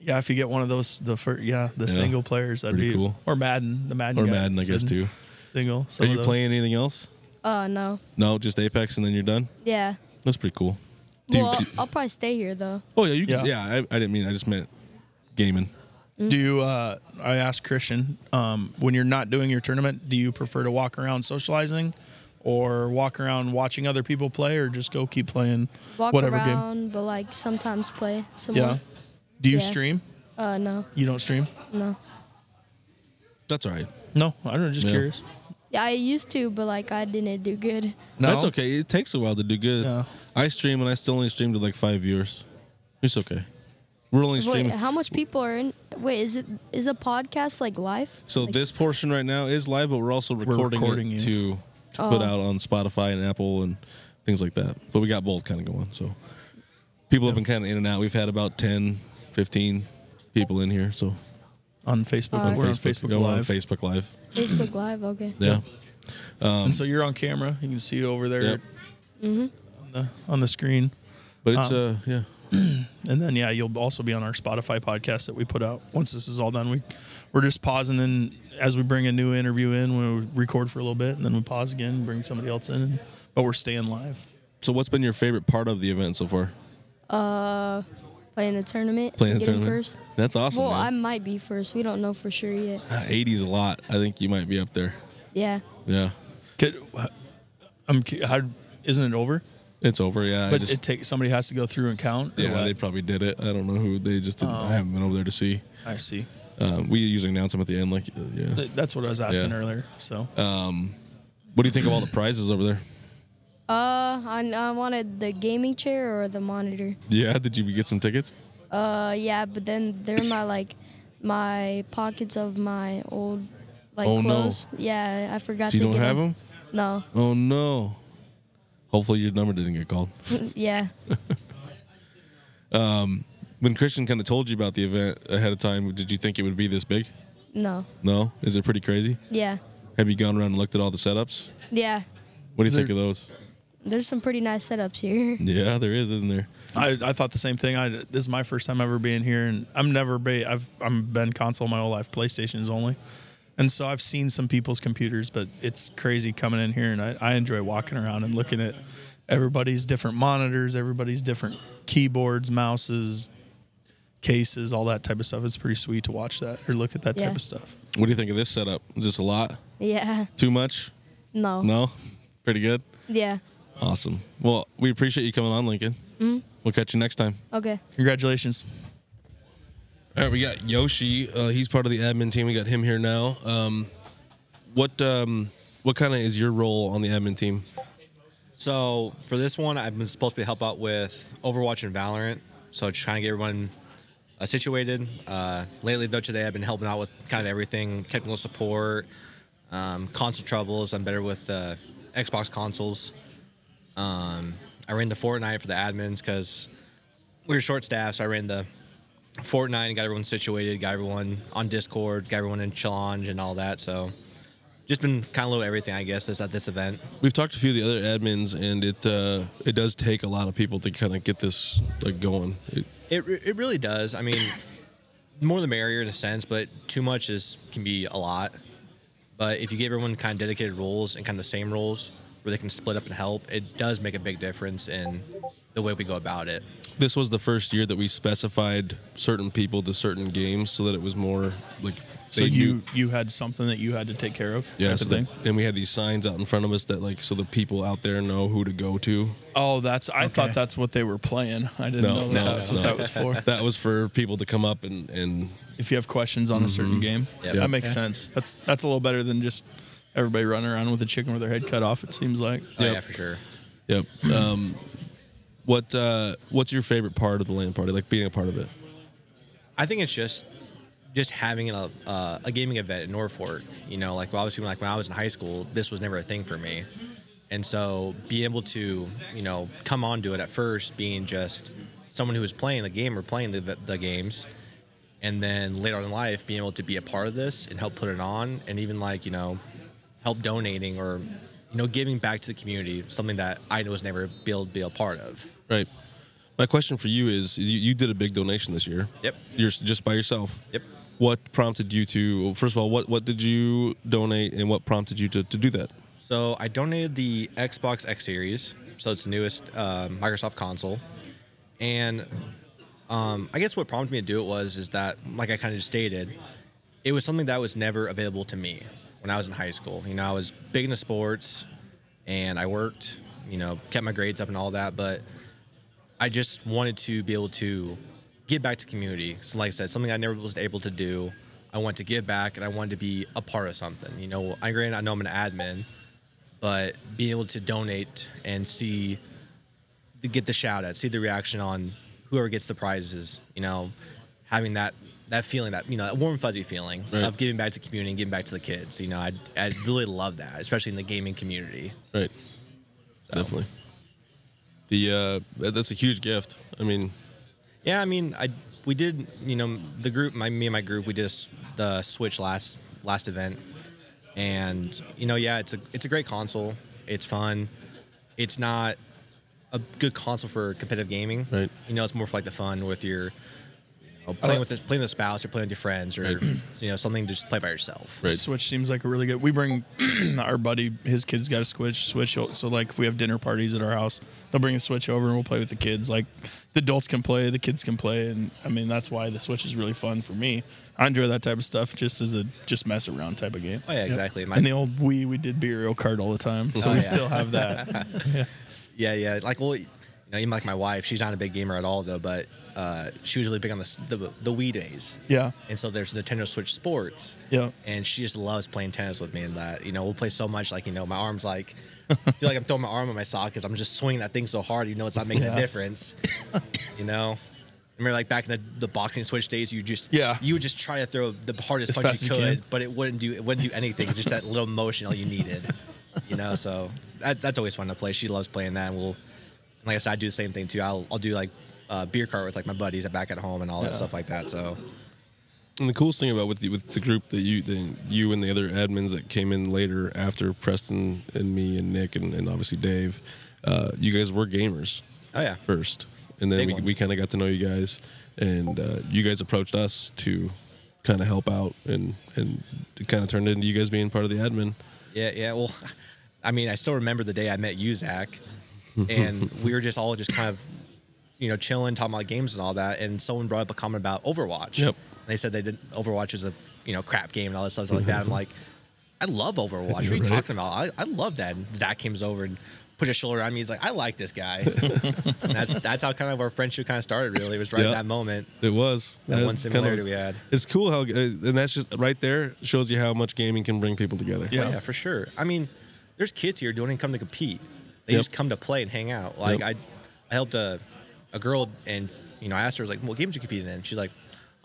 Speaker 4: Yeah, if you get one of those, the first, yeah, the
Speaker 2: Yeah.
Speaker 4: single players, that'd
Speaker 2: Pretty
Speaker 4: be
Speaker 2: cool.
Speaker 4: Or Madden, the Madden.
Speaker 2: or
Speaker 4: guy
Speaker 2: Madden, I guess
Speaker 4: said
Speaker 2: too.
Speaker 4: Single.
Speaker 2: Are
Speaker 4: some of
Speaker 2: you
Speaker 4: those.
Speaker 2: playing anything else?
Speaker 11: Uh, no.
Speaker 2: No, just Apex, and then you're done.
Speaker 11: Yeah.
Speaker 2: That's pretty cool. Do you-
Speaker 11: well,
Speaker 2: do-
Speaker 11: I'll probably stay here though.
Speaker 2: oh yeah, you can, yeah. I, I didn't mean. I just meant gaming.
Speaker 4: Do you? Uh, I asked Christian um, when you're not doing your tournament, do you prefer to walk around socializing, or walk around watching other people play, or just go keep playing
Speaker 11: Walk
Speaker 4: whatever game?
Speaker 11: around, but like sometimes play. Some
Speaker 4: Yeah.
Speaker 11: more.
Speaker 4: Do you
Speaker 11: Yeah.
Speaker 4: stream?
Speaker 11: Uh, no,
Speaker 4: You don't stream?
Speaker 11: no.
Speaker 2: That's all right.
Speaker 4: No, I don't. know, Just
Speaker 2: Yeah.
Speaker 4: curious.
Speaker 11: Yeah, I used to, but like I didn't do good.
Speaker 4: No?
Speaker 2: That's okay. It takes a while to do good. I stream and I still only stream to like five viewers. It's okay. We're only
Speaker 11: Wait,
Speaker 2: streaming.
Speaker 11: how much people are in? Wait, is it is a podcast like live?
Speaker 2: so
Speaker 11: like,
Speaker 2: this portion right now is live, but we're also recording,
Speaker 4: recording
Speaker 2: it
Speaker 4: you.
Speaker 2: to, to put
Speaker 11: Oh.
Speaker 2: out on Spotify and Apple and things like that. But we got both kind of going. So people have been kind of in and out. We've had about 10, 15 people in here. So
Speaker 4: On Facebook, we're on Facebook
Speaker 2: Yeah, we're
Speaker 4: Live.
Speaker 2: on Facebook Live.
Speaker 11: Facebook Live, okay.
Speaker 2: Yeah. Um,
Speaker 4: and so you're on camera. You can see over there
Speaker 2: Yep.
Speaker 11: Mhm.
Speaker 4: on, the, on the screen. Um,
Speaker 2: But it's, uh, yeah.
Speaker 4: And then yeah, you'll also be on our Spotify podcast that we put out once this is all done. We we're just pausing and as we bring a new interview in, we record for a little bit and then we pause again, and bring somebody else in, but we're staying live.
Speaker 2: So what's been your favorite part of the event so far?
Speaker 11: Uh, playing the tournament.
Speaker 2: Playing the
Speaker 11: getting
Speaker 2: tournament.
Speaker 11: First.
Speaker 2: That's awesome,
Speaker 11: Well,
Speaker 2: man.
Speaker 11: I might be first. We don't know for sure yet.
Speaker 2: 80s a lot. I think you might be up there.
Speaker 11: Yeah.
Speaker 2: Yeah.
Speaker 4: Could, I'm cu- how, isn't it over?
Speaker 2: It's over. Yeah. I
Speaker 4: but
Speaker 2: just-
Speaker 4: it takes somebody has to go through and count. or
Speaker 2: Yeah,
Speaker 4: what?
Speaker 2: they probably did it. I don't know who they just. Didn't,
Speaker 4: Oh.
Speaker 2: I haven't been over there to see.
Speaker 4: I see.
Speaker 2: Uh, we usually announce them at the end, like uh, yeah.
Speaker 4: Th- That's what I was asking
Speaker 2: Yeah.
Speaker 4: earlier. So
Speaker 2: Um, what do you think of all the prizes over there?
Speaker 11: Uh, I, I wanted the gaming chair or the monitor.
Speaker 2: Yeah, did you get some tickets?
Speaker 11: Uh, yeah, but then they're in my like my pockets of my old like
Speaker 2: Oh, no.
Speaker 11: clothes. Yeah, I forgot.
Speaker 2: You
Speaker 11: to
Speaker 2: don't
Speaker 11: get
Speaker 2: have
Speaker 11: No.
Speaker 2: Oh no! Hopefully your number didn't get called.
Speaker 11: yeah.
Speaker 2: Um, when Christian kind of told you about the event ahead of time, did you think it would be this big?
Speaker 11: No.
Speaker 2: No, is it pretty crazy?
Speaker 11: Yeah.
Speaker 2: Have you gone around and looked at all the setups?
Speaker 11: Yeah.
Speaker 2: What do you
Speaker 4: Is
Speaker 2: think of those?
Speaker 11: There's some pretty nice setups here.
Speaker 2: Yeah, there is, isn't there?
Speaker 4: I, I thought the same thing. I this is my first time ever being here, and I'm never be, I've I'm been console my whole life, PlayStations only, and so I've seen some people's computers, but it's crazy coming in here, and I, I enjoy walking around and looking at everybody's different monitors, everybody's different keyboards, mouses, cases, all that type of stuff. It's pretty sweet to watch that or look at that
Speaker 11: Yeah.
Speaker 4: type of stuff.
Speaker 2: What do you think of this setup? Is this a lot?
Speaker 11: Yeah.
Speaker 2: Too much?
Speaker 11: No.
Speaker 2: No, pretty good.
Speaker 11: Yeah.
Speaker 2: Awesome. Well, we appreciate you coming on, Lincoln.
Speaker 11: Mm.
Speaker 2: We'll catch you next time.
Speaker 11: Okay.
Speaker 4: Congratulations.
Speaker 2: All right, we got Yoshi. Uh, he's part of the admin team. We got him here now. Um, what um, what kind of is your role on the admin team?
Speaker 13: So for this one, I've been supposed to help out with Overwatch and Valorant. So just trying to get everyone uh, situated. Uh, lately, though, today I've been helping out with kind of everything: technical support, um, console troubles. I'm better with uh, Xbox consoles. Um, I ran the Fortnite for the admins because we were short staffed, so I ran the Fortnite and got everyone situated, got everyone on Discord, got everyone in challenge and all that. So just been kind of little everything, I guess, that's at this event.
Speaker 2: We've talked to a few of the other admins, and it uh, it does take a lot of people to kind of get this like going. It,
Speaker 13: It, re- it really does. I mean, more the merrier in a sense, but too much is can be a lot. But if you give everyone kind of dedicated roles and kind of the same roles, where they can split up and help, it does make a big difference in the way we go about it.
Speaker 2: This was the first year that we specified certain people to certain games so that it was more like.
Speaker 10: So
Speaker 2: they
Speaker 10: you
Speaker 2: knew-
Speaker 10: you had something that you had to take care of.
Speaker 2: yeah,
Speaker 10: type
Speaker 2: so
Speaker 10: of
Speaker 2: that, and we had these signs out in front of us that like so the people out there know who to go to.
Speaker 10: Oh, that's. I thought that's what they were playing. I didn't know that. that's what that was for.
Speaker 2: That was for people to come up and and Mm-hmm.
Speaker 10: if you have questions on a
Speaker 13: Mm-hmm.
Speaker 10: certain game, that makes
Speaker 2: sense.
Speaker 10: sense. That's that's a little better than just everybody running around with a chicken with their head cut off. It seems like.
Speaker 13: Oh, yeah, for sure.
Speaker 2: Yep. Um, what uh, what's your favorite part of the land party? Like being a part of it.
Speaker 13: I think it's just just having a uh, a gaming event in Norfolk. You know, like well, obviously, when, like when I was in high school, this was never a thing for me, and so being able to you know come onto it at first, being just someone who was playing the game or playing the the games, and then later on in life, being able to be a part of this and help put it on, and even like you know help donating or you know giving back to the community, something that I was never be able to be a part of.
Speaker 2: Right. My question for you is: you, you did a big donation this year.
Speaker 13: Yep.
Speaker 2: You're s- just by yourself.
Speaker 13: Yep.
Speaker 2: What prompted you to? well, First of all, what what did you donate, and what prompted you to, to do that?
Speaker 13: So I donated the Xbox X Series, so it's the newest uh, Microsoft console, and um, I guess what prompted me to do it was is that, like I kind of stated, it was something that was never available to me when I was in high school. You know, I was big into sports, and I worked, you know, kept my grades up and all that, but I just wanted to be able to give back to community. So, like I said, something I never was able to do. I want to give back, and I wanted to be a part of something. You know, I granted I know I'm an admin, but being able to donate and see, to get the shout out, see the reaction on whoever gets the prizes. You know, having that that feeling, that you know, that warm fuzzy feeling
Speaker 2: Right.
Speaker 13: of giving back to community and giving back to the kids. You know, I I really love that, especially in the gaming community.
Speaker 2: Right. Definitely. The uh, that- that's a huge gift. I mean,
Speaker 13: Yeah, I mean, I we did, you know, the group, my me and my group, we did a s the Switch last last event, and you know, yeah, it's a it's a great console. It's fun. It's not a good console for competitive gaming. Right. You know, it's more for like the fun with your. you know, playing with this, playing with a spouse, or playing with your friends, or you know something to just play by yourself.
Speaker 10: Switch seems like a really good. We bring our buddy, his kids got a Switch. Switch. o- So like, if we have dinner parties at our house, they'll bring a Switch over and we'll play with the kids. Like, the adults can play, the kids can play, and I mean that's why the Switch is really fun for me. I enjoy that type of stuff, just as a just mess around type of game.
Speaker 13: Oh, yeah, exactly. My-
Speaker 10: and the old Wii, we did Burial Card all the time, so
Speaker 13: Oh,
Speaker 10: we
Speaker 13: yeah.
Speaker 10: still have that. yeah.
Speaker 13: Yeah, yeah. Like, well, you know, even like my wife, she's not a big gamer at all, though. But uh, she was really big on the, s- the the Wii days.
Speaker 10: Yeah.
Speaker 13: And so there's Nintendo Switch Sports.
Speaker 10: Yeah.
Speaker 13: And she just loves playing tennis with me, and that you know we'll play so much. Like you know, my arms like I feel like I'm throwing my arm on my sock because I'm just swinging that thing so hard. You know, it's not making
Speaker 10: Yeah.
Speaker 13: a difference. you know. Remember, like back in the, the boxing switch days, you just
Speaker 10: Yeah.
Speaker 13: you would just try to throw the hardest
Speaker 10: As
Speaker 13: punch
Speaker 10: fast
Speaker 13: you
Speaker 10: as you
Speaker 13: could,
Speaker 10: can.
Speaker 13: but it wouldn't do it wouldn't do anything. It's just that little motion all you needed, you know. So that, that's always fun to play. She loves playing that. And we'll, and like I said, I do the same thing too. I'll, I'll do like uh, beer cart with like my buddies back at home and all that
Speaker 2: Yeah.
Speaker 13: stuff like that. So
Speaker 2: and the coolest thing about with the, with the group that you the, you and the other admins that came in later after Preston and me and Nick and, and obviously Dave, uh, you guys were gamers.
Speaker 13: Oh yeah.
Speaker 2: First, and then
Speaker 13: Big
Speaker 2: we,
Speaker 13: ones.
Speaker 2: we kind of got to know you guys, and uh, you guys approached us to kind of help out and and it kind of turned into you guys being part of the admin.
Speaker 13: yeah, yeah. Well, I mean, I still remember the day I met you, Zach, and we were just all just kind of, you know, chilling, talking about games and all that. And someone brought up a comment about Overwatch.
Speaker 2: Yep.
Speaker 13: And they said they did Overwatch was a you know crap game and all that stuff like that. I'm like, I love Overwatch. What are you
Speaker 2: Right.
Speaker 13: talking about? I, I love that. And Zach comes over and put his shoulder on me. He's like, I like this guy. and that's that's how kind of our friendship kind of started. Really, it was right
Speaker 2: Yeah.
Speaker 13: at that moment.
Speaker 2: It was
Speaker 13: That
Speaker 2: That's kind
Speaker 13: one
Speaker 2: of-
Speaker 13: similarity we had.
Speaker 2: It's cool how, uh, and that's just right there shows you how much gaming can bring people together.
Speaker 13: Oh, Yeah. yeah, for sure. I mean, there's kids here don't even come to compete. They
Speaker 2: Yep.
Speaker 13: just come to play and hang out. Like
Speaker 2: Yep.
Speaker 13: I, I helped a, a girl and you know I asked her I was like, "What games you competing in?" She's like,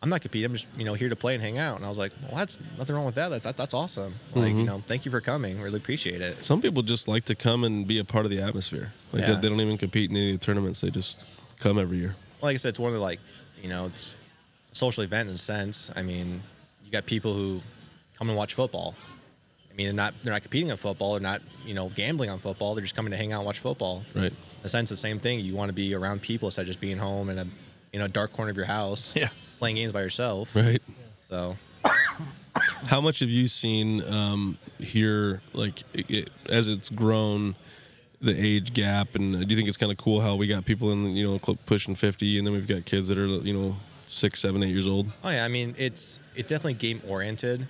Speaker 13: "I'm not competing. I'm just you know here to play and hang out." And I was like, "Well, that's nothing wrong with that. That's that's awesome. Like you
Speaker 2: Mhm.
Speaker 13: know, thank you for coming. Really appreciate it."
Speaker 2: Some people just like to come and be a part of the atmosphere. Like
Speaker 13: Yeah.
Speaker 2: they, they don't even compete in any of the tournaments; they just come every year.
Speaker 13: like I said, it's one of the like, you know, it's a social event in a sense. I mean, you got people who come and watch football. I mean, they're not they're not competing on football. They're not you know gambling on football. They're just coming to hang out and watch football.
Speaker 2: Right.
Speaker 13: In a sense, the same thing. You want to be around people instead of just being home in a you know dark corner of your house.
Speaker 10: Yeah.
Speaker 13: Playing games by yourself.
Speaker 2: Right.
Speaker 13: So
Speaker 2: How much have you seen um, here, like it, it- as it's grown, the age gap, and uh, do you think it's kind of cool how we got people in, you know, cl- pushing fifty, and then we've got kids that are, you know, six, seven, eight years old.
Speaker 13: Oh yeah, I mean it's it's definitely game oriented.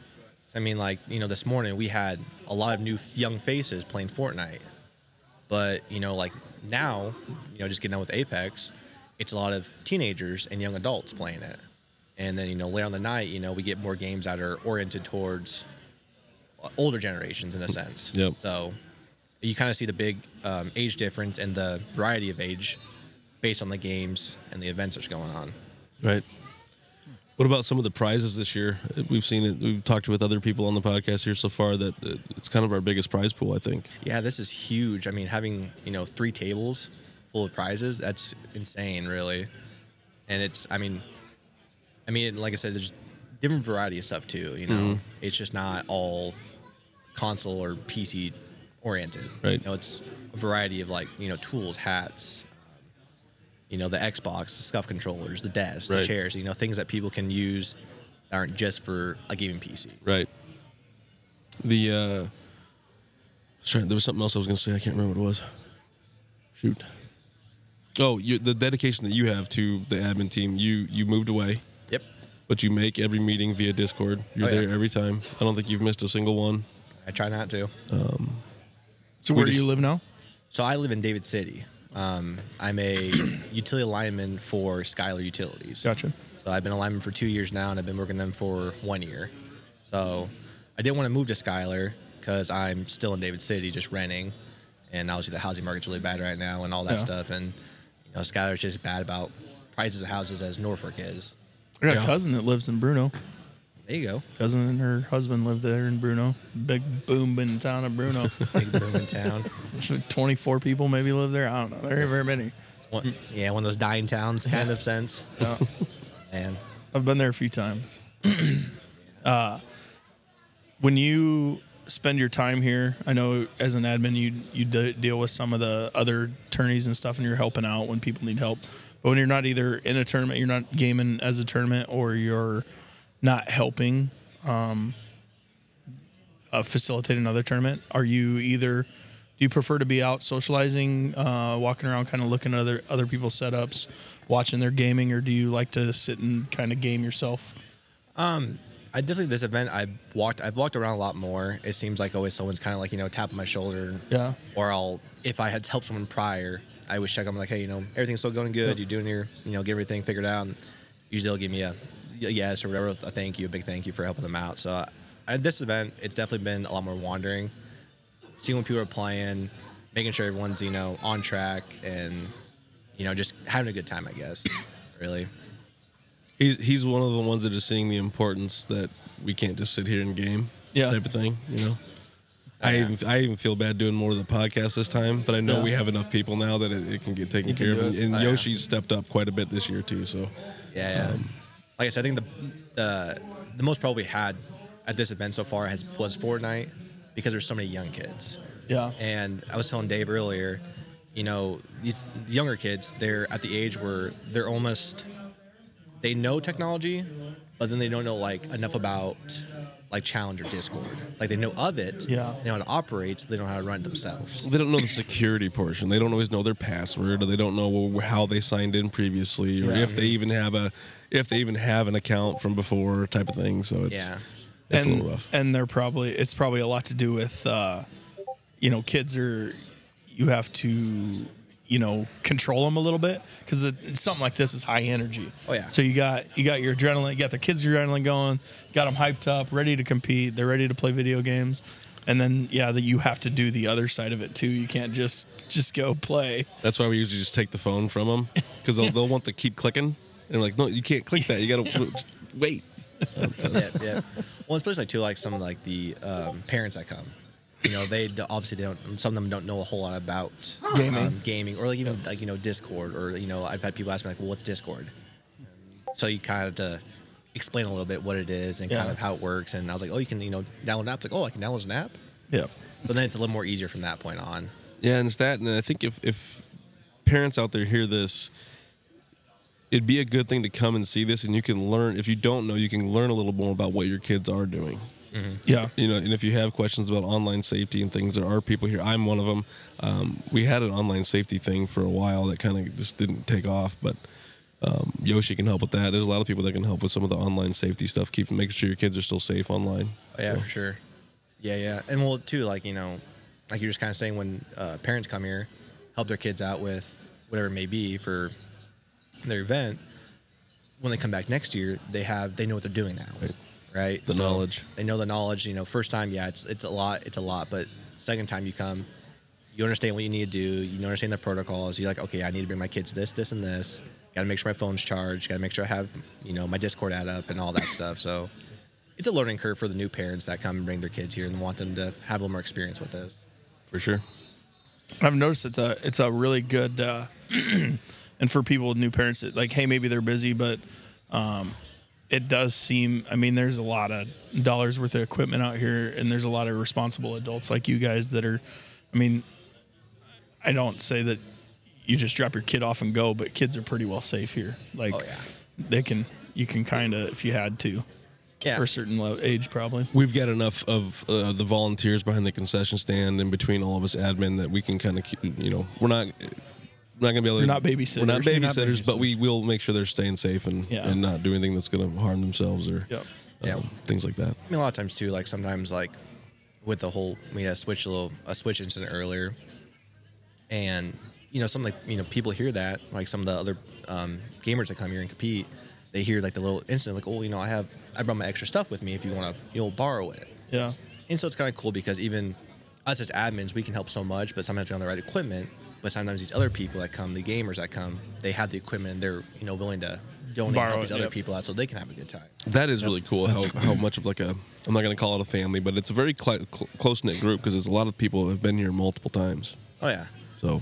Speaker 13: I mean, like you know, this morning we had a lot of new f- young faces playing Fortnite, but you know, like now, you know, just getting on with Apex, it's a lot of teenagers and young adults playing it. And then you know, later on the night, you know, we get more games that are oriented towards uh, older generations in a sense.
Speaker 2: Yep.
Speaker 13: So you kind of see the big um, age difference and the variety of age based on the games and the events that's going on.
Speaker 2: Right. What about some of the prizes this year? Uh, We've seen it. We've talked with other people on the podcast here so far that uh, it's kind of our biggest prize pool, I think.
Speaker 13: Yeah, this is huge. I mean, having you know three tables full of prizes, that's insane, really. And it's, I mean, I mean, like I said, there's different variety of stuff too. You know,
Speaker 2: Mhm.
Speaker 13: it's just not all console or PC oriented.
Speaker 2: Right.
Speaker 13: You know, it's a variety of like you know tools, hats, you know, the Xbox, the scuff controllers, the desk,
Speaker 2: Right.
Speaker 13: the chairs. You know, things that people can use that aren't just for a gaming PC.
Speaker 2: Right. The uh sorry, there was something else I was gonna say, I can't remember what it was. Shoot. Oh, you, the dedication that you have to the admin team, you you moved away.
Speaker 13: Yep.
Speaker 2: But you make every meeting via Discord. You're
Speaker 13: Oh, yeah.
Speaker 2: there every time. I don't think you've missed a single one.
Speaker 13: I try not to.
Speaker 2: Um
Speaker 4: So
Speaker 13: We
Speaker 4: where do
Speaker 13: just-
Speaker 4: you live now?
Speaker 13: So I live in David City. Um, I'm a utility lineman for Skylar Utilities.
Speaker 4: Gotcha.
Speaker 13: So I've been a lineman for two years now, and I've been working them for one year. So I didn't want to move to Skylar because I'm still in David City, just renting, and obviously the housing market's really bad right now, and all that
Speaker 4: Yeah.
Speaker 13: stuff. And you know, Skylar's just bad about prices of houses as Norfolk is.
Speaker 4: I got
Speaker 13: Yeah.
Speaker 4: a cousin that lives in Bruno.
Speaker 13: There you go.
Speaker 4: Cousin and her husband live there in Bruno. Big boom in town of Bruno.
Speaker 13: Big boom in town.
Speaker 4: Twenty four people maybe live there. I don't know. There ain't very many.
Speaker 13: One, yeah, one of those dying towns kind of sense.
Speaker 4: Yeah.
Speaker 13: And
Speaker 10: I've been there a few times. uh, when you spend your time here, I know as an admin, you you de- deal with some of the other attorneys and stuff, and you're helping out when people need help. But when you're not either in a tournament, you're not gaming as a tournament, or you're not helping um, uh, facilitate another tournament. Are you either? Do you prefer to be out socializing, uh, walking around, kind of looking at other other people's setups, watching their gaming, or do you like to sit and kind of game yourself?
Speaker 13: Um, I definitely this event I walked I've walked around a lot more. It seems like always someone's kind of like you know tapping my shoulder.
Speaker 4: Yeah.
Speaker 13: Or I'll if I had helped someone prior, I would check. I'm like, hey, you know everything's still going good. You're doing your you know get everything figured out. And usually they'll give me a y- yes or whatever, a thank you, a big thank you for helping them out. So I, at this event, it's definitely been a lot more wandering, seeing when people are playing, making sure everyone's you know on track and you know just having a good time. I guess really.
Speaker 2: he's he's one of the ones that is seeing the importance that we can't just sit here and game
Speaker 10: Yeah.
Speaker 2: type of thing, you know. I even, I even feel bad doing more of the podcast this time, but I know
Speaker 10: Yeah.
Speaker 2: we have enough people now that it, it can get taken
Speaker 13: You can
Speaker 2: care of.
Speaker 13: do
Speaker 2: And,
Speaker 13: it.
Speaker 2: and
Speaker 13: Oh, yeah.
Speaker 2: Yoshi's stepped up quite a bit this year too. So
Speaker 13: Yeah, yeah.
Speaker 4: um,
Speaker 13: like I said, I think the the the most probably had at this event so far has was Fortnite because there's so many young kids.
Speaker 4: Yeah.
Speaker 13: And I was telling Dave earlier, you know, these younger kids, they're at the age where they're almost they know technology, but then they don't know like enough about like Challenger Discord. Like they know of it,
Speaker 4: Yeah.
Speaker 13: They know how it operates, but they don't know how to run it themselves.
Speaker 2: they don't know the security portion. They don't always know their password, or they don't know wh- how they signed in previously, or
Speaker 13: Yeah.
Speaker 2: if they even have a if they even have an account from before type of thing. So it's it's
Speaker 10: and,
Speaker 2: a little rough.
Speaker 10: And they're probably it's probably a lot to do with uh, you know kids are you have to you know control them a little bit because something like this is high energy.
Speaker 13: Oh yeah.
Speaker 10: So you got you got your adrenaline, you got the kids' adrenaline going, got them hyped up, ready to compete. They're ready to play video games, and then yeah, that you have to do the other side of it too. You can't just just go play.
Speaker 2: That's why we usually just take the phone from them because they'll, they'll want to keep clicking. And we're like, no, you can't click that. You got to wait.
Speaker 13: yeah, yeah. Well, especially like too, like some of like the um, parents that come, you know, they d- obviously they don't. Some of them don't know a whole lot about
Speaker 4: Gaming.
Speaker 13: um, gaming, or like even like you know Discord, or you know, I've had people ask me like, well, what's Discord? So you kind of to explain a little bit what it is and kind
Speaker 4: Yeah.
Speaker 13: of how it works. And I was like, oh, you can you know download an app. It's like, oh, I can download an app.
Speaker 10: Yeah.
Speaker 13: So then it's a little more easier from that point on.
Speaker 2: Yeah, and it's that. And I think if, if parents out there hear this, it'd be a good thing to come and see this. And you can learn, if you don't know, you can learn a little more about what your kids are doing.
Speaker 13: Mm-hmm.
Speaker 10: Yeah.
Speaker 2: You know, and if you have questions about online safety and things, there are people here. I'm one of them. Um, we had an online safety thing for a while that kind of just didn't take off, but um, Yoshi can help with that. There's a lot of people that can help with some of the online safety stuff, keep making sure your kids are still safe online.
Speaker 13: Oh, yeah,
Speaker 2: So-
Speaker 13: for sure. Yeah, yeah, and well, too, like you know, like you're just kind of saying when uh, parents come here, help their kids out with whatever it may be for their event. When they come back next year, they have they know what they're doing now, right?
Speaker 2: The knowledge.
Speaker 13: They know the knowledge. You know, first time, yeah, it's it's a lot, it's a lot, but second time you come, you understand what you need to do. You understand the protocols. You're like, okay, I need to bring my kids this, this, and this. Got to make sure my phone's charged. Got to make sure I have, you know, my Discord ad up and all that stuff. So it's a learning curve for the new parents that come and bring their kids here and want them to have a little more experience with this.
Speaker 2: For sure.
Speaker 10: I've noticed it's a it's a really good uh, and for people with new parents it, like hey maybe they're busy but um, it does seem I mean there's a lot of dollars worth of equipment out here and there's a lot of responsible adults like you guys that are I mean I don't say that you just drop your kid off and go but kids are pretty well safe here like
Speaker 2: Oh,
Speaker 10: they can you can kind of if you had to for a certain level, age probably
Speaker 2: We've got enough of uh, the volunteers behind the concession stand and between all of us admin that we can kind of, you know, we're not. We're not gonna be able to.
Speaker 10: You're not
Speaker 2: We're not
Speaker 10: babysitters. You're not
Speaker 2: babysitters, but we will make sure they're staying safe and,
Speaker 13: Yeah.
Speaker 2: and not do anything that's gonna harm themselves or
Speaker 13: Yep.
Speaker 2: um, things like that.
Speaker 13: I mean, a lot of times too, like sometimes like with the whole we had a switch a little a switch incident earlier, and you know some like you know people hear that like some of the other um, gamers that come here and compete, they hear like the little incident like oh you know I have I brought my extra stuff with me if you want to you'll borrow it.
Speaker 10: Yeah.
Speaker 13: And so it's kind of cool because even us as admins we can help so much, but sometimes we don't have the right equipment. But sometimes these other people that come, the gamers that come, they have the equipment and they're you know willing to donate and
Speaker 2: Borrow
Speaker 13: help these
Speaker 2: it,
Speaker 13: other
Speaker 2: yep.
Speaker 13: people out so they can have a good time.
Speaker 2: That is really cool. How, how much of like a I'm not going to call it a family, but it's a very cl- cl- close knit group because there's a lot of people who have been here multiple times.
Speaker 13: Oh yeah.
Speaker 2: So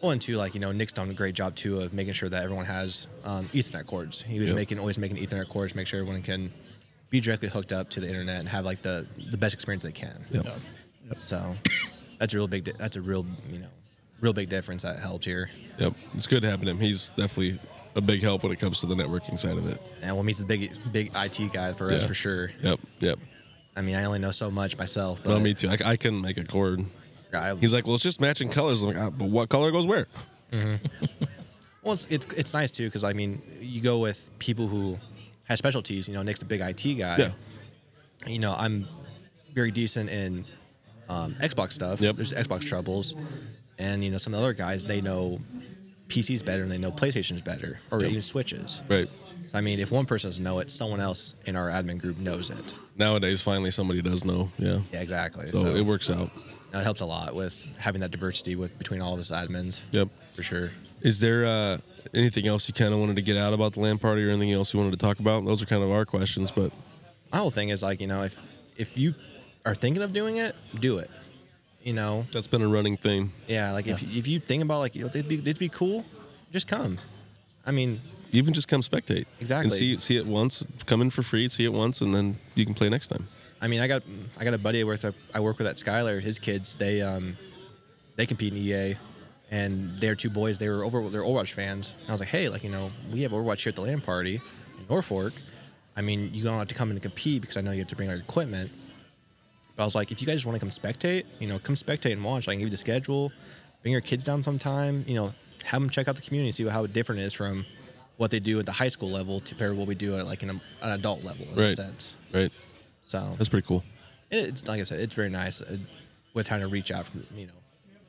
Speaker 13: Well, and two, like you know, Nick's done a great job too of making sure that everyone has um, Ethernet cords. He was
Speaker 2: Yep.
Speaker 13: making always making Ethernet cords, make sure everyone can be directly hooked up to the internet and have like the the best experience they can.
Speaker 2: Yep.
Speaker 13: So that's a real big. di- That's a real you know real big difference that helped here.
Speaker 2: yep, it's good having him. He's definitely a big help when it comes to the networking side of it.
Speaker 13: And well, he's the big big IT guy for us
Speaker 2: Yeah.
Speaker 13: for sure.
Speaker 2: Yep, yep.
Speaker 13: I mean, I only know so much myself, but
Speaker 2: no, me too. I, I couldn't make a cord. He's like, well, it's just matching colors. I'm like, ah, but what color goes where?
Speaker 13: Mm-hmm. Well, it's it's, it's nice too because I mean, you go with people who have specialties. You know, Nick's the big IT guy.
Speaker 2: Yeah.
Speaker 13: You know, I'm very decent in um, Xbox stuff. There's Xbox troubles, and you know, some of the other guys they know PCs better and they know PlayStations better, or
Speaker 2: Yep.
Speaker 13: even Switches.
Speaker 2: Right.
Speaker 13: So I mean, if one person doesn't know it, someone else in our admin group knows it.
Speaker 2: Nowadays, finally, somebody does know. Yeah.
Speaker 13: Yeah, exactly.
Speaker 2: So, it works out.
Speaker 13: It helps a lot with having that diversity with between all of us admins.
Speaker 2: Yep.
Speaker 13: For sure.
Speaker 2: Is there uh, anything else you kind of wanted to get out about the land party or anything else you wanted to talk about? Those are kind of our questions, but
Speaker 13: my whole thing is like you know if if you are thinking of doing it do it you know
Speaker 2: that's been a running theme
Speaker 13: yeah like if if you think about like you know they'd be they'd be cool just come i mean
Speaker 2: even just come spectate
Speaker 13: Exactly.
Speaker 2: and see see it once. Come in for free, see it once, and then you can play next time.
Speaker 13: i mean i got i got a buddy with a, i work with at skylar his kids they um they compete in ea and their two boys they were over they're overwatch fans and i was like hey like you know we have overwatch here at the land party in norfolk i mean you don't have to come in and compete because i know you have to bring our equipment But I was like, if you guys just want to come spectate, you know, come spectate and watch. I can give you the schedule. Bring your kids down sometime. You know, have them check out the community, see how different it is from what they do at the high school level to pair what we do at like an, an adult level in a
Speaker 2: Right.
Speaker 13: sense.
Speaker 2: Right.
Speaker 13: So
Speaker 2: That's pretty cool.
Speaker 13: it- it's like I said, it's very nice uh, with trying to reach out from you know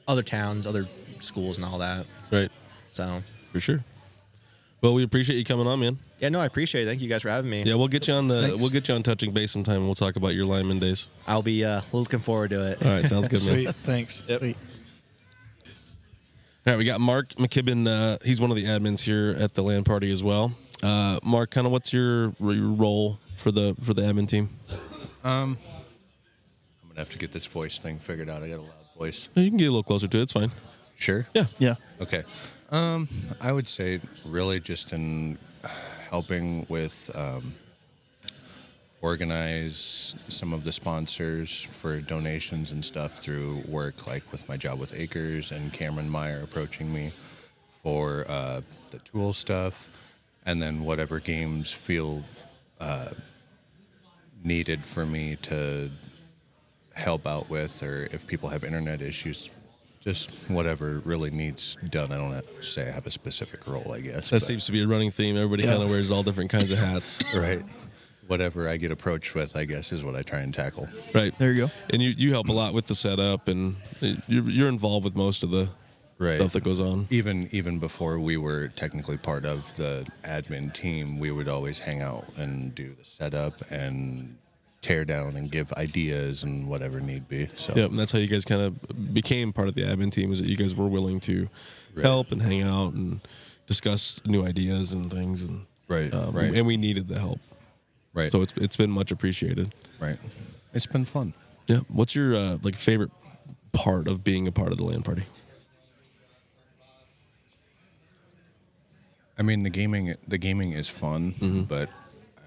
Speaker 13: other towns, other schools, and all that.
Speaker 2: Right.
Speaker 13: So
Speaker 2: For sure. Well, we appreciate you coming on, man.
Speaker 13: yeah, no, I appreciate it. Thank you guys for having me.
Speaker 2: Yeah, we'll get you on the
Speaker 13: Thanks.
Speaker 2: we'll get you on touching base sometime, and we'll talk about your lineman days.
Speaker 13: I'll be uh, looking forward to it.
Speaker 2: All right, sounds good, man.
Speaker 10: Sweet. Thanks.
Speaker 13: Yep.
Speaker 2: All right, we got Mark McKibben. Uh, he's one of the admins here at the land party as well. Uh, Mark, kind of what's your, your role for the for the admin team?
Speaker 14: Um, I'm gonna have to get this voice thing figured out. I got a loud voice.
Speaker 2: You can get a little closer to it. It's fine.
Speaker 14: Sure.
Speaker 2: Yeah.
Speaker 10: Yeah.
Speaker 14: Okay. Um, I would say really just in helping with um, organize some of the sponsors for donations and stuff through work, like with my job with Acres and Cameron Meyer approaching me for uh, the tool stuff, and then whatever games feel uh, needed for me to help out with, or if people have internet issues, just whatever really needs done. I don't have to say I have a specific role, I guess.
Speaker 2: That
Speaker 14: but-
Speaker 2: seems to be a running theme. Everybody
Speaker 14: Yeah.
Speaker 2: kind of wears all different kinds of hats.
Speaker 14: right. Whatever I get approached with, I guess, is what I try and tackle.
Speaker 2: Right. There you go. And you, you help a lot with the setup, and it- you're, you're involved with most of the
Speaker 14: right.
Speaker 2: stuff that goes on.
Speaker 14: Even even before we were technically part of the admin team, we would always hang out and do the setup and tear down and give ideas and whatever need be. So
Speaker 2: Yep, and that's how you guys kind of became part of the admin team. Is that you guys were willing to help and hang out and discuss new ideas and things, and
Speaker 14: Right,
Speaker 2: um,
Speaker 14: right.
Speaker 2: and we needed the help,
Speaker 14: Right.
Speaker 2: So it's it's been much appreciated.
Speaker 14: Right, it's been fun.
Speaker 2: Yeah. What's your uh, like favorite part of being a part of the land party?
Speaker 14: I mean the gaming the gaming is fun,
Speaker 2: Mm-hmm.
Speaker 14: but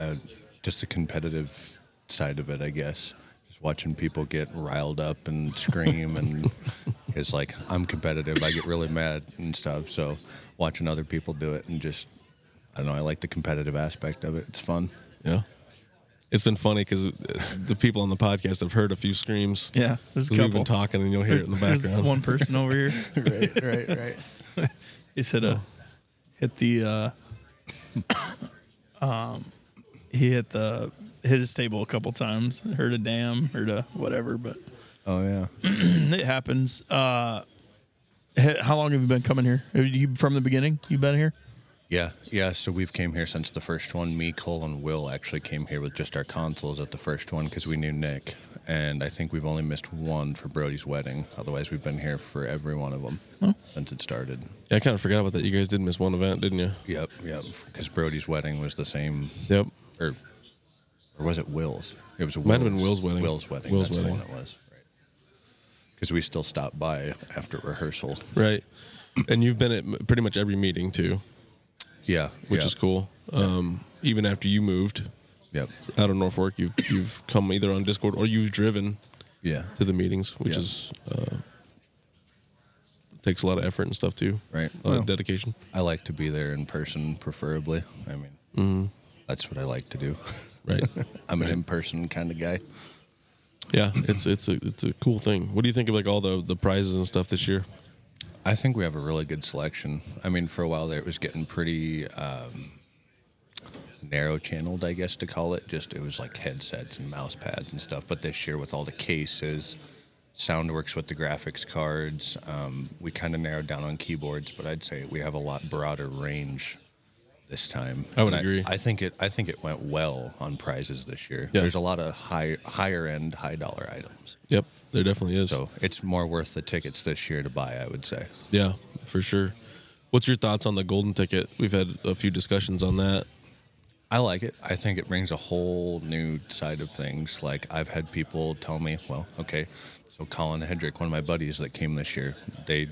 Speaker 14: uh, just the competitive side of it, I guess. Just watching people get riled up and scream and it's like I'm competitive. I get really mad and stuff. So watching other people do it and just I don't know. I like the competitive aspect of it. It's fun.
Speaker 2: Yeah. It's been funny because the people on the podcast have heard a few screams.
Speaker 4: Yeah, there's
Speaker 2: 'Cause
Speaker 4: a
Speaker 2: We've been
Speaker 4: couple.
Speaker 2: talking, and you'll hear it in the
Speaker 4: There's
Speaker 2: background.
Speaker 4: one person over here.
Speaker 3: Right, right,
Speaker 4: right. He's hit a hit the uh, um he hit the hit his table a couple times. Heard a damn, heard a whatever, but
Speaker 14: Oh yeah.
Speaker 4: it happens. Uh h- how long have you been coming here? Have you from the beginning? You've been here?
Speaker 14: Yeah, yeah. So we've came here since the first one. Me, Cole, and Will actually came here with just our consoles at the first one because we knew Nick, and I think we've only missed one for Brody's wedding. Otherwise, we've been here for every one of them since it started.
Speaker 2: Oh. Yeah, I kind of forgot about that. You guys did miss one event, didn't you?
Speaker 14: Yep, yep. Because Brody's wedding was the same.
Speaker 2: Yep.
Speaker 14: Or, or was it Will's? It was
Speaker 2: Might have been Will's wedding.
Speaker 14: Will's wedding.
Speaker 2: Will's
Speaker 14: that's
Speaker 2: wedding.
Speaker 14: the one it was. Right. Because we still stopped by after rehearsal.
Speaker 2: Right. And you've been at m- pretty much every meeting too.
Speaker 14: Yeah,
Speaker 2: which
Speaker 14: yeah.
Speaker 2: is cool. Um, Even after you moved,
Speaker 14: yep,
Speaker 2: out of Norfolk, you've you've come either on Discord or you've driven,
Speaker 14: yeah,
Speaker 2: to the meetings, which
Speaker 14: Yeah.
Speaker 2: is uh, takes a lot of effort and stuff too.
Speaker 14: Right.
Speaker 2: A lot of dedication.
Speaker 14: I like to be there in person, preferably. I mean, that's what I like to do.
Speaker 2: Mm-hmm. Right.
Speaker 14: I'm
Speaker 2: Right.
Speaker 14: an in person kind of guy.
Speaker 2: Yeah, it's it's a it's a cool thing. What do you think of like all the the prizes and stuff this year?
Speaker 14: I think we have a really good selection. I mean, for a while there, it was getting pretty um, narrow channeled, I guess to call it. Just it was like headsets and mouse pads and stuff. But this year, with all the cases, sound works with the graphics cards. Um, we kind of narrowed down on keyboards, but I'd say we have a lot broader range this time.
Speaker 2: I would
Speaker 14: And
Speaker 2: agree.
Speaker 14: I, think it. I think it went well on prizes this year.
Speaker 2: Yeah.
Speaker 14: There's a lot of high, higher end, high dollar items.
Speaker 2: Yep, there definitely is.
Speaker 14: So it's more worth the tickets this year to buy. I would say.
Speaker 2: Yeah, for sure. What's your thoughts on the golden ticket? We've had a few discussions on that.
Speaker 14: I like it. I think it brings a whole new side of things. Like I've had people tell me, well, okay, so Colin Hedrick, one of my buddies that came this year, they'd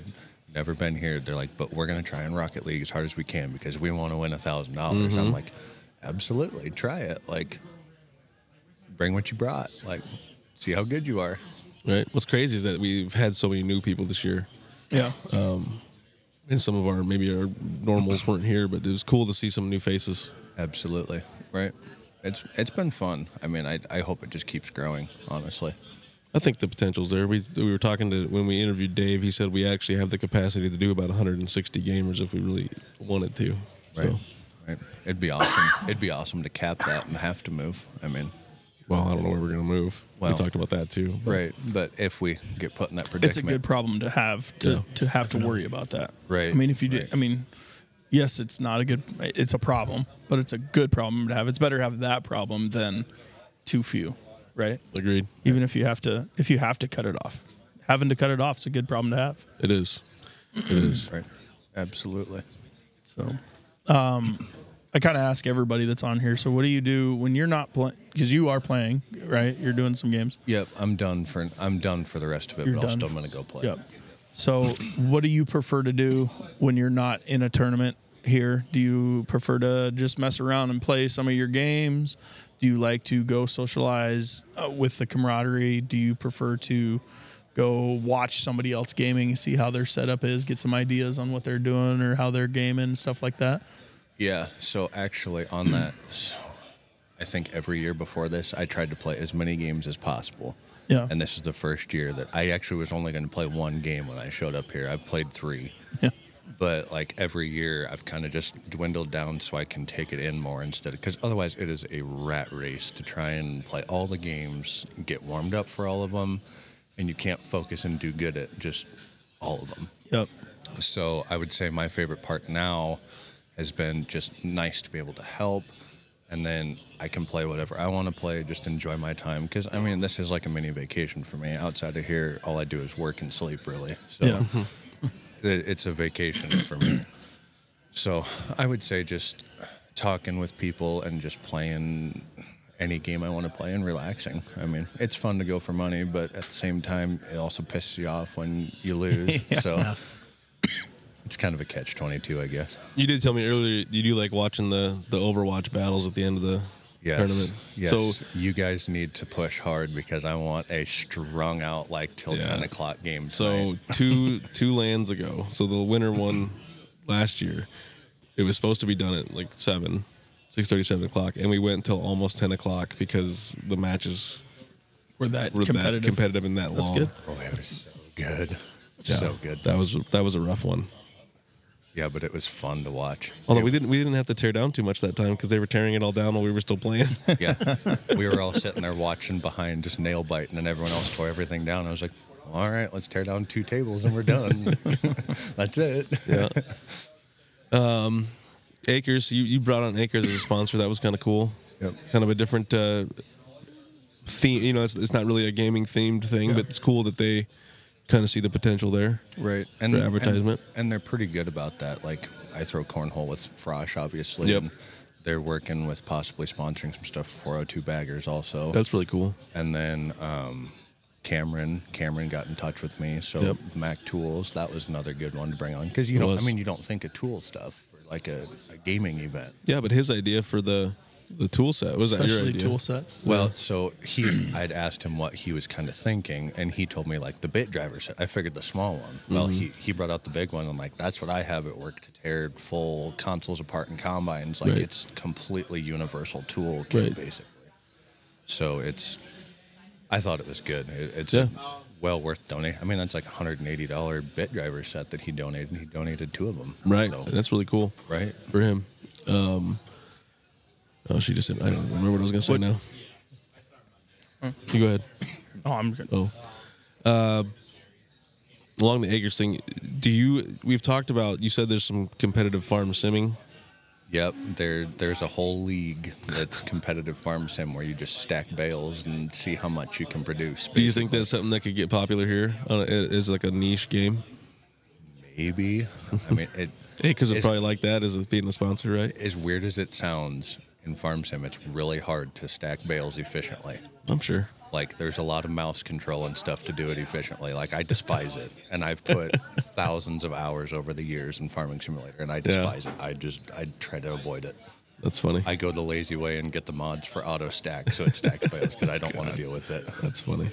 Speaker 14: never been here. They're like, but we're gonna try and Rocket League as hard as we can because we want to win a thousand dollars. I'm
Speaker 2: Mhm.
Speaker 14: like, absolutely, try it. Like, bring what you brought. Like, see how good you are.
Speaker 2: Right. What's crazy is that we've had so many new people this year.
Speaker 4: Yeah.
Speaker 2: Um, and some of our maybe our normals weren't here, but it was cool to see some new faces.
Speaker 14: Absolutely. Right. It's it's been fun. I mean, I I hope it just keeps growing. Honestly.
Speaker 2: I think the potential's there. We we were talking to when we interviewed Dave. He said we actually have the capacity to do about 160 gamers if we really wanted to.
Speaker 14: Right.
Speaker 2: So,
Speaker 14: Right. It'd be awesome. It'd be awesome to cap that and have to move. I mean,
Speaker 2: well, I don't know where we're gonna move.
Speaker 14: Well,
Speaker 2: we talked about that too. but-
Speaker 14: right. But if we get put in that predicament,
Speaker 4: it's a good problem to have to,
Speaker 2: Yeah.
Speaker 4: to have to worry about that.
Speaker 14: Right,
Speaker 4: I mean, if you do, I mean, yes, it's not a good, it's a problem, but it's a good problem to have. It's better to have that problem than too few, right?
Speaker 2: Agreed.
Speaker 4: Even if you have to, if you have to cut it off, having to cut it off is a good problem to have.
Speaker 2: It is. It is.
Speaker 14: Right. Absolutely.
Speaker 4: So, um, I kind of ask everybody that's on here. So, what do you do when you're not playing? Because you are playing, right? You're doing some games.
Speaker 14: Yep. I'm done for. I'm done for the rest of it.
Speaker 4: You're
Speaker 14: but
Speaker 4: done.
Speaker 14: I'm still gonna go play.
Speaker 4: Yep. So, what do you prefer to do when you're not in a tournament here? Do you prefer to just mess around and play some of your games? Do you like to go socialize uh, with the camaraderie? Do you prefer to go watch somebody else gaming, see how their setup is, get some ideas on what they're doing or how they're gaming, stuff like that?
Speaker 14: Yeah. So actually, on that, so I think every year before this, I tried to play as many games as possible.
Speaker 10: Yeah.
Speaker 14: And this is the first year that I actually was only going to play one game when I showed up here. I've played three.
Speaker 10: Yeah.
Speaker 14: But like every year, I've kind of just dwindled down so I can take it in more instead. Because otherwise, it is a rat race to try and play all the games, get warmed up for all of them, and you can't focus and do good at just all of them.
Speaker 10: Yep.
Speaker 14: So I would say my favorite part now has been just nice to be able to help. And then I can play whatever I want to play, just enjoy my time. Because, I mean, this is like a mini vacation for me. Outside of here, all I do is work and sleep, really. So
Speaker 4: Mm-hmm.
Speaker 10: Yeah.
Speaker 14: it- it's a vacation for me. So I would say just talking with people and just playing any game I want to play and relaxing. I mean, it's fun to go for money, but at the same time, it also pisses you off when you lose.
Speaker 2: Yeah.
Speaker 14: So it's kind of a catch 22, I guess.
Speaker 2: You did tell me earlier you do like watching the the Overwatch battles at the end of the
Speaker 14: Yes.
Speaker 2: tournament.
Speaker 14: Yes.
Speaker 2: So
Speaker 14: you guys need to push hard because I want a strung out like till
Speaker 2: Yeah.
Speaker 14: 10 o'clock game.
Speaker 2: So
Speaker 14: tonight.
Speaker 2: two two lands ago. So the winner won last year. It was supposed to be done at like seven, six thirty, seven o'clock, and we went until almost ten o'clock because the matches
Speaker 10: Were that competitive.
Speaker 2: competitive and that
Speaker 10: That's
Speaker 2: long.
Speaker 10: good.
Speaker 14: Oh, it was so good.
Speaker 2: Yeah,
Speaker 14: So good.
Speaker 2: That was that was a rough one.
Speaker 14: Yeah, but it was fun to watch.
Speaker 2: Although we didn't we didn't have to tear down too much that time because they were tearing it all down while we were still playing.
Speaker 14: yeah. We were all sitting there watching behind, just nail biting, and everyone else tore everything down. I was like, all right, let's tear down two tables and we're done. That's it.
Speaker 2: yeah. Um, Acres, you, you brought on Acres as a sponsor. That was kind of cool.
Speaker 14: Yep.
Speaker 2: Kind of a different uh, theme. You know, it's, it's not really a gaming themed thing, but it's cool that they kind of see the potential there.
Speaker 14: Right.
Speaker 2: And for advertisement.
Speaker 14: And, and they're pretty good about that. Like I throw cornhole with Frosh, obviously.
Speaker 2: Yep.
Speaker 14: and They're working with possibly sponsoring some stuff for 402 Baggers also.
Speaker 2: That's really cool.
Speaker 14: And then um, Cameron, Cameron got in touch with me. So
Speaker 2: Yep.
Speaker 14: Mac Tools, that was another good one to bring on because you
Speaker 2: It
Speaker 14: know, I
Speaker 2: was.
Speaker 14: mean, you don't think of tool stuff for like a, a gaming event.
Speaker 2: yeah, but his idea for the the tool set was that your
Speaker 14: Especially
Speaker 2: idea?
Speaker 14: tool sets. Well, so he, I'd asked him what he was kind of thinking, and he told me like the bit driver set. I figured the small one. Well,
Speaker 2: Mhm.
Speaker 14: he he brought out the big one. I'm like, that's what I have at work to tear full consoles apart and combines. Like
Speaker 2: Right.
Speaker 14: it's completely universal tool kit
Speaker 2: Right.
Speaker 14: basically. So it's, I thought it was good. It, it's well worth donating. I mean, that's like a hundred and eighty dollar bit driver set that he donated. He donated two of them.
Speaker 2: Right.
Speaker 14: So-
Speaker 2: That's really cool.
Speaker 14: Right.
Speaker 2: For him. Um, oh, she just said, I don't remember what I was going to say
Speaker 10: What-
Speaker 2: now. You go ahead.
Speaker 10: Oh, I'm good.
Speaker 2: Oh. Uh, along the acres thing, do you, we've talked about, you said there's some competitive farm simming.
Speaker 14: Yep, there there's a whole league that's competitive farm sim where you just stack bales and see how much you can produce.
Speaker 2: Do you think that's something that could get popular here? Uh, it- Is like a niche game?
Speaker 14: Maybe. I mean, it.
Speaker 2: because it's
Speaker 14: it's-
Speaker 2: probably like that as it being a sponsor, right?
Speaker 14: As weird as it sounds, in farm sim, it's really hard to stack bales efficiently.
Speaker 2: I'm sure.
Speaker 14: Like there's a lot of mouse control and stuff to do it efficiently. Like I despise it, and I've put thousands of hours over the years in Farming Simulator, and I despise it. I just I try to avoid it.
Speaker 2: That's funny.
Speaker 14: I go the lazy way and get the mods for auto stack, so it stacks bales because I don't want to deal with it.
Speaker 2: That's funny.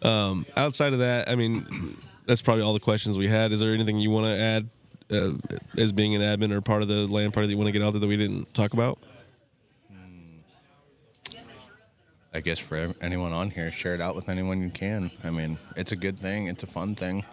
Speaker 2: Um, outside of that, I mean, that's probably all the questions we had. Is there anything you want to add uh, as being an admin or part of the land party that you want to get out there that we didn't talk about?
Speaker 14: I guess for ev- anyone on here, share it out with anyone you can. I mean, it's a good thing. It's a fun thing.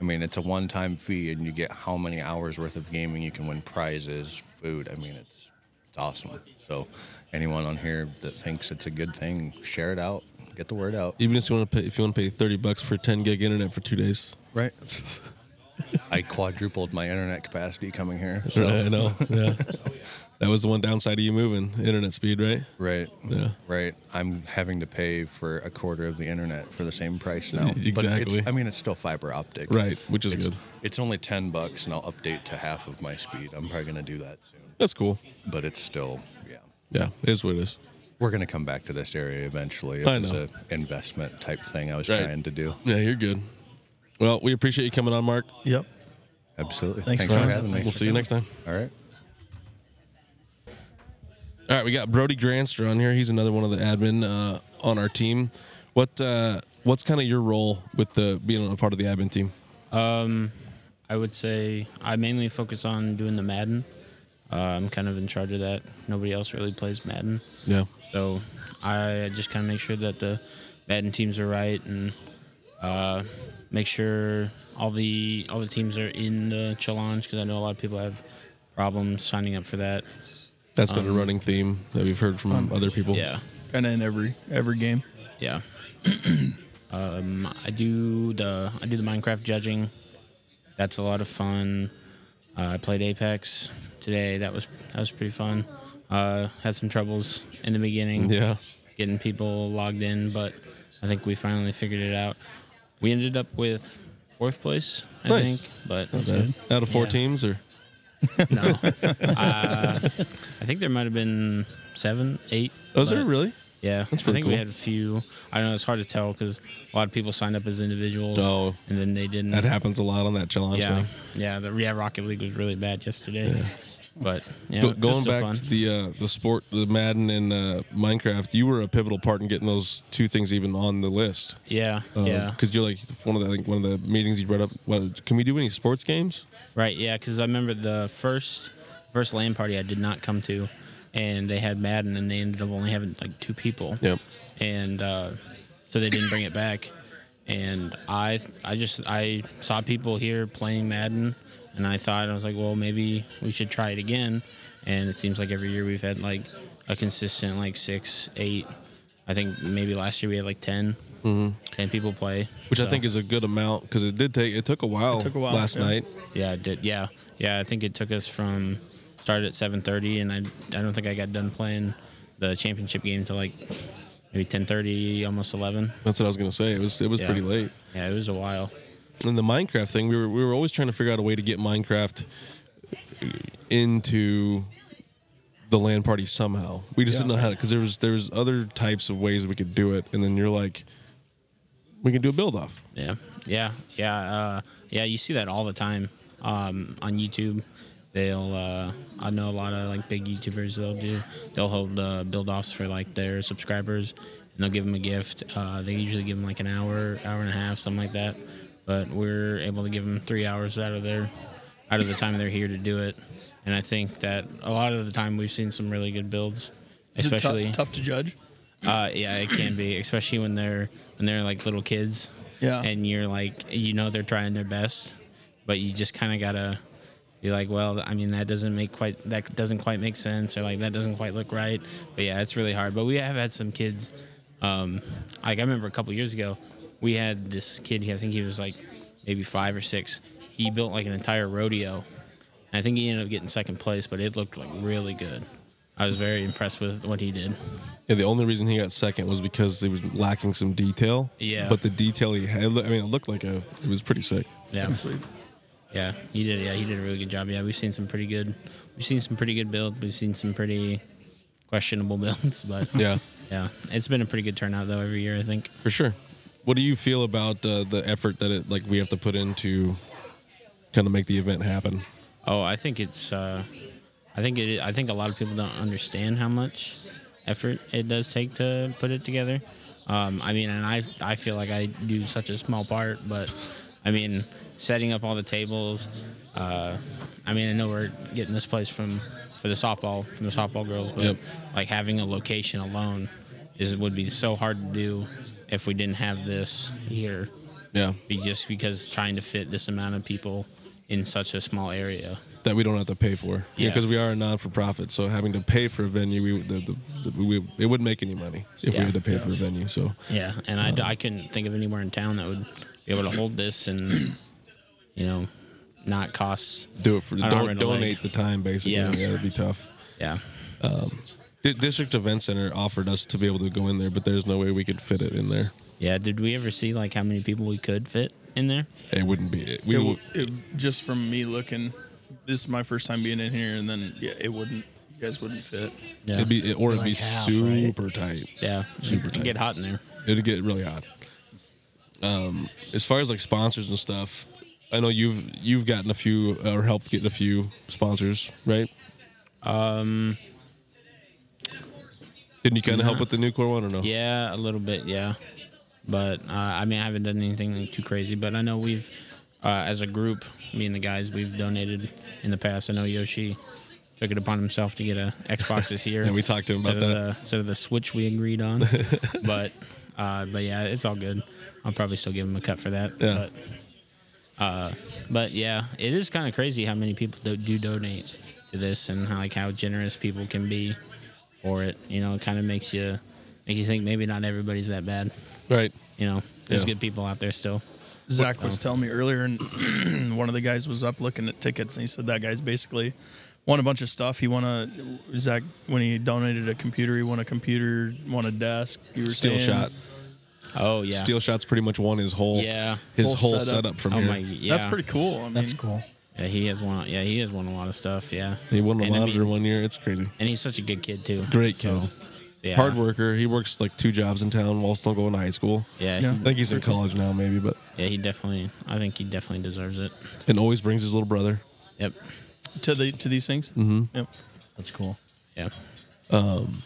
Speaker 14: I mean, it's a one-time fee, and you get how many hours worth of gaming you can win prizes, food. I mean, it's it's awesome. So, anyone on here that thinks it's a good thing, share it out. Get the word out.
Speaker 2: Even if you want to pay, if you want to pay thirty bucks for ten gig internet for two days,
Speaker 14: Right. I quadrupled my internet capacity coming here.
Speaker 2: Right, I know. Yeah, that was the one downside of you moving internet speed, right?
Speaker 14: Right.
Speaker 2: Yeah.
Speaker 14: Right. I'm having to pay for a quarter of the internet for the same price now. But it's-
Speaker 2: Exactly.
Speaker 14: I mean, it's still fiber optic.
Speaker 2: Right, which is
Speaker 14: It's-
Speaker 2: good.
Speaker 14: It's only 10 bucks and I'll update to half of my speed. I'm probably going to do that soon.
Speaker 2: That's cool.
Speaker 14: But it's still, yeah.
Speaker 2: Yeah, it is what it is.
Speaker 14: We're going to come back to this area eventually. It
Speaker 2: I
Speaker 14: was
Speaker 2: know.
Speaker 14: an investment type thing I was
Speaker 2: Right.
Speaker 14: trying to do.
Speaker 2: Yeah, you're good. Well, we appreciate you coming on, Mark.
Speaker 10: Yep.
Speaker 14: Absolutely.
Speaker 2: Thanks for having me. We'll see you next time.
Speaker 14: All right.
Speaker 2: All right, we got Brody Granster on here. He's another one of the admin uh, on our team. What uh, what's kind of your role with the being a part of the admin team?
Speaker 15: Um, I would say I mainly focus on doing the Madden, Uh, I'm kind of in charge of that. Nobody else really plays Madden.
Speaker 2: Yeah.
Speaker 15: So I just kind of make sure that the Madden teams are right and uh, make sure all the all the teams are in the challenge because I know a lot of people have problems signing up for that.
Speaker 2: That's been
Speaker 15: Um,
Speaker 2: a running theme that we've heard from other people.
Speaker 15: Yeah.
Speaker 10: Kind of in every every game.
Speaker 15: Yeah. um, I do the I do the Minecraft judging. That's a lot of fun. Uh, I played Apex today. That was that was pretty fun. Uh, had some troubles in the beginning.
Speaker 2: Yeah.
Speaker 15: Getting people logged in, but I think we finally figured it out. We ended up with fourth place, I
Speaker 2: Nice.
Speaker 15: think. But
Speaker 2: Not bad. Out of four
Speaker 15: Yeah.
Speaker 2: teams, or
Speaker 15: No. uh, I think there might have been seven, eight.
Speaker 2: Oh, is there
Speaker 15: but-
Speaker 2: really?
Speaker 15: Yeah.
Speaker 2: That's
Speaker 15: I
Speaker 2: pretty
Speaker 15: think we
Speaker 2: cool.
Speaker 15: had a few. I don't know. It's hard to tell because a lot of people signed up as individuals.
Speaker 2: Oh.
Speaker 15: And then they didn't.
Speaker 2: that happens a lot on that challenge
Speaker 15: yeah.
Speaker 2: thing.
Speaker 15: Yeah. The yeah, Rocket League was really bad yesterday. But yeah,
Speaker 2: Go-
Speaker 15: it was
Speaker 2: going
Speaker 15: still
Speaker 2: back
Speaker 15: fun.
Speaker 2: to the uh, the sport, the Madden and uh, Minecraft, you were a pivotal part in getting those two things even on the list.
Speaker 15: Yeah, yeah.
Speaker 2: Because you're like one of the I think one of the meetings you brought up. What, can we do any sports games?
Speaker 15: Right, yeah, because I remember the first first LAN party I did not come to, and they had Madden, and they ended up only having like two people.
Speaker 2: Yep.
Speaker 15: And uh, so they didn't bring it back, and I I just I saw people here playing Madden, and I thought I was like, well, maybe we should try it again, and it seems like every year we've had like a consistent like six, eight. I think maybe last year we had like 10,
Speaker 2: Mhm.
Speaker 15: 10 people play,
Speaker 2: Which I
Speaker 15: so-
Speaker 2: think is a good amount because it did take it took a while, last night.
Speaker 15: yeah, it did. Yeah, yeah. I think it took us from started at seven thirty, and I I don't think I got done playing the championship game till like maybe ten thirty, almost eleven.
Speaker 2: That's what I was gonna say. It was it was
Speaker 15: Yeah.
Speaker 2: pretty late.
Speaker 15: Yeah, it was a while.
Speaker 2: And the Minecraft thing, we were we were always trying to figure out a way to get Minecraft into the land party somehow. We just
Speaker 10: Yeah.
Speaker 2: didn't know how to because there was there was other types of ways we could do it, and then you're like, we can do a build off.
Speaker 15: Yeah, yeah, yeah, uh, yeah. You see that all the time um, on YouTube. They'll uh, I know a lot of like big YouTubers. They'll do they'll hold uh, build offs for like their subscribers, and they'll give them a gift. Uh, they usually give them like an hour, hour and a half, something like that. But we're able to give them three hours out of their out of the time they're here to do it. And I think that a lot of the time we've seen some really good builds,
Speaker 4: Is it tou-
Speaker 15: especially
Speaker 4: tough to judge?
Speaker 15: uh, yeah, it can be, especially when they're when they're like little kids.
Speaker 4: Yeah.
Speaker 15: And you're like, you know, they're trying their best, but you just kind of gotta be like, well, I mean, that doesn't make quite that doesn't quite make sense, or like that doesn't quite look right. But yeah, it's really hard. But we have had some kids. Um, like I remember a couple years ago, we had this kid. I think he was like maybe five or six. He built like an entire rodeo. And I think he ended up getting second place, but it looked like really good. I was very impressed with what he did.
Speaker 2: Yeah, the only reason he got second was because he was lacking some detail.
Speaker 15: Yeah.
Speaker 2: But the detail he had, I mean, it looked like a, it was pretty sick.
Speaker 15: Yeah. sweet. Yeah, he did. Yeah, he did a really good job. Yeah, we've seen some pretty good. We've seen some pretty good builds. We've seen some pretty questionable builds, but
Speaker 2: Yeah.
Speaker 15: yeah, it's been a pretty good turnout though every year. I think.
Speaker 2: For sure. What do you feel about uh, the effort that it, like, we have to put in to kind of make the event happen?
Speaker 15: Oh, I think it's. Uh, I think it. I think a lot of people don't understand how much effort it does take to put it together. Um, I mean, and I I feel like I do such a small part, but I mean, setting up all the tables. Uh, I mean, I know we're getting this place from for the softball from the softball girls, but
Speaker 2: Yep.
Speaker 15: like having a location alone is would be so hard to do if we didn't have this here.
Speaker 2: Yeah.
Speaker 15: Be just because trying to fit this amount of people in such a small area.
Speaker 2: That we don't have to pay for.
Speaker 15: Yeah.
Speaker 2: Because we are a non for profit. So having to pay for a venue, we, the, the, the, we it wouldn't make any money if
Speaker 15: Yeah.
Speaker 2: we had to pay for a venue. So,
Speaker 15: Yeah, and I, I couldn't think of anywhere in town that would be able to hold this and, you know, not cost.
Speaker 2: do it for
Speaker 15: an arm
Speaker 2: don't
Speaker 15: and a leg.
Speaker 2: donate the time basically yeah,
Speaker 15: Yeah.
Speaker 2: that'd be tough
Speaker 15: yeah
Speaker 2: um Di- district event center offered us to be able to go in there but there's no way we could fit it in there
Speaker 15: Yeah, did we ever see like how many people we could fit in there?
Speaker 2: it wouldn't be it, we
Speaker 10: it,
Speaker 2: would,
Speaker 10: w- it- just from me looking. This is my first time being in here, and then yeah, it wouldn't. You guys wouldn't fit.
Speaker 2: it'd be or it'd be super tight
Speaker 15: yeah
Speaker 2: super
Speaker 15: it'd
Speaker 2: tight
Speaker 15: get hot in there.
Speaker 2: it'd get really hot um as far as like sponsors and stuff i know you've you've gotten a few or helped get a few sponsors right
Speaker 15: um
Speaker 2: didn't you kind of help
Speaker 15: Nah.
Speaker 2: with the new core one or no
Speaker 15: Yeah, a little bit, yeah. But uh, I mean, I haven't done anything too crazy, but I know we've, uh, as a group, me and the guys, we've donated in the past. I know Yoshi took it upon himself to get a Xbox this year.
Speaker 2: Yeah, we talked to him
Speaker 15: instead
Speaker 2: about
Speaker 15: of
Speaker 2: that.
Speaker 15: The, instead of the Switch we agreed on, but uh, but yeah, it's all good. I'll probably still give him a cut for that.
Speaker 2: Yeah.
Speaker 15: But, uh, but yeah, it is kind of crazy how many people do, do donate to this and how like how generous people can be for it. You know, it kind of makes you makes you think maybe not everybody's that bad.
Speaker 2: Right.
Speaker 15: You know, there's
Speaker 4: Yeah.
Speaker 15: good people out there still.
Speaker 4: Zach
Speaker 15: So-
Speaker 4: was telling me earlier, and one of the guys was up looking at tickets, and he said that guy's basically won a bunch of stuff. He won a Zach when he donated a computer. He won a computer, won a desk. You were
Speaker 2: Steel
Speaker 4: saying.
Speaker 2: shot.
Speaker 15: Oh yeah.
Speaker 2: Steel shot's pretty much won his whole
Speaker 15: Yeah.
Speaker 2: his whole, setup. from
Speaker 15: oh
Speaker 2: here.
Speaker 15: My, yeah.
Speaker 4: That's pretty cool. I That's mean-
Speaker 15: cool. Yeah, he has won. Yeah, he has won a lot of stuff. Yeah.
Speaker 2: He won a
Speaker 15: And I
Speaker 2: monitor
Speaker 15: mean-
Speaker 2: one year. It's crazy.
Speaker 15: And he's such a good kid too.
Speaker 2: Great
Speaker 15: So,
Speaker 2: kid.
Speaker 15: yeah.
Speaker 2: Hard worker. He works like two jobs in town while still going to high school.
Speaker 15: Yeah,
Speaker 2: I
Speaker 15: he-
Speaker 2: think he's in college now, maybe, but
Speaker 15: Yeah, he definitely. I think he definitely deserves it.
Speaker 2: and always brings his little brother.
Speaker 15: Yep.
Speaker 4: To the to these things.
Speaker 2: Mhm.
Speaker 4: Yep.
Speaker 16: That's cool.
Speaker 15: Yeah.
Speaker 2: Um,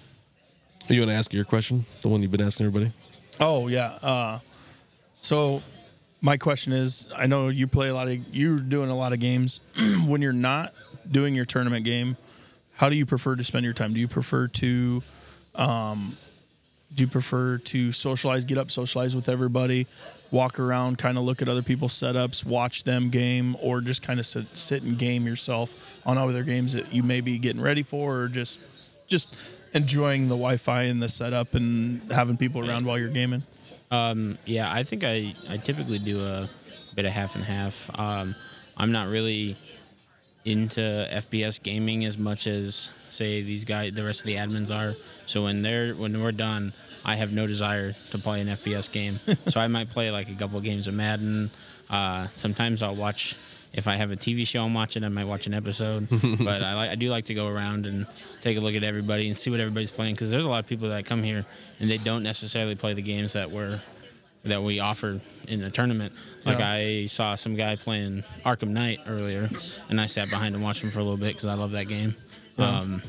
Speaker 2: you want to ask your question? The one you've been asking everybody.
Speaker 4: Oh yeah. Uh, so my question is, I know you play a lot of, you're doing a lot of games. when you're not doing your tournament game, how do you prefer to spend your time? Do you prefer to, um, do you prefer to socialize, get up, socialize with everybody, walk around, kind of look at other people's setups, watch them game, or just kind of sit, sit and game yourself on all other games that you may be getting ready for, or just just enjoying the Wi-Fi and the setup and having people around while you're gaming?
Speaker 15: Um, yeah, I think I, I typically do a bit of half and half. Um, I'm not really into FPS gaming as much as say these guys, the rest of the admins are. So when they're when we're done, I have no desire to play an FPS game. so I might play like a couple games of Madden. Uh, sometimes I'll watch if I have a TV show I'm watching, I might watch an episode. but I like I do like to go around and take a look at everybody and see what everybody's playing because there's a lot of people that come here and they don't necessarily play the games that were that we offer in the tournament. Like
Speaker 4: Yeah.
Speaker 15: I saw some guy playing Arkham Knight earlier, and I sat behind and watched him for a little bit because I love that game.
Speaker 4: Yeah.
Speaker 15: Um,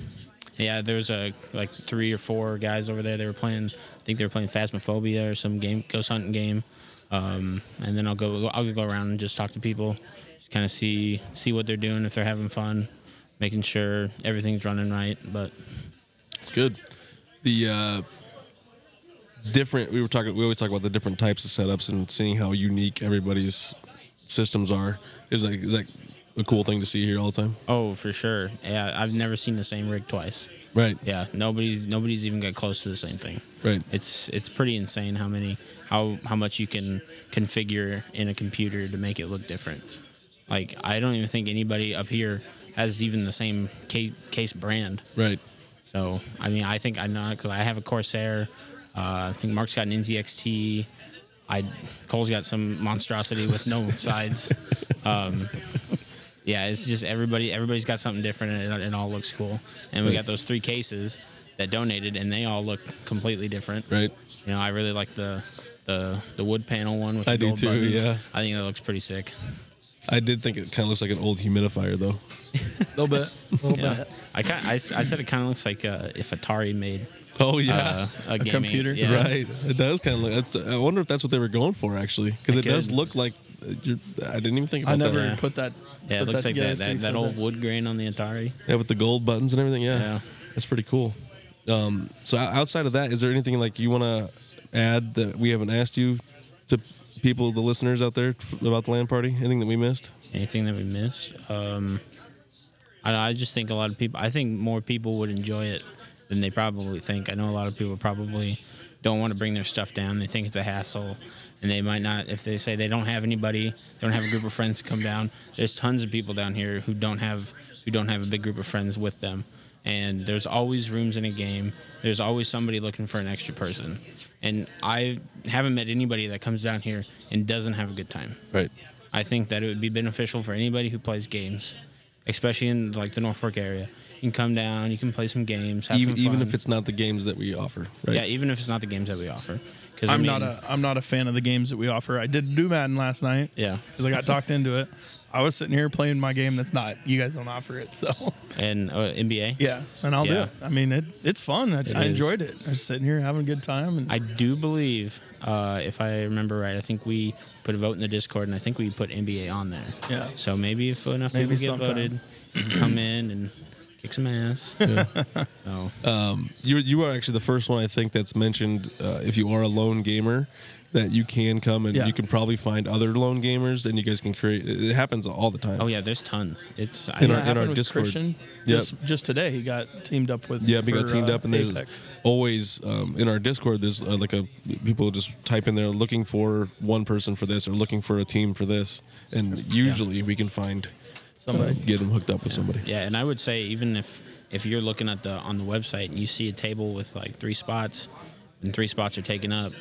Speaker 15: yeah, there was a like three or four guys over there. They were playing. I think they were playing Phasmophobia or some game, ghost hunting game. Um, and then I'll go. I'll go around and just talk to people, just kind of see see what they're doing, if they're having fun, making sure everything's running right. But
Speaker 2: It's good. The uh, different we were talking we always talk about the different types of setups and seeing how unique everybody's systems are. Is like is that a cool thing to see here all the time?
Speaker 15: Oh, for sure. Yeah, I've never seen the same rig twice.
Speaker 2: Right.
Speaker 15: Yeah. Nobody's nobody's even got close to the same thing.
Speaker 2: Right.
Speaker 15: It's it's pretty insane how many how how much you can configure in a computer to make it look different. Like I don't even think anybody up here has even the same case, case brand.
Speaker 2: Right.
Speaker 15: So I mean, I think I know because I have a Corsair. Uh, I think Mark's got an NZXT. I Cole's got some monstrosity with no sides. Um, yeah, it's just everybody. Everybody's got something different, and it, it all looks cool. And we
Speaker 2: Right.
Speaker 15: got those three cases that donated, and they all look completely different.
Speaker 2: Right.
Speaker 15: You know, I really like the the the wood panel one with the
Speaker 2: I do
Speaker 15: gold
Speaker 2: too,
Speaker 15: buttons.
Speaker 2: yeah.
Speaker 15: I think that looks pretty sick.
Speaker 2: I did think it kind of looks like an old humidifier though.
Speaker 4: little bit.
Speaker 15: little bit. I kind I, s- I said it kind of looks like uh, if Atari made.
Speaker 2: Oh yeah,
Speaker 15: uh, a, gaming- yeah.
Speaker 2: right? It does kind of look. That's, I wonder if that's what they were going for actually, because it,
Speaker 15: It
Speaker 2: does
Speaker 15: could.
Speaker 2: look like. uh, You're, I didn't even think about
Speaker 4: I never
Speaker 2: that.
Speaker 4: put that.
Speaker 15: Yeah, it
Speaker 4: put
Speaker 15: looks like
Speaker 4: together until
Speaker 15: that,
Speaker 4: you
Speaker 15: that,
Speaker 4: said
Speaker 15: that old wood grain on the Atari.
Speaker 2: Yeah, with the gold buttons and everything. Yeah,
Speaker 15: Yeah.
Speaker 2: that's pretty cool. Um, so o- outside of that, is there anything like you want to add that we haven't asked you to people, the listeners out there f- about the land party? Anything that we missed?
Speaker 15: Anything that we missed? Um, I, I just think a lot of people. I think more people would enjoy it than they probably think. I know a lot of people probably don't want to bring their stuff down. They think it's a hassle, and they might not. If they say they don't have anybody, they don't have a group of friends to come down. There's tons of people down here who don't have who don't have a big group of friends with them. And there's always rooms in a game. There's always somebody looking for an extra person. And I haven't met anybody that comes down here and doesn't have a good time.
Speaker 2: Right.
Speaker 15: I think that it would be beneficial for anybody who plays games, especially in like the Norfolk area. You can come down, you can play some games, have
Speaker 2: Even,
Speaker 15: some fun.
Speaker 2: even if it's not the games that we offer, right?
Speaker 15: yeah, even if it's not the games that we offer. Because
Speaker 4: I'm not a I'm not a fan of the games that we offer. I did do Madden last night.
Speaker 15: Yeah.
Speaker 4: because I got talked into it. I was sitting here playing my game that's not you guys don't offer it, so
Speaker 15: and uh, NBA.
Speaker 4: yeah, and I'll do
Speaker 15: Yeah.
Speaker 4: it. I mean, it, it's fun. I,
Speaker 15: It
Speaker 4: I
Speaker 15: is.
Speaker 4: enjoyed it. I was sitting here having a good time. And
Speaker 15: I do believe, uh, if I remember right, I think we put a vote in the Discord, and I think we put NBA on there.
Speaker 4: Yeah.
Speaker 15: So maybe if enough
Speaker 4: Maybe
Speaker 15: people get
Speaker 4: sometime.
Speaker 15: voted, you can come in and kick some ass. so
Speaker 2: Um, you you are actually the first one I think that's mentioned. Uh, if you are a lone gamer, that you can come and
Speaker 15: Yeah.
Speaker 2: you can probably find other lone gamers, and you guys can create. It happens all the time.
Speaker 15: Oh yeah, there's tons. It's
Speaker 2: in
Speaker 15: I-
Speaker 2: our in our Discord.
Speaker 4: Christian
Speaker 2: Yep.
Speaker 4: just, just today he got teamed up with
Speaker 2: Yeah, we got
Speaker 4: for,
Speaker 2: teamed
Speaker 4: uh,
Speaker 2: up, and there's
Speaker 4: Apex.
Speaker 2: always um, in our Discord. There's uh, like a people just type in there looking for one person for this or looking for a team for this, and usually we can find somebody,
Speaker 15: Somebody.
Speaker 2: get them hooked up with somebody.
Speaker 15: Yeah, and I would say even if if you're looking at the on the website and you see a table with like three spots, and three spots are taken up,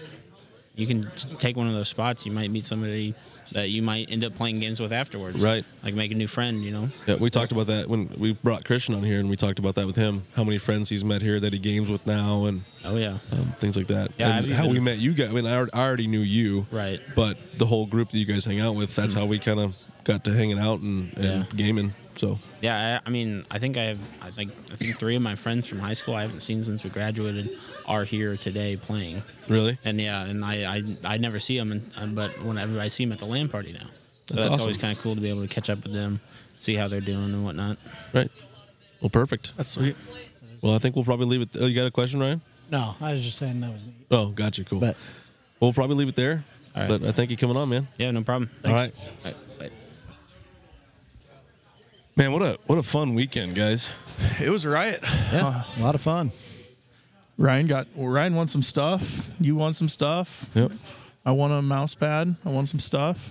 Speaker 15: you can t- take one of those spots. You might meet somebody that you might end up playing games with afterwards.
Speaker 2: Right.
Speaker 15: Like make a new friend. You know.
Speaker 2: Yeah, we talked about that when we brought Christian on here, and we talked about that with him. How many friends he's met here that he games with now, and
Speaker 15: oh yeah,
Speaker 2: um, things like that.
Speaker 15: Yeah,
Speaker 2: and
Speaker 15: I've
Speaker 2: how we
Speaker 15: even-
Speaker 2: met you guys. I mean, I al- I already knew you,
Speaker 15: Right. Mm-hmm.
Speaker 2: But the whole group that you guys hang out with, that's how we kind of got to hanging out and, and
Speaker 15: Yeah.
Speaker 2: gaming. So
Speaker 15: Yeah, I, I mean, I think I have, I think, I think three of my friends from high school I haven't seen since we graduated are here today playing.
Speaker 2: Really?
Speaker 15: And yeah, and I, I, I never see them, and, uh, but whenever I see them at the land party now, so
Speaker 2: That's
Speaker 15: that's
Speaker 2: awesome.
Speaker 15: always kind of cool to be able to catch up with them, see how they're doing and whatnot.
Speaker 2: Right. Well, perfect.
Speaker 4: That's sweet.
Speaker 2: Well, I think we'll probably leave it. oh, you got a question, Ryan?
Speaker 6: No, I was just saying that was neat.
Speaker 2: Oh, gotcha. Cool. we'll probably leave it there. All right. But I thank you coming on, man.
Speaker 15: Yeah, no problem.
Speaker 2: All right. Man, what a what a fun weekend, guys.
Speaker 4: It was a riot.
Speaker 2: Yeah,
Speaker 6: a lot of fun.
Speaker 4: Ryan got well, Ryan won some stuff. You won some stuff.
Speaker 2: Yep.
Speaker 4: I won a mouse pad. I won some stuff.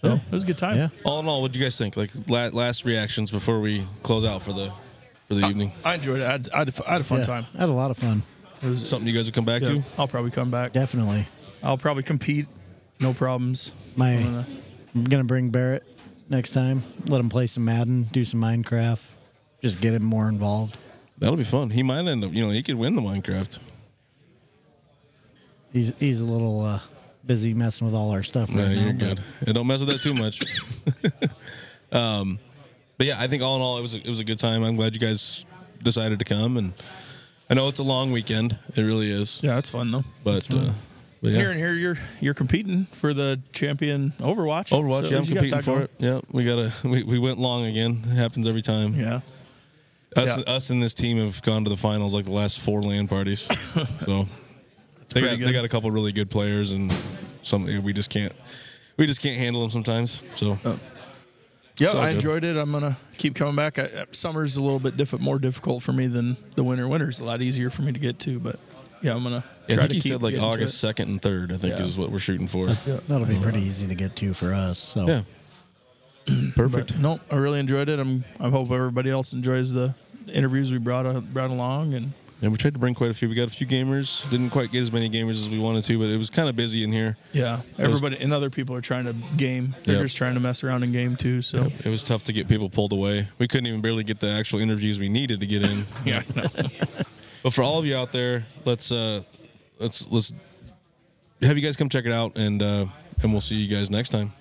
Speaker 4: So it was a good time. Yeah.
Speaker 2: All in all, what do you guys think? Like la- last reactions before we close out for the for the evening.
Speaker 4: I enjoyed it. I had, I had, a f- I had a fun
Speaker 6: Yeah,
Speaker 4: time.
Speaker 6: I had a lot of fun.
Speaker 4: It was
Speaker 2: something you guys will come back to?
Speaker 4: I'll probably come back.
Speaker 6: Definitely.
Speaker 4: I'll probably compete. No problems.
Speaker 6: My,
Speaker 4: I'm gonna-
Speaker 6: I'm gonna bring Barrett next time. Let him play some Madden, do some Minecraft, just get him more involved.
Speaker 2: That'll be fun. He might end up, you know, he could win the Minecraft.
Speaker 6: He's he's a little uh, busy messing with all our stuff
Speaker 2: No,
Speaker 6: right now.
Speaker 2: you're
Speaker 6: but-
Speaker 2: good. And don't mess with that too much. um, but yeah, I think all in all, it was a, it was a good time. I'm glad you guys decided to come, and I know it's a long weekend. It really is.
Speaker 4: Yeah, it's fun though.
Speaker 2: But, uh, but
Speaker 4: Here
Speaker 2: yeah.
Speaker 4: and here, you're you're competing for the champion Overwatch.
Speaker 2: Overwatch,
Speaker 4: So
Speaker 2: yeah, I'm
Speaker 4: you got
Speaker 2: competing
Speaker 4: that
Speaker 2: for
Speaker 4: going.
Speaker 2: it. Yeah, we gotta. We, we went long again. It happens every time.
Speaker 4: Yeah.
Speaker 2: Us,
Speaker 4: Yeah.
Speaker 2: us and this team have gone to the finals like the last four land parties. so they
Speaker 4: pretty
Speaker 2: got, they
Speaker 4: good.
Speaker 2: got a couple really good players and something we just can't we just can't handle them sometimes. So
Speaker 4: Oh. Yeah,
Speaker 2: It's all
Speaker 4: I
Speaker 2: good.
Speaker 4: enjoyed it. I'm gonna keep coming back. I, uh, summer's a little bit diffi- more difficult for me than the winter. Winter's a lot easier for me to get to, but yeah, I'm gonna
Speaker 2: Yeah, I
Speaker 4: try
Speaker 2: think
Speaker 4: to
Speaker 2: you
Speaker 4: keep
Speaker 2: said like
Speaker 4: getting to
Speaker 2: August
Speaker 4: it.
Speaker 2: second and third. I think
Speaker 4: Yeah.
Speaker 2: is what we're shooting for.
Speaker 6: That'll be pretty easy to get to for us. So
Speaker 2: Yeah. Perfect.
Speaker 4: But, no, I really enjoyed it. I'm I hope everybody else enjoys the interviews we brought uh, brought along and
Speaker 2: And we tried to bring quite a few. We got a few gamers. Didn't quite get as many gamers as we wanted to, but it was kind of busy in here.
Speaker 4: yeah,
Speaker 2: It was-
Speaker 4: everybody and other people are trying to game. They're
Speaker 2: Yep.
Speaker 4: just trying to mess around in game too. So
Speaker 2: Yep, It was tough to get people pulled away. We couldn't even barely get the actual interviews we needed to get in.
Speaker 4: yeah, I know.
Speaker 2: but for all of you out there, let's uh let's let's have you guys come check it out and uh and we'll see you guys next time.